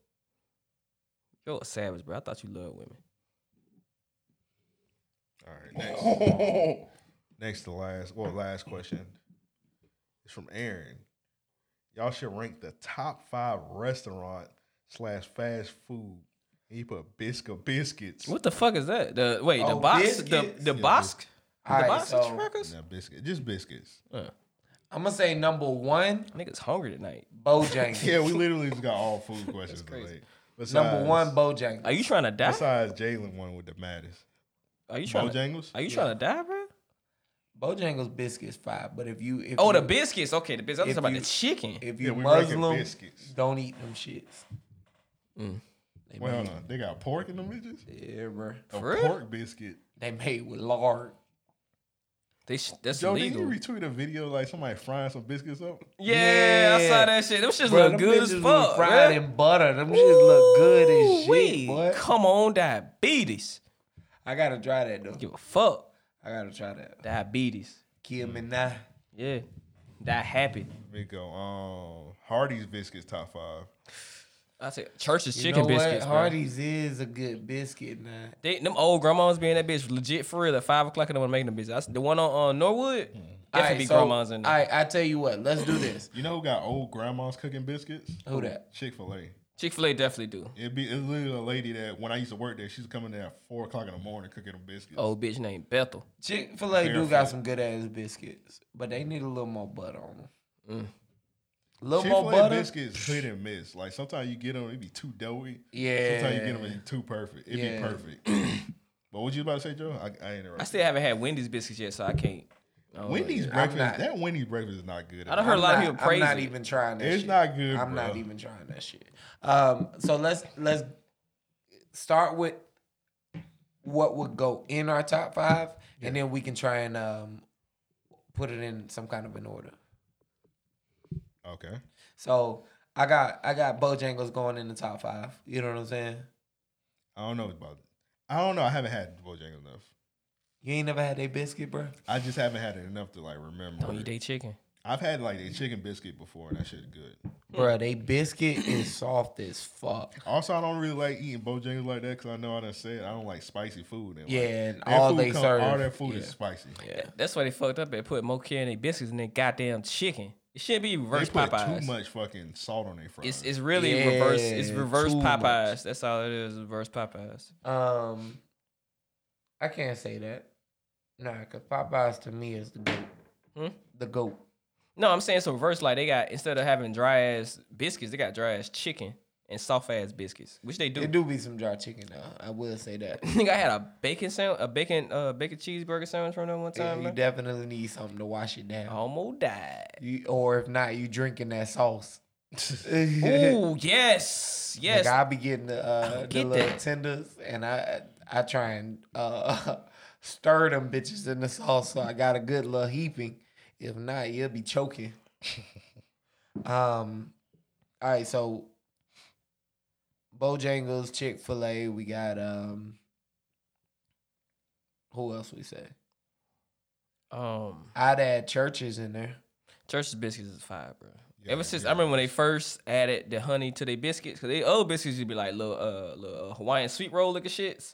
S3: You're a savage, bro. I thought you loved women.
S8: All right, next. next to last, well, last question is from Aaron. Y'all should rank the top five restaurant slash fast food. He put biscuit biscuits.
S3: What the fuck is that? The wait, the
S9: Oh,
S3: box, the
S9: biscuits.
S3: the
S8: Yeah,
S3: box, the
S9: All right,
S3: box
S9: so-
S3: crackers.
S8: Nah, biscuit, just biscuits.
S3: Uh,
S9: I'm gonna say number one,
S3: niggas hungry tonight.
S9: Bojangles.
S8: Yeah, we literally just got all food questions
S3: crazy.
S8: today.
S9: number
S8: Besides-
S9: one, Bojangles.
S3: Are you trying to die?
S8: Besides Jalen one with the maddest.
S3: Are you trying? To,
S8: Bojangles?
S3: are you trying to die, bro?
S9: Bojangles biscuits five, but if you if
S3: Oh,
S9: you,
S3: the biscuits. Okay, the biscuits. I was
S9: If
S3: talking
S9: you-
S3: about the chicken.
S9: if
S8: Yeah,
S9: you
S8: we ranking
S9: Muslim,
S8: biscuits.
S9: don't eat them shits. They
S8: Wait, hold
S9: made-
S8: on. They got pork in them bitches?
S9: Yeah, bro.
S8: A
S3: For real?
S8: pork biscuit.
S9: They made with lard.
S3: They sh- that's
S8: Joe, did you
S3: illegal.
S8: retweet a video like somebody frying some biscuits up?
S3: yeah, I saw
S9: Yeah.
S3: that shit. Them shits
S9: Bro,
S3: look
S9: them
S3: good
S9: bitches
S3: as
S9: was
S3: fuck.
S9: Fried
S3: bruh.
S9: in butter. Them shits look good as shit,
S3: Ooh-wee.
S9: boy.
S3: Come on, diabetes.
S9: I gotta try that though.
S3: Give a fuck,
S9: I gotta try that.
S3: diabetes.
S9: Kill me now.
S3: Yeah, die happy.
S8: Let me go. Um, Hardy's biscuits top five.
S3: I said church's
S9: You
S3: chicken
S9: know
S3: biscuits.
S9: what?
S3: bro.
S9: Hardee's is a good biscuit now.
S3: They, them old grandmas being that bitch legit for real at five o'clock in the morning making them bitch. That's the one on uh, Norwood. Definitely be grandmas in there.
S9: All right, I tell you what. Let's do this.
S8: You know who got old grandmas cooking biscuits?
S9: Who that?
S8: Chick fil A.
S3: Chick Fil A definitely do.
S8: It'd be it's literally a lady that when I used to work there, she's coming there at four o'clock in the morning cooking them
S9: Oh,
S8: biscuits.
S3: Old bitch named Bethel.
S9: Chick Fil A do
S8: Barefoot.
S9: got some good ass biscuits, but they need a little more butter on them. A little more
S8: Chick-fil-A
S9: butter.
S8: biscuits hit and miss. Like sometimes you get them, it be too doughy.
S9: Yeah.
S8: Sometimes you get them, it too perfect. It
S9: Yeah.
S8: be perfect. but what you about to say, Joe? I, I interrupted.
S3: I still haven't had Wendy's biscuits yet, so I can't. I don't know
S8: Wendy's
S3: yet.
S8: breakfast.
S9: not-
S8: That Wendy's breakfast is not good.
S3: I done heard a lot of people praise
S9: I'm not
S3: it.
S9: even trying that
S8: It's
S9: shit.
S8: not good,
S9: I'm
S8: bro.
S9: not even trying that shit. Um, so let's let's start with what would go in our top five, and then we can try and um, put it in some kind of an order.
S8: Okay.
S9: So I got I got Bojangles going in the top five. You know what I'm saying?
S8: I don't know about. I don't know. I haven't had Bojangles enough.
S9: You ain't never had a biscuit, bro.
S8: I just haven't had it enough to like remember.
S3: Don't eat
S8: it.
S3: they chicken.
S8: I've had like a chicken biscuit before, and that shit good.
S3: Mm.
S9: Bro, they biscuit is soft as fuck.
S8: Also, I don't really like eating Bojangles like that because I know I done said I don't like spicy food. And, like,
S9: Yeah, and
S8: that
S9: all
S8: food
S9: they
S8: come-
S9: serve,
S8: all that food is
S9: yeah.
S8: spicy.
S9: Yeah.
S3: That's why they fucked up and put more care in their biscuits than their goddamn chicken. It shouldn't be
S8: They
S3: reverse
S8: put
S3: Popeyes.
S8: too much fucking salt on their fries.
S3: It's it's really reverse. It's
S9: Yeah,
S3: reverse
S9: too
S3: Popeyes.
S9: much.
S3: That's all it is. Reverse Popeyes.
S9: Um, I can't say that. Nah, cause Popeyes to me is the goat.
S3: Hmm?
S9: The goat.
S3: No, I'm saying so reverse. Like they got instead of having dry ass biscuits, they got dry ass chicken and soft ass biscuits, which they do.
S9: It do be some dry chicken though. I will say that.
S3: Nigga, I had a bacon sandwich, a bacon, uh, bacon cheeseburger sandwich from them one
S9: Yeah,
S3: time. Oh.
S9: you
S3: bruh.
S9: definitely need something to wash it
S3: I
S9: down.
S3: almost died.
S9: You, or if not, you drinking that sauce.
S3: Ooh, yes, yes.
S9: Like I be getting the, uh, the
S3: get
S9: little
S3: that.
S9: tenders, and I I try and uh, stir them bitches in the sauce so I got a good little heaping. If not, you'll be choking. um, all right, so Bojangles, Chick Fil A. We got um, who else we say?
S3: Um,
S9: I'd add churches in there.
S3: Church's biscuits is fire, bro. Ever since I remember when they first added the honey to their biscuits, cause they old biscuits used to be like little uh little Hawaiian sweet roll looking shits,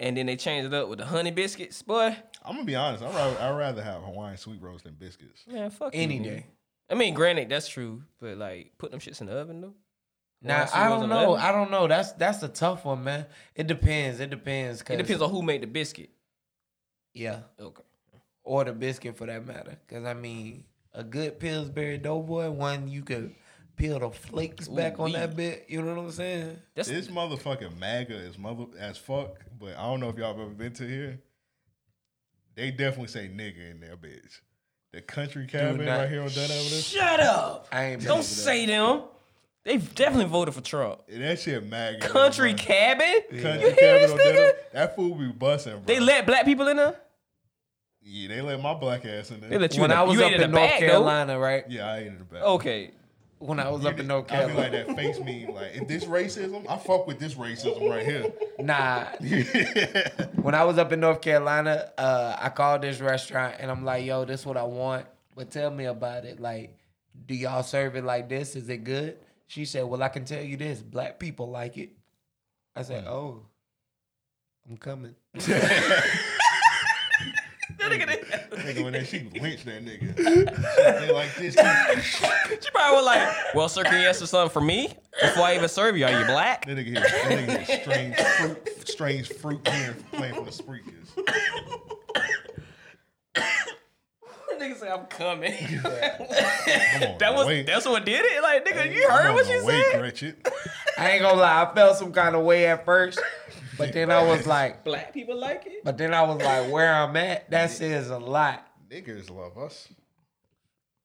S3: and then they changed it up with the honey biscuits, boy.
S8: I'm gonna be honest. I rather I rather have Hawaiian sweet rolls than biscuits.
S3: Man, fuck
S9: Any
S3: you,
S9: day.
S3: man. I mean, granted, that's true, but like putting them shits in the oven though.
S9: Now
S3: Hawaiian sweet
S9: I
S3: rolls
S9: don't
S3: in the
S9: know.
S3: oven?
S9: I don't know. That's that's a tough one, man. It depends. It depends.
S3: It
S9: 'cause-
S3: depends on who made the biscuit.
S9: Yeah.
S3: Okay.
S9: Or the biscuit for that matter. Because, I mean, a good Pillsbury Doughboy, one you could peel the flakes back on that bit. You know what I'm saying?
S8: this motherfucking MAGA is mother as fuck, but I don't know if y'all have ever been to here. They definitely say nigga in their bitch. The country cabin
S9: not-
S8: right here on Dunn Avenue.
S3: Shut up!
S9: I ain't been
S3: Don't
S9: over there.
S3: say them. They definitely voted for Trump.
S8: That shit MAGA.
S3: Country
S8: bro.
S3: cabin.
S8: Country
S3: You hear this
S8: cabin on Dunn
S3: nigga?
S8: Avenue. That fool be busting, bro.
S3: They let black people in there.
S8: yeah, they let my black ass in there.
S3: They let you
S9: When
S3: in the-
S9: I was
S3: you
S9: up
S3: ate in
S9: in
S3: the
S9: North
S3: back, though.
S9: Carolina, right?
S8: Yeah, I ain't in the back.
S3: Okay.
S9: When I was up in North
S8: I be like
S9: Carolina.
S8: that face meme. Like, if this racism, I fuck with this racism right here.
S9: Nah. when I was up in North Carolina, uh, I called this restaurant and I'm like, yo, this what I want. But tell me about it. Like, do y'all serve it like this? Is it good? She said, Well, I can tell you this, black people like it. I
S8: Mm.
S9: said, Oh, I'm coming.
S8: nigga, when that she lynched that nigga. They like this. That
S3: She probably was like, "Well, sir, can you ask for something for me before I even serve you? Are you black?"
S8: nigga here, that nigga here strange fruit, strange fruit here playing for the Spreakers.
S3: Nigga said, "I'm coming."
S8: Come on,
S3: that was
S8: wait.
S3: that's what did it. Like, nigga, you
S8: Come
S3: heard what
S8: on,
S3: she
S8: wait,
S3: said?
S8: Gretchen.
S9: I ain't gonna lie, I felt some kind of way at first, but then I was like,
S3: Black people like it.
S9: but then I was like, where I'm at, that says a lot.
S8: Niggas love us.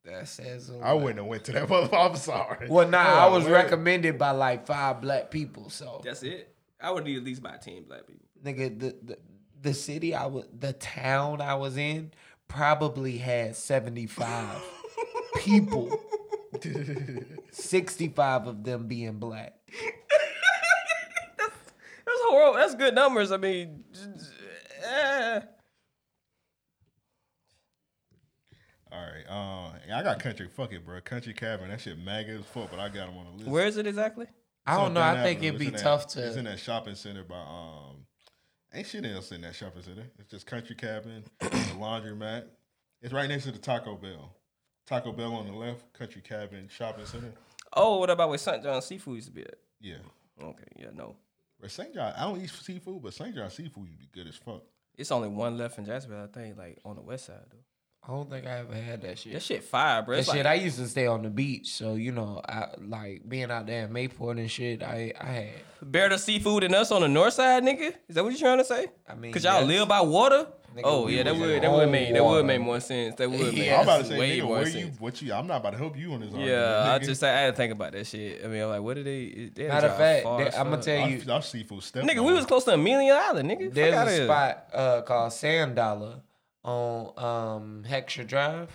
S9: That says a lot.
S8: I wouldn't have went to that motherfucker. I'm sorry.
S9: well, nah,
S8: Oh,
S9: I was
S8: wait.
S9: recommended by like five black people, so
S3: That's it. I would need at least about ten black people.
S9: nigga, the, the the city I was, the town I was in, probably had seventy five people, sixty five of them being black.
S3: That's horrible. That's good numbers. I mean, j- j- eh.
S8: All right. Uh, yeah, I got country. Fuck it, bro. Country cabin. That shit maggot as fuck, but I got him on the list.
S3: where is it exactly?
S9: I don't know.
S8: Something
S9: I think
S8: happened.
S9: it'd be
S8: It's in that-
S9: tough
S8: It's
S9: to.
S8: in that shopping center by um. Ain't shit else in that shopping center. It's just country cabin, the laundromat. It's right next to the Taco Bell. Taco Bell on the left, country cabin, shopping center.
S3: Oh, what about where St. John Seafood used to be at?
S8: Yeah.
S3: Okay, yeah, no.
S8: But St. John, I don't eat seafood, but St. John seafood would be good as fuck.
S3: It's only one left in Jasper, I think, like on the west side though.
S9: I don't think I ever had that shit.
S3: That shit fire, bro.
S9: That
S3: It's like-
S9: shit, I used to stay on the beach, so you know, I like being out there in Mayport and shit. I I had.
S3: better seafood than us on the north side, nigga? Is that what you trying to say? I
S9: mean,
S3: mean, cause y'all
S9: yes.
S3: live by water.
S9: Nigga,
S3: oh
S9: we
S3: yeah, that
S9: was
S3: would
S9: on
S3: that would make that
S9: water.
S3: would make more sense. That would make
S9: Yeah,
S8: I'm about to say,
S3: way
S8: nigga,
S3: more
S8: where you?
S3: sense.
S8: What you? I'm not about to help you on this. argument,
S3: yeah, I
S8: nigga.
S3: just I had to think about that shit. I mean, I'm like, what did they? they
S9: Matter
S3: drive
S9: of fact,
S3: far
S9: there-
S3: as
S9: I'ma
S3: fuck.
S9: tell
S8: I,
S9: you-
S8: I seafood step.
S3: nigga, we was close to a million island, nigga. Fuck outta
S9: There's a
S3: here.
S9: spot uh, called Sand Dollar on um Hextra Drive.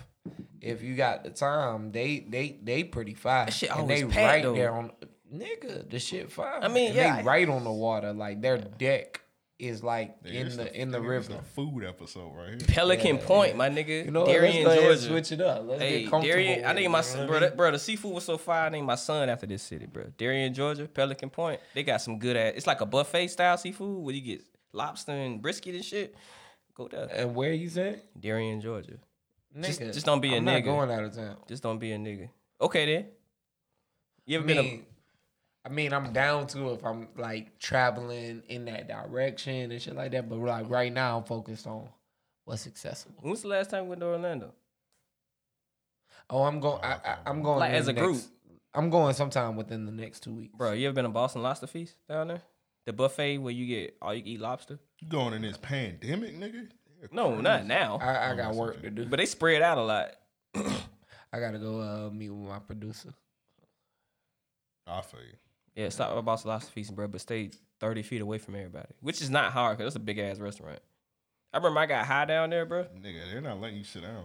S9: If you got the time, they they they pretty fire.
S3: That shit
S9: and
S3: always
S9: they
S3: packed,
S9: right
S3: though.
S9: there on nigga, the shit fire.
S3: I mean,
S9: And
S3: yeah,
S9: they
S3: I-
S9: right on the water. Like their deck is like
S8: Nigga,
S9: in
S8: this
S9: the, in
S8: nigga,
S9: the
S8: this
S9: river.
S8: a food episode right here.
S3: Pelican Point, my nigga.
S9: You know, what? let's
S3: Darien,
S9: go ahead and
S3: Georgia.
S9: switch it up. Let's
S3: Hey,
S9: get comfortable.
S3: Darien, I
S9: with it,
S3: think my
S9: you know
S3: son,
S9: what I
S3: bro,
S9: mean?
S3: that, bro, the seafood was so fire. I named my son after this city, bro. Darien, Georgia, Pelican Point. They got some good ass. It's like a buffet style seafood where you get lobster and brisket and shit. Go there,
S9: And where you said?
S3: Darien, Georgia. Just-
S9: Nigga,
S3: just don't be a
S9: I'm not
S3: nigga.
S9: going out of town.
S3: Just don't be a nigga. Okay then. You
S9: I
S3: ever
S9: mean, I mean, I'm down to if I'm like traveling in that direction and shit like that. But like right now, I'm focused on what's accessible.
S3: been? A, when's the last time you went to Orlando?
S9: Oh, I'm going. I, I, I'm going
S3: Like,
S9: in
S3: as
S9: the
S3: a group.
S9: next- I'm going sometime within the next two weeks.
S3: Bro, you ever been to Boston Lobster Feast down there? The buffet where you get all you can eat lobster?
S8: You going in this pandemic, nigga?
S3: No, not now.
S9: I, I got work to do.
S3: But they spread out a lot.
S9: I gotta go uh, meet with my producer.
S8: I feel you.
S3: Yeah, stop by Boston Lobster Feast, bro, but stay thirty feet away from everybody, which is not hard because it's a big ass restaurant. I remember I got high down there, bro.
S8: Nigga, they're not letting you sit down.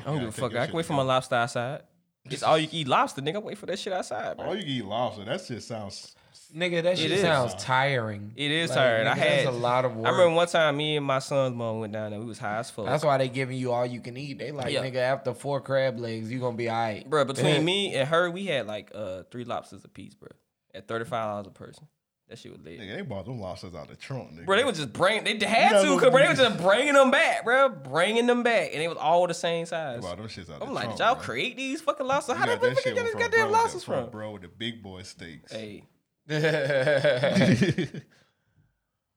S3: I don't
S8: Yeah,
S3: give a
S8: take
S3: fuck.
S8: your
S3: I can
S8: shit
S3: wait for my
S8: down.
S3: lobster outside. It's all you can eat lobster, nigga. Wait for that shit outside, bro.
S8: All you can eat lobster. That shit sounds.
S9: Nigga, that shit
S3: is.
S9: sounds tiring.
S3: It is
S9: Like,
S3: tiring. I
S9: nigga, that's
S3: had
S9: a lot of
S3: I
S9: work.
S3: remember one time me and my son's mom went down there. We was high as fuck.
S9: That's why they giving you all you can eat. They like,
S3: Yeah.
S9: nigga, after four crab legs, you gonna be all right.
S3: bro. Between me and her, we had like uh three lobsters a piece, bro. At thirty five dollars a person, that shit was lit.
S8: Nigga, they bought them lobsters out the trunk, nigga.
S3: Bro, they was just bring. They had
S8: You
S3: to,
S8: know
S3: cause bro, they was
S8: what-
S3: just bringing them back, bro. Bringing them back, and they was all the same size.
S8: Bought them shits out
S3: I'm
S8: the
S3: like,
S8: trunk,
S3: did y'all
S8: bro.
S3: create these fucking lobsters? How
S8: You
S3: the
S8: got
S3: fuck
S8: shit
S3: you got these
S8: from a
S3: goddamn
S8: bro, that
S3: lobsters from?
S8: Bro, with the big boy steaks.
S3: Hey,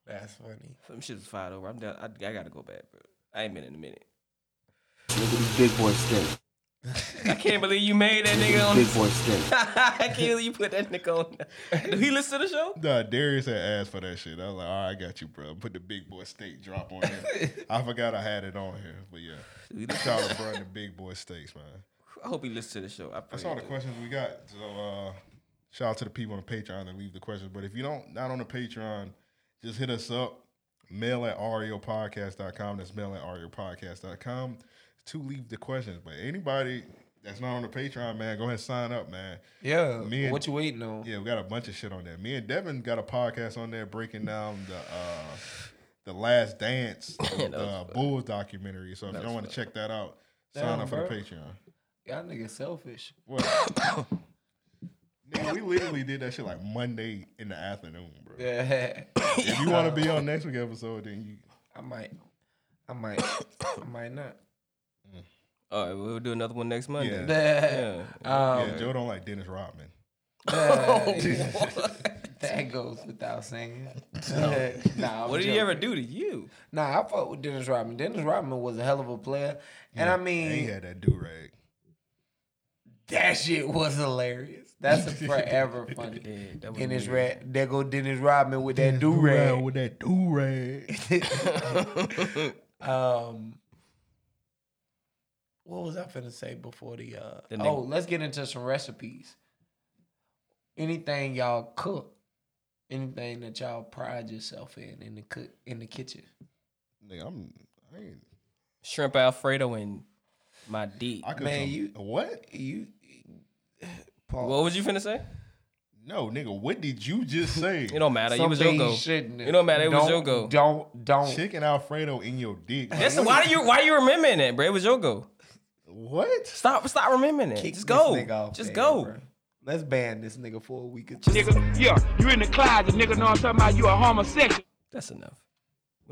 S9: That's funny.
S3: Some shit's fired over. I'm down. I, I gotta go back, bro. I ain't been in a minute.
S11: Look at these big boy steak.
S3: I can't believe you made that nigga on.
S11: Big boy steak.
S3: I can't believe you put that nigga on. Do he listen to the show?
S8: Nah, Darius had asked for that shit. I was like, all right, I got you, bro. Put the big boy steak drop on there. I forgot I had it on here, but yeah. Shout out, bro, the big boy steaks, man.
S3: I hope he listens to the show. I
S8: That's
S3: pray
S8: all
S3: he
S8: the
S3: do.
S8: questions we got. So uh, shout out to the people on the Patreon that leave the questions. But if you don't, not on the Patreon, just hit us up. Mail at E ariopodcast.com. That's mail at E ariopodcast.com to leave the questions. But anybody that's not on the Patreon, man, go ahead and sign up, man.
S9: Yeah, what you waiting on?
S8: Yeah, we got a bunch of shit on there. Me and Devin got a podcast on there breaking down the uh, the Last Dance,
S9: That
S8: the
S9: was
S8: uh, Bulls documentary. So if
S9: That
S8: you don't
S9: was
S8: want to
S9: fun.
S8: check that out,
S9: Damn,
S8: sign up for
S9: bro.
S8: the Patreon.
S9: Y'all niggas selfish.
S8: What? Nigga, we literally did that shit like Monday in the afternoon, bro.
S9: Yeah.
S8: If you want to be on next week episode, then you.
S9: I might. I might. I might not.
S3: All right, we'll do another one next Monday.
S9: Yeah.
S8: Yeah,
S9: Um,
S8: Joe don't like Dennis Rodman.
S9: that goes without saying. nah, I'm
S3: What did he ever
S9: joking.
S3: do to you?
S9: Nah, I fuck with Dennis Rodman. Dennis Rodman was a hell of a player, and I mean,
S8: he had that do rag.
S9: That shit was hilarious. That's a forever funny.
S3: that was
S9: Dennis
S3: weird.
S9: Rad, there go Dennis Rodman with that do rag.
S8: With that do rag.
S9: um, what was I finna say before the? uh
S3: The
S9: Oh,
S3: nigga-
S9: let's get into some recipes. Anything y'all cook, anything that y'all pride yourself in in the cook in the kitchen.
S8: Nigga, I'm. I ain't.
S3: Shrimp Alfredo and my dick.
S8: I could
S9: Man,
S8: some-
S9: you-
S8: What?
S9: You.
S3: What was you finna say?
S8: No, nigga, what did you just say?
S3: It don't matter. it was your go. It don't matter. It was your go.
S9: Don't don't
S8: Chicken Alfredo in your dick.
S3: That's why do you why you remembering that, bro? It was your go.
S8: What?
S3: Stop stop remembering that.
S9: Kick
S3: Just
S9: this
S3: go.
S9: nigga off
S3: Just
S9: the
S3: go.
S9: air, Let's ban this nigga for a week.
S12: Nigga, yeah, you in the closet, nigga, know what I'm talking about, you a homosexual.
S3: That's enough.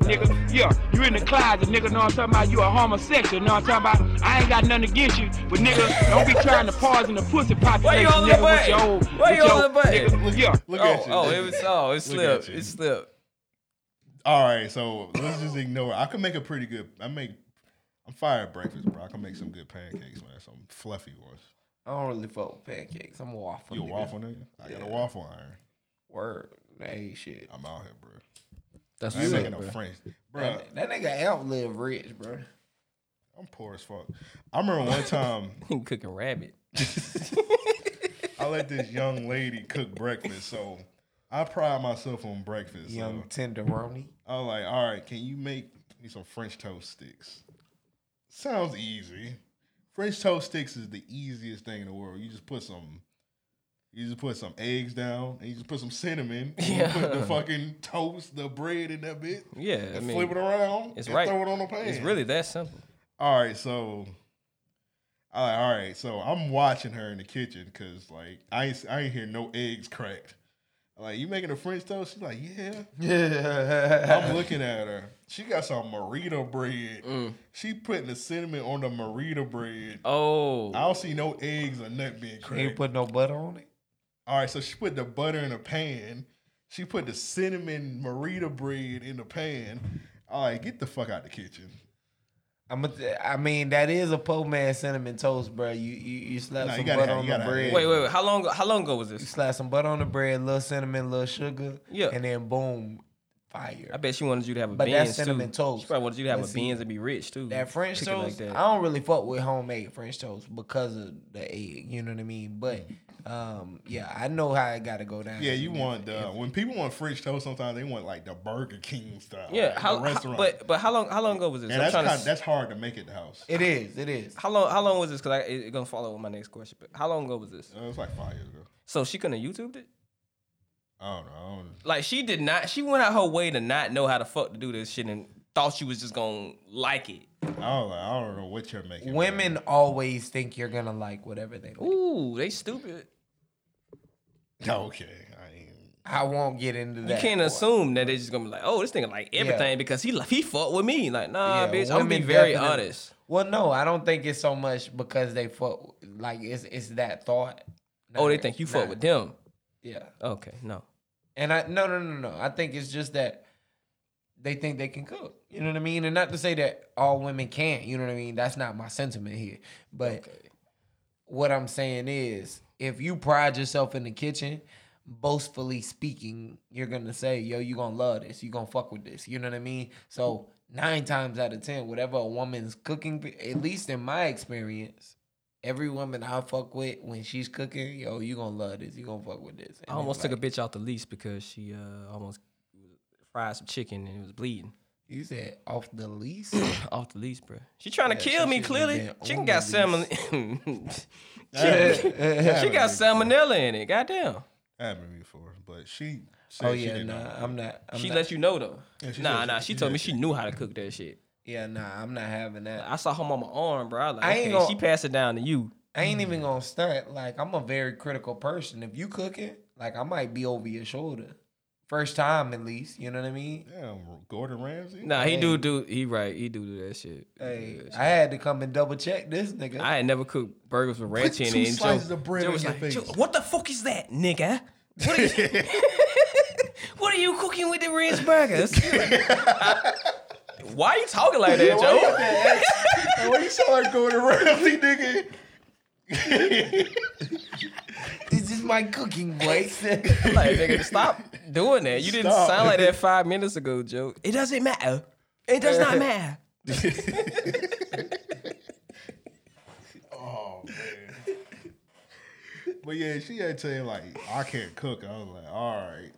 S12: Nigga, yeah, you in the closet, nigga, know what I'm talking about, you a homosexual, know what I'm talking about, I ain't got nothing against you, but nigga, don't be trying to pause in the pussy population,
S3: Why you holding the
S12: nigga, with your
S3: button?
S12: old,
S3: Why
S12: with
S3: you
S12: your-
S3: holding the button?
S12: nigga, look, yeah.
S8: Look
S3: oh,
S8: at you.
S3: Oh, it was oh, it
S8: Look at
S3: slipped.
S8: you.
S3: It slipped.
S8: All right, so let's just ignore. I can make a pretty good. I make. I'm fire at breakfast, bro. I can make some good pancakes, man. Some fluffy ones.
S9: I don't really fuck with pancakes. I'm a waffle.
S8: You a
S9: nigga.
S8: waffle nigga? I got
S9: Yeah.
S8: a waffle iron.
S9: Word. That ain't shit.
S8: I'm out here, bro.
S3: That's
S8: I ain't
S3: what's
S8: making
S3: up,
S8: no
S3: bruh.
S8: French, bro.
S9: That, that nigga out live rich, bro.
S8: I'm poor as fuck. I remember one time
S3: You cooking rabbit.
S8: I let this young lady cook breakfast, so I pride myself on breakfast.
S9: Young
S8: so
S9: tenderoni.
S8: I was like, all right, can you make me some French toast sticks? Sounds easy. French toast sticks is the easiest thing in the world. You just put some, you just put some eggs down, and you just put some cinnamon. and
S3: Yeah.
S8: You put the fucking toast, the bread in that bit.
S3: Yeah,
S8: And
S3: I mean,
S8: flip it around.
S3: It's
S8: and
S3: right.
S8: Throw it on the pan.
S3: It's really that simple.
S8: All right, so all right, all right, so I'm watching her in the kitchen because like I ain't, I ain't hear no eggs cracked. I'm Like you making a French toast? She's like, yeah.
S9: Yeah.
S8: I'm looking at her. She got some Marita bread. She putting the cinnamon on the Marita bread.
S3: Mm. Oh,
S8: I don't see no eggs or nothing being
S9: You ain't
S8: cracked.
S9: put no butter on it.
S8: All right, so she put the butter in a pan. She put the cinnamon Marita bread in the pan. All right, get the fuck out the kitchen.
S9: I'm a th- I mean, that is a poor man cinnamon toast, bro. You you, you slap
S8: Nah, you
S9: some
S8: gotta
S9: butter
S8: have-
S9: on
S8: you
S9: the
S8: gotta have
S9: bread.
S3: Wait, wait, wait. How long how long ago was
S9: You
S3: this?
S9: slap some butter on the bread, little cinnamon, little sugar.
S3: Yeah.
S9: And then boom, fire.
S3: I bet she wanted you to have a
S9: But
S3: beans
S9: that's cinnamon
S3: too.
S9: toast.
S3: She probably wanted you to have
S9: But
S3: a
S9: see,
S3: beans and be rich too.
S9: That French
S3: Cooking
S9: toast,
S3: like that.
S9: I don't really fuck with homemade French toast because of the egg. You know what I mean? But Um, yeah, I know how it got to go down.
S8: Yeah, you want the when people want French toast, sometimes they want like the Burger King style.
S3: Yeah,
S8: like, the
S3: how, how-
S8: restaurant.
S3: but but how long how long ago was this?
S8: and
S3: I'm
S8: that's
S3: trying to
S8: kind
S3: s-
S8: that's hard to make at the house.
S9: It is. It is.
S3: How long how long was this? Cause I it, it gonna follow with my next question. But how long ago was this?
S8: it was like five years ago.
S3: So she couldn't have YouTubed it.
S8: I don't know. I don't know.
S3: Like she did not. She went out her way to not know how the fuck to do this shit and thought she was just gonna like it.
S8: I don't, I don't know what you're making.
S9: Women always think you're gonna like whatever they.
S3: Ooh, they stupid.
S8: Okay.
S9: I won't get into
S3: You
S9: that.
S3: can't assume that they're just gonna be like, oh, this nigga like
S9: Yeah.
S3: everything because he he fucked with me. Like, nah,
S9: Yeah,
S3: bitch, I'm gonna be
S9: women
S3: very
S9: definitely-
S3: honest.
S9: Well, no, I don't think it's so much because they fuck. Like it's it's that thought.
S3: oh, they think you fuck
S9: Nah.
S3: with them.
S9: Yeah.
S3: Okay, no.
S9: And I no no no no. I think it's just that they think they can cook. You know what I mean? And not to say that all women can't. You know what I mean? That's not my sentiment here. But what I'm saying is, if you pride yourself in the kitchen, boastfully speaking, you're gonna say, "Yo, you gonna love this. You gonna fuck with this." You know what I mean? So nine times out of ten, whatever a woman's cooking, at least in my experience. Every woman I fuck with when she's cooking, yo, you gonna love this. You gonna fuck with this.
S3: I almost took a bitch out the lease because she uh, almost fried some chicken and it was bleeding.
S9: You said off the lease?
S3: off the lease, bro. She trying to
S9: Yeah,
S3: kill
S9: she
S3: me,
S9: shouldn't
S3: clearly.
S9: have been
S3: Chicken
S9: on
S3: got
S9: the
S3: salmon.
S9: lease.
S3: she, she got salmonella in it. Goddamn.
S8: That happened before, but she.
S9: Oh,
S8: Said she
S9: yeah,
S8: didn't
S9: nah,
S8: know.
S9: I'm not- I'm
S3: she
S9: not-
S3: let you know though.
S9: Yeah, she
S3: nah,
S9: said
S3: nah.
S9: she-
S3: She
S9: she
S3: told me
S9: said
S3: she knew how to cook that shit.
S9: Yeah, nah, I'm not having that.
S3: I saw her on my arm, bro. I, like,
S9: I
S3: okay,
S9: ain't gonna-
S3: she passed it down to you.
S9: I ain't even gonna stunt. Like I'm a very critical person. If you cooking, like I might be over your shoulder. First time at least, you know what I mean?
S8: Damn, Gordon Ramsay.
S3: Nah, he
S9: Hey.
S3: do do. He right. He do do that shit.
S9: Hey, I had to come and double check this nigga.
S3: I had never cooked burgers with ranch in
S9: two
S3: it. and
S9: slices
S3: Joe-
S9: of bread
S3: Joe
S9: in
S3: was
S9: your
S3: like,
S9: face.
S3: "Joe, what the fuck is that, nigga? What are you, what are you cooking with the ranch burgers? Why you talking like that, Joe?
S8: When you saw her going around, he nigga.
S9: this is my cooking voice.
S3: like, nigga, stop doing that. You didn't
S9: Stop.
S3: sound like that five minutes ago, Joe. It doesn't matter. It does not matter.
S8: Oh man. but yeah, she had to tell him like, I can't cook. I was like, all right.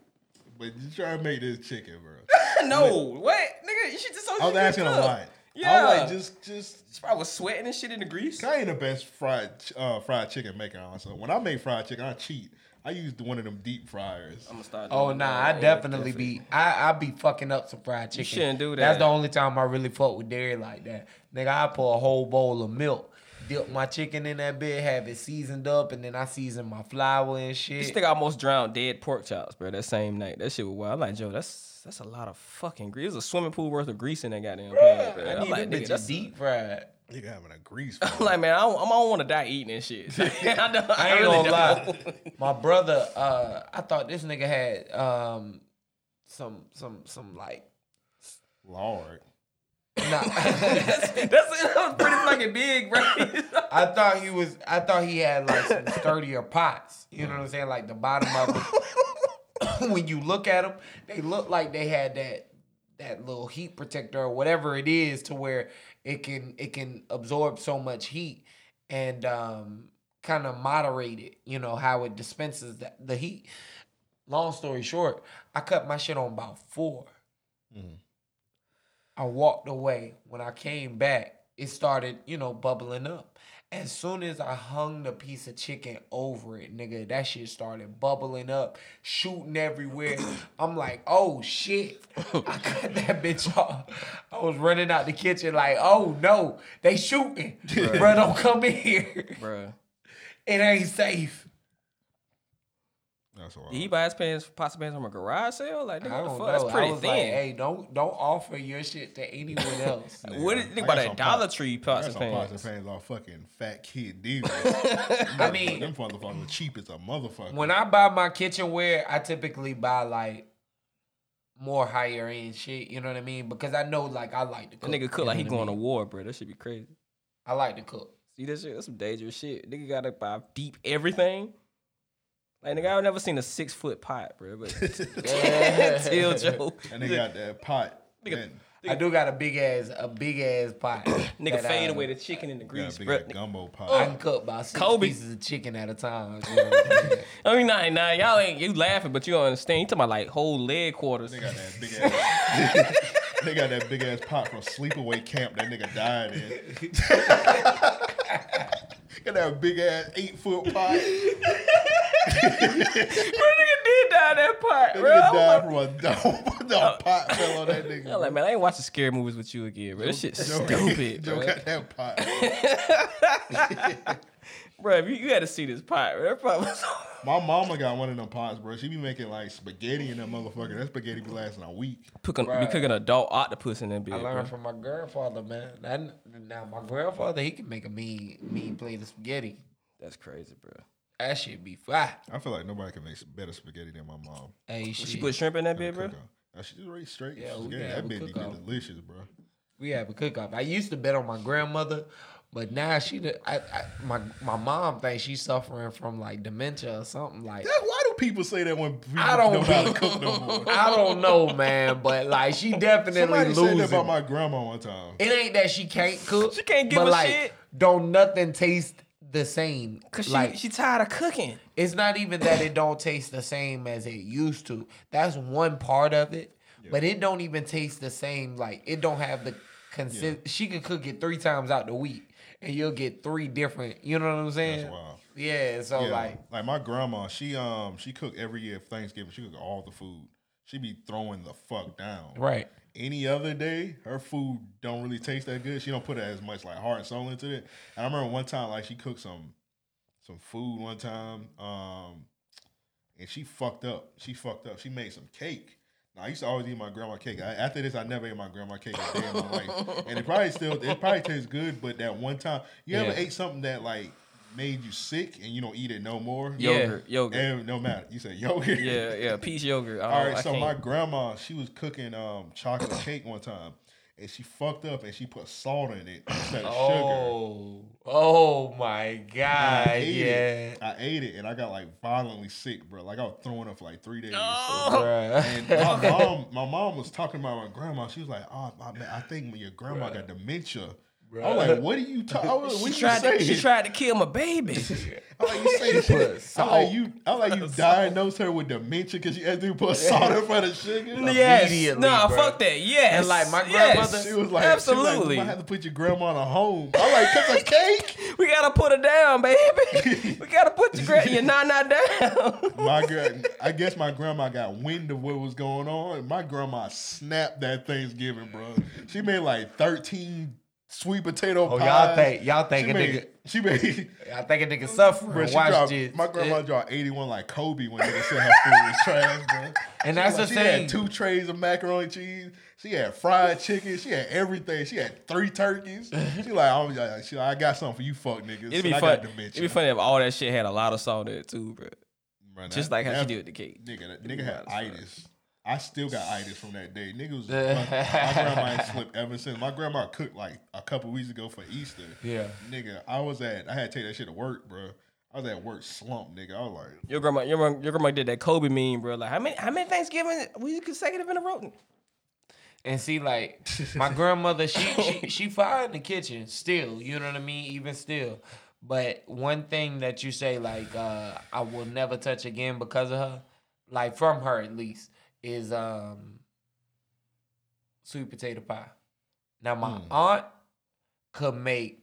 S8: But you try to make this chicken, bro.
S3: no, what, nigga? She just told
S8: I was
S3: you you
S8: asking a
S3: cook.
S8: lot. I
S3: Yeah,
S8: was like, just, just.
S3: I was sweating and shit in the grease.
S8: I ain't the best fried ch- uh, fried chicken maker. Also, when I make fried chicken, I cheat. I use one of them deep fryers. I'm
S3: gonna start.
S9: Oh nah, I definitely be I I be fucking up some fried chicken.
S3: shouldn't do
S9: That's
S3: that.
S9: the only time I really fuck with dairy like that. Nigga, I pour a whole bowl of milk, dip my chicken in that bit, have it seasoned up, and then I season my flour and shit.
S3: This nigga almost drowned dead pork chops, bro. That same night, that shit was wild. I'm like, Joe, that's that's a lot of fucking grease. It was a swimming pool worth of grease in that goddamn pan, bro.
S9: I
S3: I'm
S9: need
S3: like,
S9: them
S3: nigga,
S9: bitches
S3: that's
S9: deep fried.
S8: Nigga having a grease.
S3: I'm like, man, I don't, I don't want to die eating and shit. I, don't,
S9: I
S3: I
S9: ain't
S3: really
S9: gonna
S3: don't.
S9: lie. My brother, uh, I thought this nigga had um some some some like
S8: Lord.
S9: Nah.
S3: that's it. That was pretty fucking big, bro.
S9: I thought he was. I thought he had like some sturdier pots. You know what I'm saying? Like the bottom of them. when you look at them, they look like they had that that little heat protector or whatever it is to where it can it can absorb so much heat and um, kind of moderate it. You know how it dispenses the, the heat. Long story short, I cut my shit on about four. I walked away. When I came back, it started, you know, bubbling up. As soon as I hung the piece of chicken over it, nigga, that shit started bubbling up, shooting everywhere. I'm like, oh shit. I cut that bitch off. I was running out the kitchen like, oh no, they shooting.
S3: Bruh.
S9: Bro, don't come in here.
S3: Bruh.
S9: It ain't safe.
S8: That's
S3: Did he buy his pants, pots and pans from a garage sale? Like,
S9: I
S3: nigga, what the
S9: don't know.
S3: fuck? That's pretty
S9: I was like,
S3: thin.
S9: hey, don't don't offer your shit to anyone else.
S3: what do you think about that Dollar Tree pots and
S8: Pots
S3: pans?
S8: and pans are fucking fat kid deals. I
S9: mean-
S8: them motherfuckers are cheap as a motherfucker.
S9: When I buy my kitchenware, I typically buy like more higher end shit. You know what I mean? Because I know like I like to
S3: That
S9: cook.
S3: nigga
S9: you
S3: cook like he
S9: know what
S3: going to war, bro. That should be crazy.
S9: I, mean? I like to cook.
S3: See that shit? That's some dangerous shit. Nigga gotta buy deep everything. Like nigga, I've never seen a six foot pot, bro. But still, Joe.
S8: And they got that pot.
S3: Nigga,
S8: man,
S9: I do got a big ass, a big ass pot.
S3: Nigga
S9: that
S3: fade
S9: I-
S3: away the chicken in the grease, Oh.
S9: big
S3: bro.
S9: ass
S8: Gumbo pot.
S9: I can cook about six
S3: Kobe.
S9: pieces of chicken at a time.
S3: I mean, nah, nah, y'all ain't you laughing, but you don't understand. You talking about like whole leg quarters. They
S8: got that big ass. They got that big ass pot from sleepaway camp that nigga died in. got that big ass eight foot pot.
S3: nigga did die that part,
S8: That
S3: bro.
S8: nigga
S3: I'm like-
S8: died from a dog. The pot fell on that nigga.
S3: I'm like, man, I ain't watching scary movies with you again, bro. This
S8: Joe-
S3: shit
S8: Joe-
S3: stupid,
S8: Joe
S3: bro.
S8: got that pot.
S3: bro, if you, you had to see this pot, bro. That pot was
S8: My mama got one of them pots, bro. She be making like spaghetti in that motherfucker. That spaghetti be lasting a week.
S3: cooking, be cooking adult octopus in that bitch.
S9: I learned
S3: bro.
S9: from my grandfather, man. That- now my grandfather, he can make a mean, mean plate of spaghetti.
S3: That's crazy, bro.
S9: That shit be fly.
S8: I feel like nobody can make s- better spaghetti than my mom.
S9: Hey,
S3: She put shrimp in that bitch, bro.
S8: Now, she just raised straight.
S9: Yeah, we
S8: spaghetti.
S9: had
S8: that
S9: a
S8: bitch be
S9: cook-off.
S8: delicious, bro.
S9: We have a cook off. I used to bet on my grandmother, but now she, the- I, I, my my mom thinks she's suffering from like dementia or something like.
S8: That, why do people say that when people
S9: I don't
S8: know how to
S9: know.
S8: cook no more?
S9: I don't know, man. But like, she definitely
S8: Somebody said
S9: losing.
S8: that about my grandma one time.
S9: It ain't that she can't cook. She can't
S3: give
S9: but
S3: a
S9: like,
S3: shit.
S9: Don't nothing taste the same.
S3: Cause she,
S9: like,
S3: she tired of cooking.
S9: it's not even that it don't taste the same as it used to. That's one part of it, but it don't even taste the same. Like it don't have the consist. She could cook it three times out the week, and you'll get three different. You know what I'm saying? Yeah. So
S8: Yeah,
S9: like,
S8: like my grandma, she um she cooked every year Thanksgiving. She cooked all the food. She be throwing the fuck down.
S9: Right.
S8: Any other day, her food don't really taste that good. She don't put as much like heart and soul into it. And I remember one time, like she cooked some some food one time, um, and she fucked up. She fucked up. She made some cake. Now, I used to always eat my grandma cake. I, after this, I never ate my grandma cake a day in my life, and it probably still it probably tastes good. But that one time, you ever
S3: Yeah.
S8: ate something that like made you sick and you don't eat it no more?
S3: Yogurt, yogurt.
S8: And no matter, you said yogurt.
S3: Yeah, yeah, peach yogurt. I don't-
S8: All right,
S3: Oh, I
S8: so
S3: can't-
S8: my grandma, she was cooking um chocolate cake one time, and she fucked up and she put salt in it instead of
S9: oh, oh my
S8: sugar.
S9: god,
S8: I ate
S9: yeah.
S8: it. I ate it and I got like violently sick, bro. Like I was throwing up for like three days.
S3: Oh.
S9: Bruh.
S8: And my mom, my mom was talking about my grandma. She was like, "Oh, I, man, I think when your grandma got dementia." I'm like, what are you talking? What
S3: She
S8: you
S3: tried to-
S8: saying?
S3: she tried to kill my baby.
S8: I like you say shit. I like you. I like you diagnosed her with dementia because you had to put salt in front of sugar.
S3: Yes. Nah, fuck that. Yes.
S9: And like my
S3: Yes.
S9: grandmother-
S8: She was like,
S3: Absolutely.
S8: absolutely. I had to put your grandma in a home. I'm like, cause a cake.
S3: we gotta put her down, baby. we gotta put your gra- your nana down.
S8: My girl, I guess my grandma got wind of what was going on. and My grandma snapped that Thanksgiving, bro. She made like 13 sweet potato
S9: Oh,
S8: pies.
S9: y'all think y'all think
S8: she
S9: a
S8: made,
S9: nigga?
S8: She made.
S9: I think a nigga suffering.
S8: Bro, she
S9: Watch
S8: dropped,
S9: this.
S8: my grandma dropped 81 like Kobe when nigga said her food was trash, bro.
S9: And
S8: She
S9: that's
S8: like-
S9: the
S8: She
S9: thing.
S8: had two trays of macaroni and cheese. She had fried chicken. She had everything. She had three turkeys. She like, I'm, like, she like I got something for you, fuck niggas.
S3: It'd be
S8: And I
S3: fun.
S8: got dementia.
S3: It'd be funny if all that shit had a lot of salt in it too, bro.
S8: Bruh,
S3: Just
S8: that-
S3: like how she
S8: that-
S3: did with the cake.
S8: Nigga, that
S3: It'd be
S8: nigga had
S3: wild as fuck.
S8: itis. I still got itis from that day. Nigga was my, my grandma ain't slipped ever since. My grandma cooked like a couple weeks ago for Easter.
S9: Yeah.
S8: nigga, I was at. I had to take that shit to work, bro. I was at work slump, nigga. I was like,
S3: Your grandma, your grandma, your grandma did that Kobe meme, bro. Like how many how many Thanksgiving we consecutive in a row?
S9: And see, like my grandmother, she she she fire in the kitchen still. You know what I mean? Even still. But one thing that you say, like, uh, I will never touch again because of her, like from her at least, is um sweet potato pie. Now my aunt could make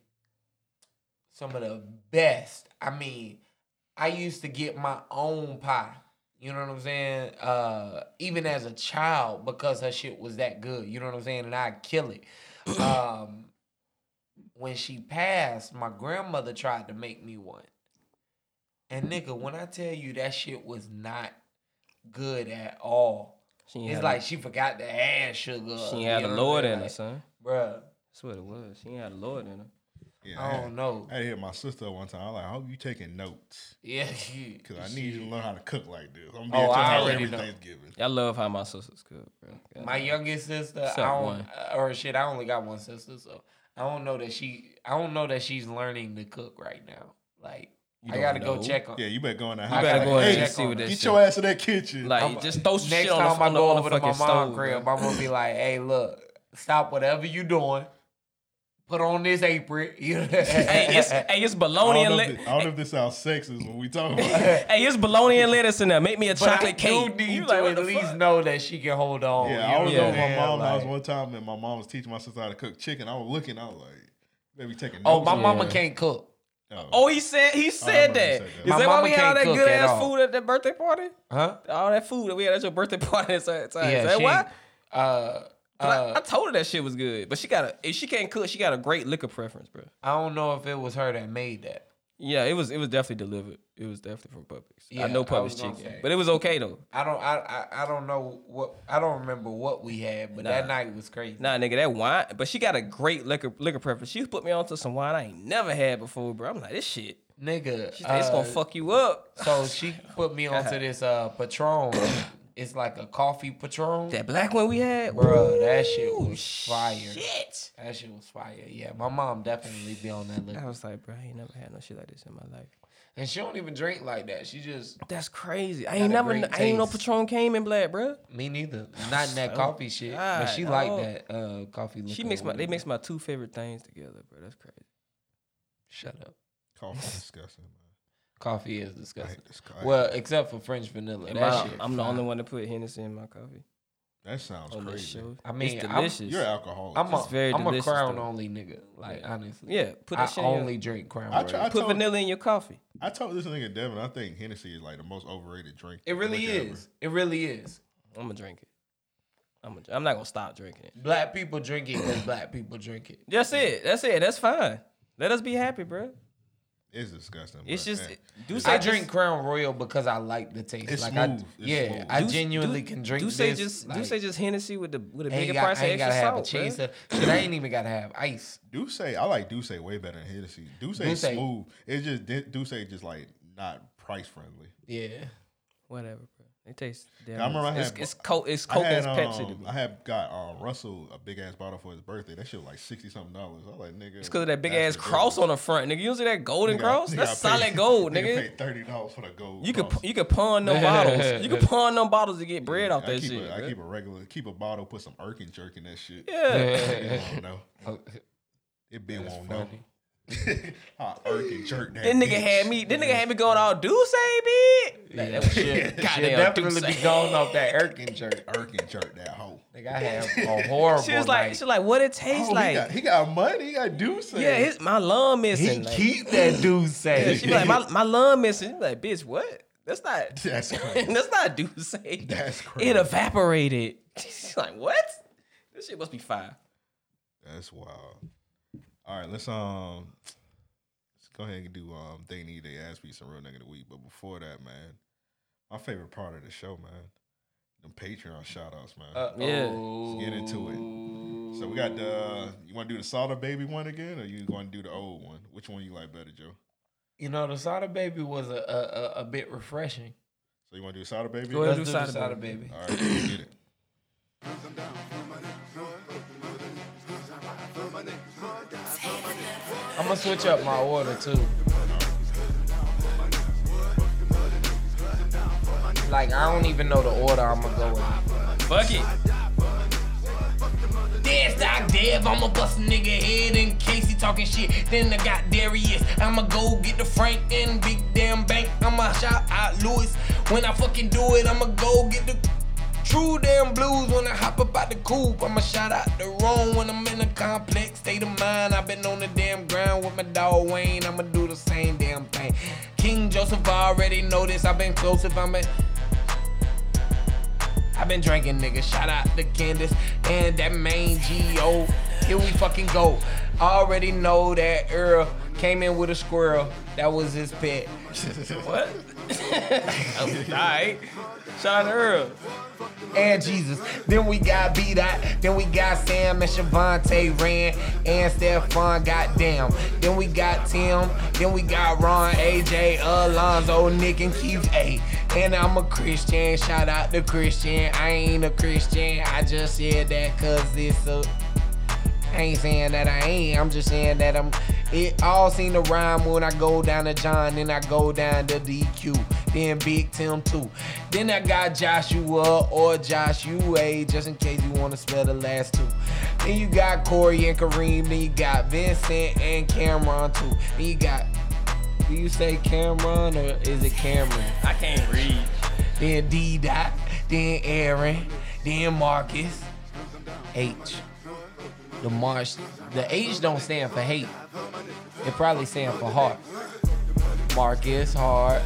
S9: some of the best. I mean, I used to get my own pie. You know what I'm saying? Uh, even as a child, because her shit was that good. You know what I'm saying? And I'd kill it. Um, when she passed, my grandmother tried to make me one. And nigga, when I tell you that shit was not good at all,
S3: She ain't
S9: it's
S3: had
S9: like
S3: a-
S9: she forgot to add sugar.
S3: She ain't
S9: you
S3: had the
S9: know
S3: Lord
S9: what I'm saying?
S3: in her,
S9: Like,
S3: son.
S9: Bruh.
S3: That's what it was. She ain't had the Lord in her.
S8: yeah,
S9: I
S3: Oh,
S8: had-
S9: don't know.
S8: I had to hit my sister one time. I was like, I hope you taking notes.
S9: Yeah.
S8: Cause I need you to learn how to cook like this. I'm gonna be
S9: Oh,
S8: at your
S9: I
S8: house
S9: already
S8: every
S9: know.
S8: Thanksgiving.
S3: I love how my sisters cook, bro. God
S9: My
S3: damn.
S9: youngest sister,
S3: Except
S9: I don't, uh,
S3: one.
S9: or shit, I only got one sister, so I don't know that she, I don't know that she's learning to cook right now. Like,
S3: You
S9: I
S3: don't
S9: gotta
S3: know.
S9: go check on.
S8: Yeah, you better go in the
S9: I
S8: house.
S9: gotta
S8: like,
S9: go in
S8: "Hey,
S9: there and see what
S8: Get
S9: that
S3: shit-
S8: your ass in that kitchen.
S3: Like,
S9: I'm-
S3: just throw some
S9: Next
S3: shit on the,
S9: time I
S3: on the,
S9: go
S3: on the
S9: over to my
S3: fucking
S9: mom's
S3: stove.
S9: crib,
S3: bro.
S9: I'm gonna be like, "Hey, look, stop whatever you doing. Put on this apron. You know?
S3: hey, it's hey, it's bologna and
S8: All of,
S3: let.
S8: thi- all of this out sex is what we talking about.
S3: Hey, it's bologna and lettuce in there. Make me a
S9: But
S3: chocolate
S9: I
S3: cake.
S9: do need to at least know that she can hold on.
S8: Yeah,
S9: Oh, you
S8: I was
S9: know
S8: over
S9: what I'm
S8: my
S9: saying?
S8: mom. I
S9: Like-
S8: was one time and my mom was teaching my sister how to cook chicken. I was looking. I was like, maybe taking.
S9: Oh,
S8: notes
S9: my
S8: on
S9: mama
S8: it.
S9: can't cook.
S3: Oh, he said he said
S8: remember you
S3: that.
S8: said
S3: Is
S8: that.
S9: My
S3: that why
S9: mama
S3: we had all
S9: can't
S3: that
S9: cook
S3: good
S9: at
S3: ass
S9: all.
S3: food at that birthday party?
S9: Huh?
S3: All that food that we had at your birthday party. Is that, is that,
S9: Yeah,
S3: is that
S9: she-
S3: why?
S9: Uh,
S3: 'Cause I-
S9: uh,
S3: I, told her that shit was good, but she got a if she can't cook, she got a great liquor preference, bro.
S9: I don't know if it was her that made that.
S3: Yeah, it was it was definitely delivered. It was definitely from Publix.
S9: Yeah,
S3: I know
S9: I was
S3: Publix
S9: gonna
S3: chicken,
S9: say.
S3: but it was okay though.
S9: I don't. I, I. I don't know what. I don't remember what we had, but that
S3: Nah.
S9: night was crazy.
S3: Nah, nigga, that wine. But she got a great liquor liquor preference. She put me onto some wine I ain't never had before, bro. I'm like, this shit.
S9: Nigga,
S3: She said, it's
S9: uh,
S3: gonna fuck you up.
S9: So she put me onto this uh Patron. it's like a coffee Patron.
S3: That black one we had,
S9: Bro, that shit was fire.
S3: Shit.
S9: That shit was fire. Yeah, my mom definitely be on that list.
S3: I was like, bro, I ain't never had no shit like this in my life.
S9: And she don't even drink like that. She just
S3: That's crazy. I
S9: Got
S3: ain't
S9: a
S3: never,
S9: great
S3: I ain't know
S9: taste.
S3: Patron came in black, bro.
S9: me neither. Not in that
S3: Oh,
S9: coffee shit. But she
S3: God,
S9: like
S3: oh.
S9: that uh coffee.
S3: She
S9: liquor
S3: mixed my,
S9: with
S3: they
S9: it.
S3: mixed my two favorite things together, bro. That's crazy.
S9: Shut up.
S8: Coffee is disgusting.
S9: Coffee is
S8: Man. I
S9: disgusting.
S8: hate this coffee.
S9: Well, except for French vanilla.
S3: And
S9: That
S3: my-
S9: shit
S3: I'm the
S9: fire.
S3: only one to put Hennessy in my coffee.
S8: that sounds
S3: on this
S8: crazy.
S3: show.
S9: I mean,
S3: it's
S9: I'm-
S3: delicious.
S8: You're an alcoholic.
S9: I'm a,
S3: It's very
S9: am a
S3: delicious,
S9: crown
S3: though.
S9: only nigga. Like honestly.
S3: Yeah, put that
S9: I
S3: shit in your-
S9: only drink crown.
S8: I
S9: Royal.
S8: try- I
S3: Put
S8: told-
S3: vanilla in your coffee.
S8: I told this nigga Devin, I think Hennessy is like the most overrated drink.
S9: it really
S8: liquor ever.
S9: is. It really is.
S3: I'm gonna drink it. I'm gonna, I'm not gonna stop drinking it.
S9: Black people drink it because black people drink it.
S3: That's it. That's it. That's fine. Let us be happy, bro.
S8: It's disgusting.
S3: It's
S8: but,
S3: just
S8: eh,
S3: do say
S9: I drink Crown Royal because I like the taste.
S8: It's
S9: like I,
S8: smooth. It's
S9: yeah,
S8: smooth.
S9: I genuinely can drink
S3: Do say
S9: this.
S3: just
S9: like,
S3: do say just Hennessy with the with a
S9: I ain't
S3: bigger
S9: got-
S3: price
S9: I
S3: of
S9: ain't
S3: extra
S9: gotta have
S3: salt,
S9: a
S3: bruh.
S9: cheese. Shit, I ain't even gotta have ice.
S8: Duce, I like Duce way better than Hennessy. Duce is
S9: Duce.
S8: smooth. It's just Di- Duce just like not price friendly.
S9: Yeah,
S3: Whatever, bro. It tastes. Damn
S8: I remember I
S3: it's,
S8: had-
S3: it's Coke. It's
S8: I
S3: Coke and
S8: had,
S3: Pepsi to
S8: um,
S3: me.
S8: I have got um, Russell a big ass bottle for his birthday. That shit was like sixty something dollars. I was like nigga.
S3: It's because of that big ass
S8: that's
S3: cross
S8: ridiculous.
S3: on the front, nigga. You see that golden
S8: Nigga,
S3: cross?
S8: nigga, I
S3: That's
S8: paid-
S3: solid gold,
S8: nigga
S3: nigga.
S8: paid thirty dollars for the gold.
S3: You could
S8: cross.
S3: you could pawn them bottles. You could pawn them bottles to get bread off
S8: I
S3: that
S8: keep
S3: shit.
S8: A, I
S3: bruh.
S8: keep a regular, keep a bottle, put some Irkin jerk in that shit.
S3: Yeah.
S8: I don't know. It been won't know.
S9: funny.
S8: I Irkin jerk that.
S3: This nigga
S8: bitch.
S3: had me. This nigga had me going all Duce, bitch. Like, that was
S9: Shit,
S3: goddamn
S9: shit definitely
S3: Duce.
S9: be going off that Erkin shirt.
S8: Irkin jerk that hoe.
S9: Like I have a horrible.
S3: She was like,
S9: night.
S3: she was like, what it tastes
S8: Oh, he,
S3: like.
S8: got, he got money. He got Deuce.
S3: yeah, his, my lung
S9: he
S3: missing. like,
S9: keep that dude
S3: yeah,
S9: safe.
S3: she be like, my my lung missing. She be like, bitch, what? That's not.
S8: That's crazy.
S3: that's not Duce.
S8: That's crazy.
S3: It evaporated. She's like, what? This shit must be fire.
S8: That's wild. All right, let's um let's go ahead and do um they need they ass beats and real nigga of the week. But before that, man, my favorite part of the show, man, them Patreon shout outs, man.
S3: Uh,
S8: Let's get into it. So we got the uh, you want to do the Solder Baby one again, or you going to do the old one? Which one you like better, Joe?
S9: You know, the soda baby was a a, a, a bit refreshing.
S8: So you want to do Solder Baby?
S3: Go ahead.
S9: Let's
S3: do
S9: do the
S3: Soda
S9: soda
S3: Baby.
S9: baby.
S8: All right, let's get it.
S9: I'm gonna switch up my order too. Like I don't even know the order I'm gonna go with.
S3: Fuck it.
S9: Dead stock dev, I'ma bust a nigga head in case he talking shit. Then I got Darius, I'ma go get the Frank and big damn bank. I'ma shout out Lewis. When I fucking do it, I'ma go get the true damn blues. When I hop up out the coop, I'ma shout out the room. When I'm in a complex state of mind, I've been on the damn ground with my dog Wayne. I'ma do the same damn thing. King Joseph I already know this. I've been close if I'm in. I've been drinking, nigga. Shout out to Candace and that main GO. Here we fucking go. Already know that Earl came in with a squirrel. That was his pet.
S3: What? All right. Shout out to Earl.
S9: And Jesus. Then we got B Dot. Then we got Sam and Shavante Rand and Stephon. Goddamn. Then we got Tim. Then we got Ron, AJ, Alonzo, Nick, and Keith A. And I'm a Christian. Shout out to Christian. I ain't a Christian. I just said that cause it's a. I ain't saying that I ain't. I'm just saying that I'm. It all seem to rhyme when I go down to John, then I go down to DQ, then Big Tim too. Then I got Joshua or Josh UA, just in case you wanna spell the last two. Then you got Corey and Kareem, then you got Vincent and Cameron too. Then you got. Do you say Cameron or is it Cameron?
S3: I can't read.
S9: Then D Dot, then Aaron, then Marcus. H. The March. The H don't stand for hate. It probably stands for heart. Marcus Hart.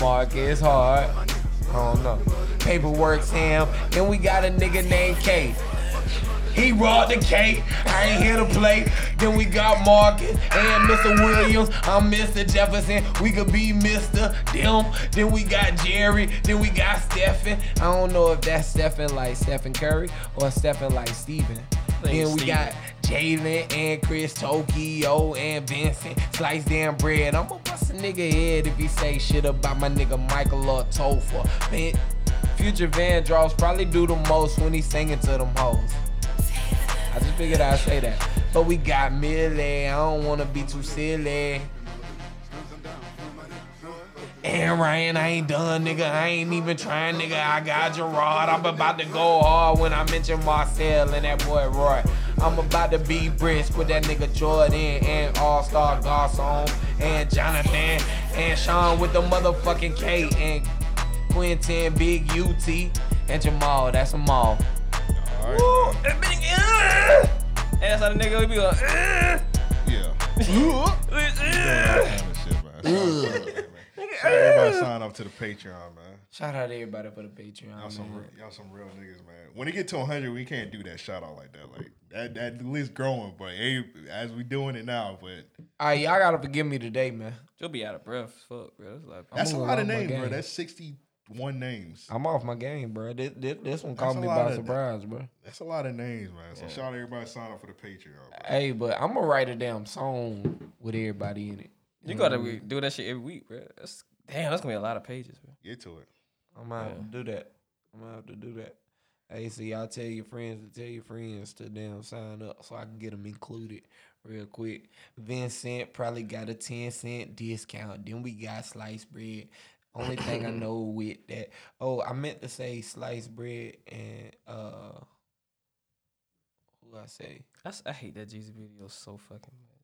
S9: Marcus Hart. I don't know. Paperwork Sam. Then we got a nigga named K. He brought the cake. I ain't here to play. Then we got Marcus and Mr. Williams. I'm Mr. Jefferson. We could be Mr. Them. Then we got Jerry. Then we got Stephen. I don't know if that's Stephen like Stephen Curry or Stephen like Steven.
S3: think
S9: Then we
S3: Stephen.
S9: got Jalen and Chris Tokyo and Vincent. Slice damn bread. I'ma bust a nigga head if he say shit about my nigga Michael or Topher. Man, Future Van Draws probably do the most when he singing to them hoes. I just figured I'd say that. But we got Millie. I don't wanna be too silly. And Ryan, I ain't done, nigga. I ain't even trying, nigga. I got Gerard. I'm about to go hard when I mention Marcel and that boy Roy. I'm about to be brisk with that nigga Jordan and All Star Garcon and Jonathan and Sean with the motherfucking K and Quentin Big UT and Jamal. That's them all. Woo! That big, uh,
S3: Ass out of nigga, we be like, uh,
S8: Ugh. Everybody sign up to the Patreon, man.
S9: Shout out to everybody for the Patreon.
S8: Y'all some,
S9: man.
S8: re- y'all some real niggas, man. When it get to 100, we can't do that shout out like that. Like that, that list growing, but eh, as we doing it now, but
S9: All right, y'all gotta forgive me today, man.
S3: you'll be out of breath. Fuck, bro. That's like,
S8: that's a lot of
S9: on my
S8: names, bro.
S9: game.
S8: That's 61 names.
S9: I'm off my game, bro. This, this, this one
S8: That's
S9: caught
S8: a
S9: me
S8: lot
S9: by
S8: of-
S9: surprise, bro.
S8: That's a lot of names, man. So shout out everybody sign up for the Patreon.
S9: Hey, but I'm gonna write a damn song with everybody in it.
S3: you gotta re-
S8: Mm.
S3: do that shit every week, bro. That's, damn, that's gonna be a lot of pages, bro.
S8: Get to it.
S9: I'm gonna have to do that. I'm gonna have to do that. Hey, so y'all tell your friends to tell your friends to damn sign up so I can get them included real quick. Vincent probably got a 10 cent discount. Then we got sliced bread. Only thing I know with that. Oh, I meant to say sliced bread and uh who I say?
S3: That's, I hate that Jeezy video so fucking much, bro.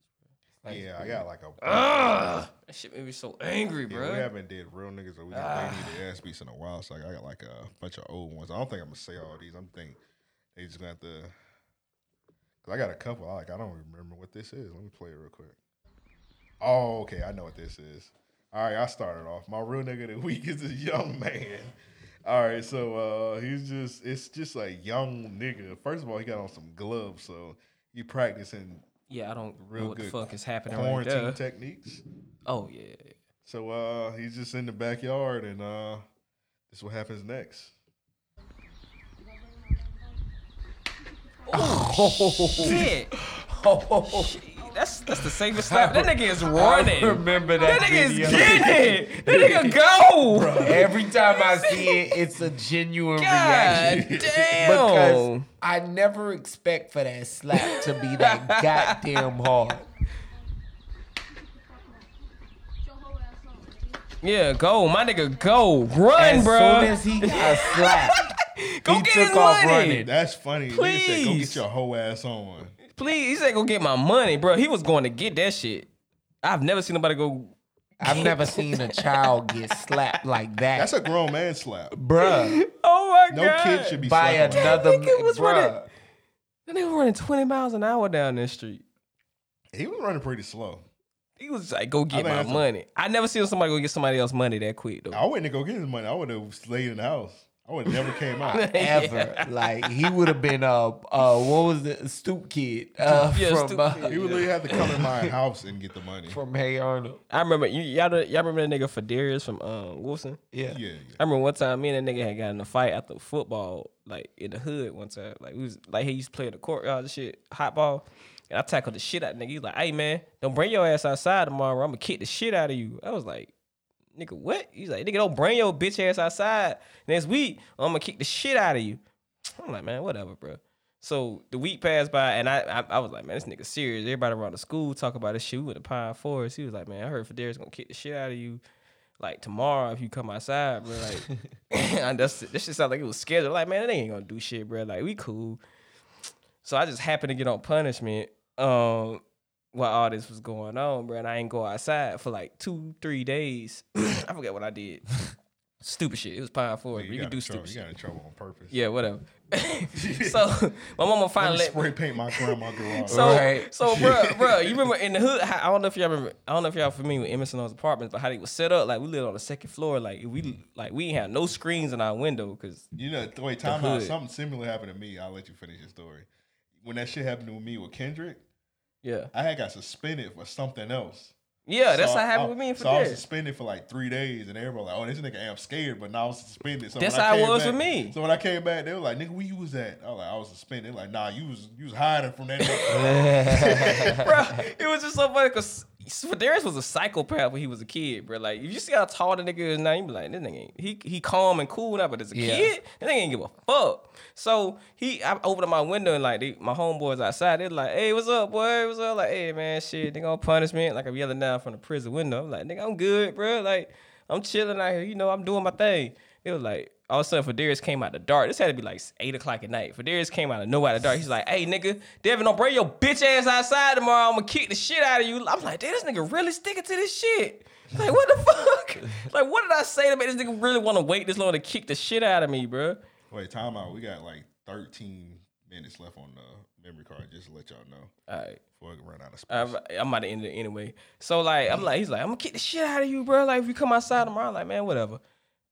S8: Yeah, I got like a.
S3: Ugh! that shit made me so angry,
S8: Yeah,
S3: bro.
S8: we haven't did real niggas or we got
S3: Ah.
S8: they need the ass beats in a while. So I got like a bunch of old ones. I don't think I'm gonna say all these. I'm think they just gonna have to. Cause I got a couple. I like I don't remember what this is. Let me play it real quick. Oh, okay. I know what this is. All right, I started off. My real nigga of the week is this young man. All right, so uh he's just it's just a young nigga. First of all, he got on some gloves, so he practicing
S3: Yeah, I don't know what the
S8: good
S3: fuck is happening right
S8: quarantine
S3: there.
S8: techniques.
S3: Oh yeah.
S8: So uh he's just in the backyard and uh this is what happens next.
S3: Oh shit. Oh, that's that's the safest slap. That nigga is running.
S9: remember
S3: that. That nigga
S9: video.
S3: is getting it. That nigga go.
S9: Bro, every time I see it, it's a genuine reaction.
S3: damn.
S9: Because I never expect for that slap to be that goddamn hard.
S3: Yeah, go, my nigga, go, run,
S9: as
S3: bro.
S9: soon as he got slapped,
S3: go
S9: he
S3: get
S9: took
S3: his
S9: off
S3: money.
S9: running.
S8: That's funny. Nigga said, go get
S3: Please.
S8: your whole ass on.
S3: Please, he said go get my money, bro. He was going to get that shit. I've never seen nobody go.
S9: I've never seen a child get slapped like that.
S8: That's a grown man slap.
S9: bruh.
S3: Oh my
S8: No
S3: god.
S8: kid should be
S9: By
S8: slapped. like that.
S9: another
S3: That nigga was running-
S9: bruh.
S3: That nigga running twenty miles an hour down that street.
S8: He was running pretty slow.
S3: He was like, go
S8: think
S3: get my
S8: that's a-
S3: money. I never seen somebody go get somebody else money that quick though.
S8: I wouldn't go get his money. I would have stayed in the house. I would have never came out.
S9: Ever like he would have been uh uh what was the stoop kid uh
S3: Yeah,
S9: from
S3: Stoop
S9: uh,
S3: Kid.
S8: He would literally have to come in my house and get the money.
S9: from Hey Arnold
S3: I remember you y'all, don't- y'all remember that nigga Fadarius from um, Wilson.
S9: yeah
S8: Yeah, yeah.
S3: I remember one time me and that nigga had got in a fight after football, like in the hood one time. Like we was like he used to play in the courtyard and shit, hot ball. And I tackled the shit out of nigga. He's like, hey man, don't bring your ass outside tomorrow. I'm gonna kick the shit out of you. I was like, nigga, what? He's like, nigga, don't bring your bitch ass outside next week. I'm gonna kick the shit out of you. I'm like, man, whatever, bro. So the week passed by, and I, I I was like, man, this nigga serious. Everybody around the school talk about his shoe in the pine forest. He was like, man, I heard Federa's gonna kick the shit out of you, like tomorrow if you come outside, bro. Like, and that's this shit sound like it was scheduled. Like, man, they ain't gonna do shit, bro. Like, we cool. So I just happened to get on punishment um, while all this was going on, bro. And I ain't go outside for like two, three days. I forget what I did. Stupid shit. It was pine forest.
S8: you
S3: but You, can
S8: got
S3: do
S8: in trouble-
S3: stupid
S8: you
S3: shit.
S8: got in trouble on purpose.
S3: Yeah, whatever. so my mama finally
S8: let me spray paint my grandma garage.
S3: so, so, bruh, bruh, you remember in the hood? how- I don't know if y'all remember. I don't know if y'all familiar with Emerson Hall's apartments, but how they was set up. Like we lived on the second floor. Like we, like we ain't had no screens in our window because
S8: You know, th- wait,
S3: The
S8: time out.
S3: hood.
S8: Something similar happened to me. I'll let you finish your story. When that shit happened to me with Kendrick,
S3: yeah,
S8: I had got suspended for something else.
S3: Yeah, that's
S8: I-
S3: what happened
S8: I-
S3: with me and
S8: So I was
S3: Fidel.
S8: suspended for like three days, and everybody like, "Oh, this nigga am scared," but now I was suspended. So
S3: That's
S8: when I
S3: how it
S8: came
S3: was
S8: back-
S3: with me.
S8: So when I came back, they were like, "Nigga, where you was at?" I was like, "I was suspended." Like, nah, you was you was hiding from that. nigga.
S3: bro, it was just so funny because Federius was a psychopath when he was a kid, bro. Like, if you see how tall the nigga is now, you be like, this nigga, ain't, he he calm and cool now, but as a
S9: Yeah.
S3: kid, this nigga ain't give a fuck. So he, I opened up my window and like, they, my homeboys outside, they're like, hey, what's up, boy? What's up? Like, hey, man, shit, nigga on punishment. Like, I'm yelling down from the prison window. I'm like, nigga, I'm good, bro. Like, I'm chilling out here. You know, I'm doing my thing. It was like, all of a sudden, Fadarius came out the dark. This had to be like eight o'clock at night. Fadarius came out of nowhere out of the dark. He's like, "Hey, nigga, Devin, don't bring your bitch ass outside tomorrow. I'm gonna kick the shit out of you." I'm like, "Damn, this nigga really sticking to this shit." Like, what the fuck? Like, what did I say to make this nigga really want to wait this long to kick the shit out of me, bro?
S8: wait, time out. We got like thirteen minutes left on the memory card. Just to let y'all know.
S3: All right.
S8: Before I run out of space.
S3: I'm, I'm about to end it anyway. So like, I'm like, he's like, I'm gonna kick the shit out of you, bro. Like, if you come outside tomorrow, I'm like, man, whatever.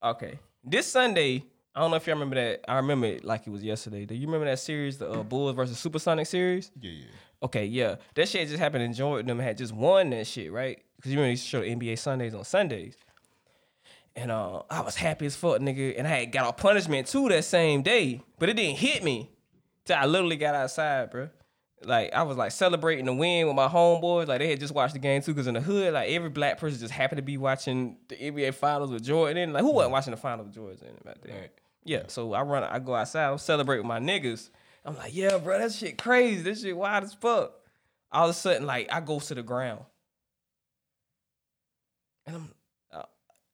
S3: Okay. This Sunday, I don't know if y'all remember that. I remember it like it was yesterday. Do you remember that series, the uh, Bulls versus Supersonic series?
S8: Yeah, yeah.
S3: Okay, yeah. That shit just happened in Jordan. Them had just won that shit, right? Because you remember they used to show the NBA Sundays on Sundays. And uh, I was happy as fuck, nigga. And I had got a punishment too that same day, but it didn't hit me till I literally got outside, bro. Like I was like celebrating the win with my homeboys. Like they had just watched the game too, because in the hood, like every black person just happened to be watching the NBA Finals with Jordan. in. Like who wasn't watching the Finals with Jordan in back then? Yeah. So I run, I go outside, I'm celebrating with my niggas. I'm like, yeah, bro, that shit crazy. This shit wild as fuck. All of a sudden, like I go to the ground, and I'm uh,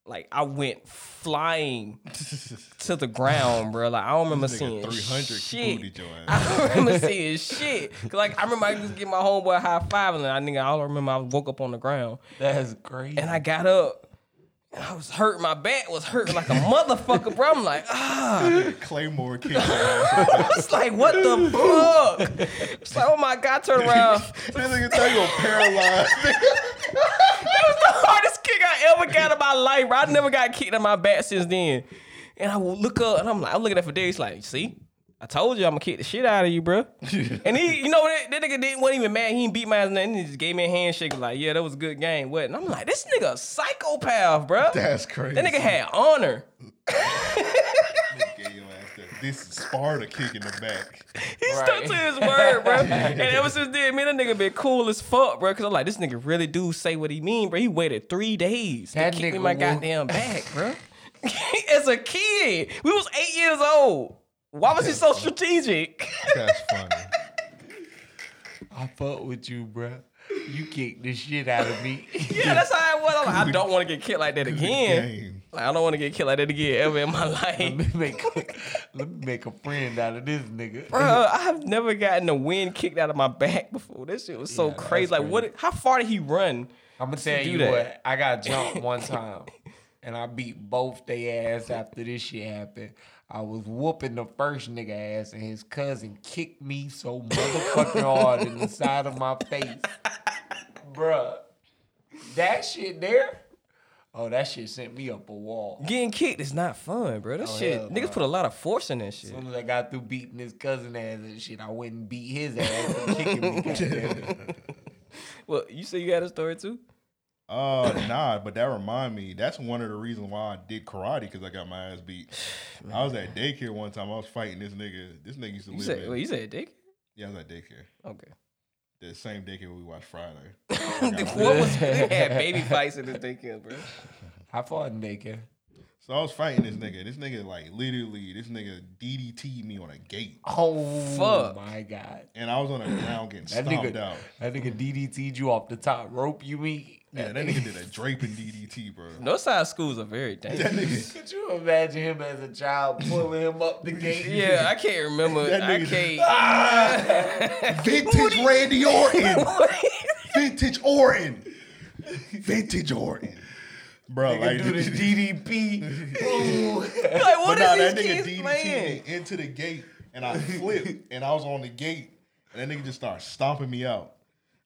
S3: like, I went flying to the ground, bro. Like I don't remember
S8: This nigga
S3: seeing
S8: 300 booted
S3: shit.
S8: your ass.
S3: I don't remember seeing shit. 'Cause, Like I remember I just get my homeboy high five, and I nigga, all I remember I woke up on the ground.
S9: That's great.
S3: And I got up. and I was hurt. My back was hurting like a motherfucker, bro. I'm like, ah.
S8: Claymore kicked
S3: I was like, what the fuck? It's like, oh my God, turn around.
S8: this nigga thought you were paralyzed.
S3: that was the hardest kick I ever got in my life, bro. I never got kicked in my back since then. And I would look up and I'm like, I'm looking at Fidelius like, see, I told you I'm gonna kick the shit out of you, bro. and he, you know, that, that nigga didn't wasn't even mad. He didn't beat my ass or nothing. He just gave me a handshake like, yeah, that was a good game. What? And I'm like, this nigga a psychopath, bro.
S8: That's crazy.
S3: That nigga had honor.
S8: This is Sparta kicking the back.
S3: He stuck to his word, bro. and ever since then, me and that nigga been cool as fuck, bro. Cause I'm like, this nigga really do say what he mean, bro. He waited three days
S9: That
S3: to kick me
S9: nigga
S3: my
S9: will-
S3: goddamn back, bro. As a kid, we was eight years old. Why was he so strategic?
S8: That's funny.
S9: I fuck with you, bruh. You kicked the shit out of me.
S3: yeah, that's how it was. I'm like, I don't want to get killed like that again. Like, I don't want to get killed like that again ever in my life.
S9: Let me make, let me make a friend out of this nigga.
S3: Bro, I have never gotten a wind kicked out of my back before. This shit was so crazy. Like, what? How far did he run?
S9: I'm gonna
S3: to
S9: tell
S3: do
S9: you
S3: that?
S9: what, I got jumped one time, and I beat both their ass after this shit happened. I was whooping the first nigga ass, and his cousin kicked me so motherfucking hard in the side of my face, bruh. That shit there, oh that shit sent me up a wall.
S3: Getting kicked is not fun, bro. That
S9: Oh,
S3: shit,
S9: hell no.
S3: niggas put a lot of force in that shit.
S9: As soon as I got through beating his cousin ass and shit, I went and beat his ass for kicking me. goddamn.
S3: Well, you say you had a story too?
S8: Uh, nah, but that remind me. That's one of the reasons why I did karate because I got my ass beat. I was at daycare one time. I was fighting this nigga. This nigga used to
S3: You
S8: live.
S3: said,
S8: in-
S3: well, you said dick?
S8: Yeah, I was at daycare.
S3: Okay.
S8: The same daycare we watched Friday.
S3: what was, they had baby fights in this daycare, bro.
S9: I fought in daycare.
S8: So I was fighting this nigga. This nigga like literally, this nigga DDT me on a gate.
S9: Oh Fuck. my god!
S8: And I was on the ground getting
S9: That
S8: stomped
S9: nigga,
S8: out.
S9: that nigga DDT'd you off the top rope. You mean?
S8: Yeah, that nigga did a draping DDT, bro.
S3: Those side schools are very dangerous.
S9: Could you imagine him as a child pulling him up the gate?
S3: yeah, I can't remember.
S9: That
S3: I
S9: nigga-
S3: can't.
S8: Vintage Randy Orton. Vintage Orton. Vintage Orton. Bro,
S9: Nigga do this DDP. Ooh.
S3: Like, what
S8: but nah,
S3: is these
S8: that nigga
S3: kids
S8: DDT
S3: playing?
S8: me into the gate, and I flipped, and I was on the gate, and that nigga just started stomping me out.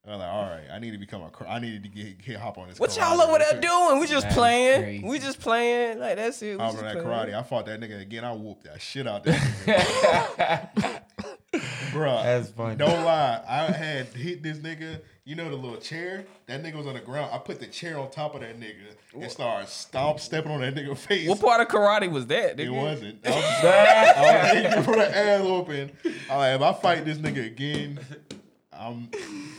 S8: And I'm like, all right, I need to become a. cr- I needed to get, get hop on this.
S3: What y'all over
S8: karate real
S3: there
S8: quick.
S3: doing? We just playing. We just playing. Like that's it. We
S8: I was
S3: just
S8: on that
S3: playing.
S8: karate. I fought that nigga again. I whooped that shit out that nigga. Bruh.
S9: That's funny.
S8: Don't lie. I had hit this nigga. You know the little chair? That nigga was on the ground. I put the chair on top of that nigga and started stomp stepping on that nigga face.
S3: What part of karate was that?
S8: It
S3: nigga?
S8: wasn't. I was, I was aiming for the ass open. All right, if I fight this nigga again, I'm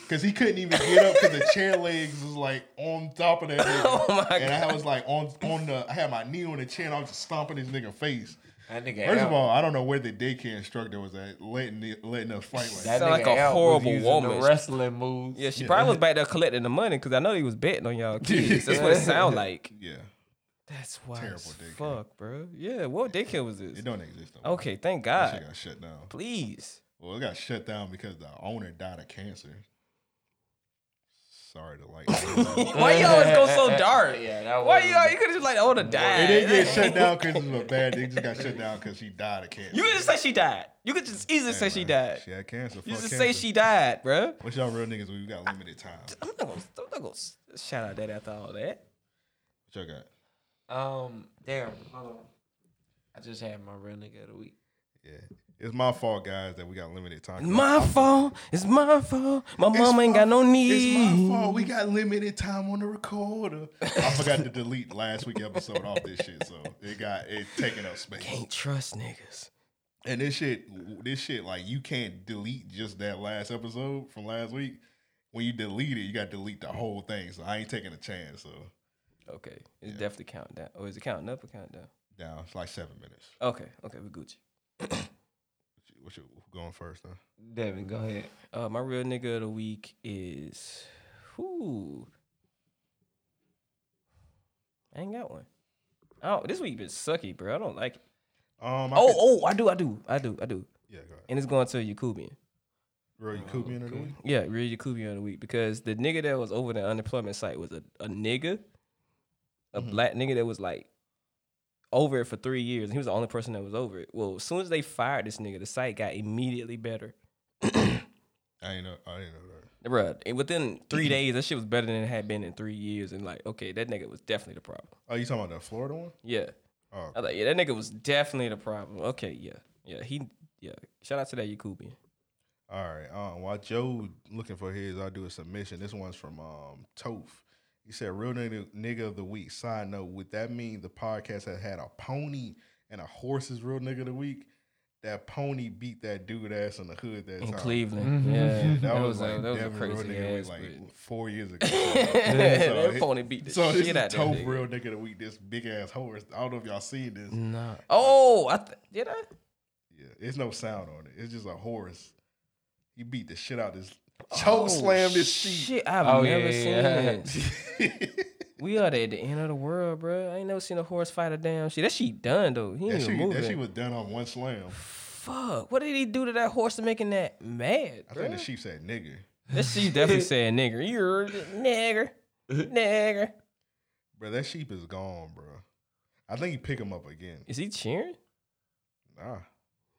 S8: because he couldn't even get up because the chair legs was like on top of that nigga. and I was like on on the I had my knee on the chair and I was just stomping his nigga face.
S9: That nigga
S8: First
S9: Al-
S8: of all, I don't know where the daycare instructor was at letting the- letting us fight like
S9: That Sound like nigga a Al was horrible using the woman. wrestling moves.
S3: Yeah, she
S8: Yeah.
S3: probably was back there collecting the money because I know he was betting on y'all kids. That's what it sound like.
S8: Yeah.
S3: That's why.
S8: Terrible
S3: Terrible Fuck, bro. Yeah, what daycare was this? It
S8: don't exist. No
S3: okay, thank
S8: That
S3: God.
S8: shit got shut down.
S3: Please.
S8: Well, it got shut down because the owner died of cancer. Sorry to like. Why
S3: Why you always go so dark?
S9: Yeah, that
S3: Why
S9: was-
S3: you? You could have just like, oh, the died.
S8: It didn't get shut down because it was a bad. It just got shut down because she died of cancer.
S3: You could just say she died. You could just easily say she died.
S8: She had cancer.
S3: You just
S8: Fuck cancer.
S3: say she died, bro.
S8: What y'all real niggas? We got limited time.
S3: I'm not gonna, I'm not gonna s- shout out that after all that.
S8: What y'all got?
S9: Um, damn, hold on. I just had my real nigga of the week.
S8: It's my fault, guys, that we got limited time.
S3: My fault. It's my fault. My mama ain't got no need.
S8: It's my fault. We got limited time on the recorder. I forgot to delete last week episode off this shit, so it got it taking up space.
S3: Can't trust niggas.
S8: And this shit, this shit, like you can't delete just that last episode from last week. When you delete it, you got to delete the whole thing. So I ain't taking a chance. So
S3: Okay, it's definitely counting down. Or is it counting up or counting down?
S8: now it's like seven minutes.
S3: Okay, okay, we Gucci.
S8: What you who going first though?
S9: Devin, go ahead.
S3: Uh, my real nigga of the week is who? I ain't got one. Oh, this week been sucky, bro. I don't like it.
S8: Um,
S3: oh, oh, I do, I do, I do, I do.
S8: Yeah, go ahead.
S3: And it's going to Yakubian.
S8: Real
S3: Oh,
S8: Yakubian of the week.
S3: Yeah, real Yakubian of the week because the nigga that was over the unemployment site was a, a nigga, a
S9: Mm-hmm.
S3: black nigga that was like over it for three years. And he was the only person that was over it. Well, as soon as they fired this nigga, the site got immediately better.
S8: I ain't know. I didn't know that.
S3: Bruh, and within
S8: Mm-hmm.
S3: three days, that shit was better than it had been in three years. And like, okay, that nigga was definitely the problem.
S8: Oh, you talking about the Florida one?
S3: Yeah.
S8: Oh.
S3: I was like, yeah, that nigga was definitely the problem. Okay, yeah. Yeah, he, yeah. Shout out to that Yakubian.
S8: All right. Um, while Joe looking for his, I'll do a submission. This one's from um Toph. He said, "Real nigga, nigga of the week." Side note: Would that mean the podcast has had a pony and a horse's real nigga of the week? That pony beat that dude ass in the hood that
S3: In
S8: time.
S3: Cleveland. Mhm. Yeah.
S8: that,
S3: That was
S8: was,
S3: a-
S8: like
S3: that was a
S8: Devin real
S3: crazy
S8: nigga of the
S3: ass
S8: week,
S3: bit.
S8: like four years ago.
S3: That
S8: it-
S3: pony beat the
S8: so this
S3: shit
S8: is
S3: out that
S8: Toph
S3: nigga.
S8: real nigga of the week. This big ass horse. I don't know if y'all seen this.
S3: Nah. Oh, I th- did I?
S8: Yeah, it's no sound on it. It's just a horse. He beat the shit out this
S3: Oh,
S8: choke slam this seat.
S3: Shit, I've never seen
S8: it.
S3: we are at the end of the world, bro. I ain't never seen a horse fight a damn shit. That shit done though. He ain't even
S8: That shit, that shit
S3: moving.
S8: was done on one slam.
S3: Fuck. What did he do to that horse to making that mad?
S8: I
S3: Bro?
S8: think the sheep said nigga.
S3: That she definitely said nigger. You're nigger. Nigger.
S8: Bro, that sheep is gone, bro. I think he pick him up again.
S3: Is he cheering?
S8: Nah.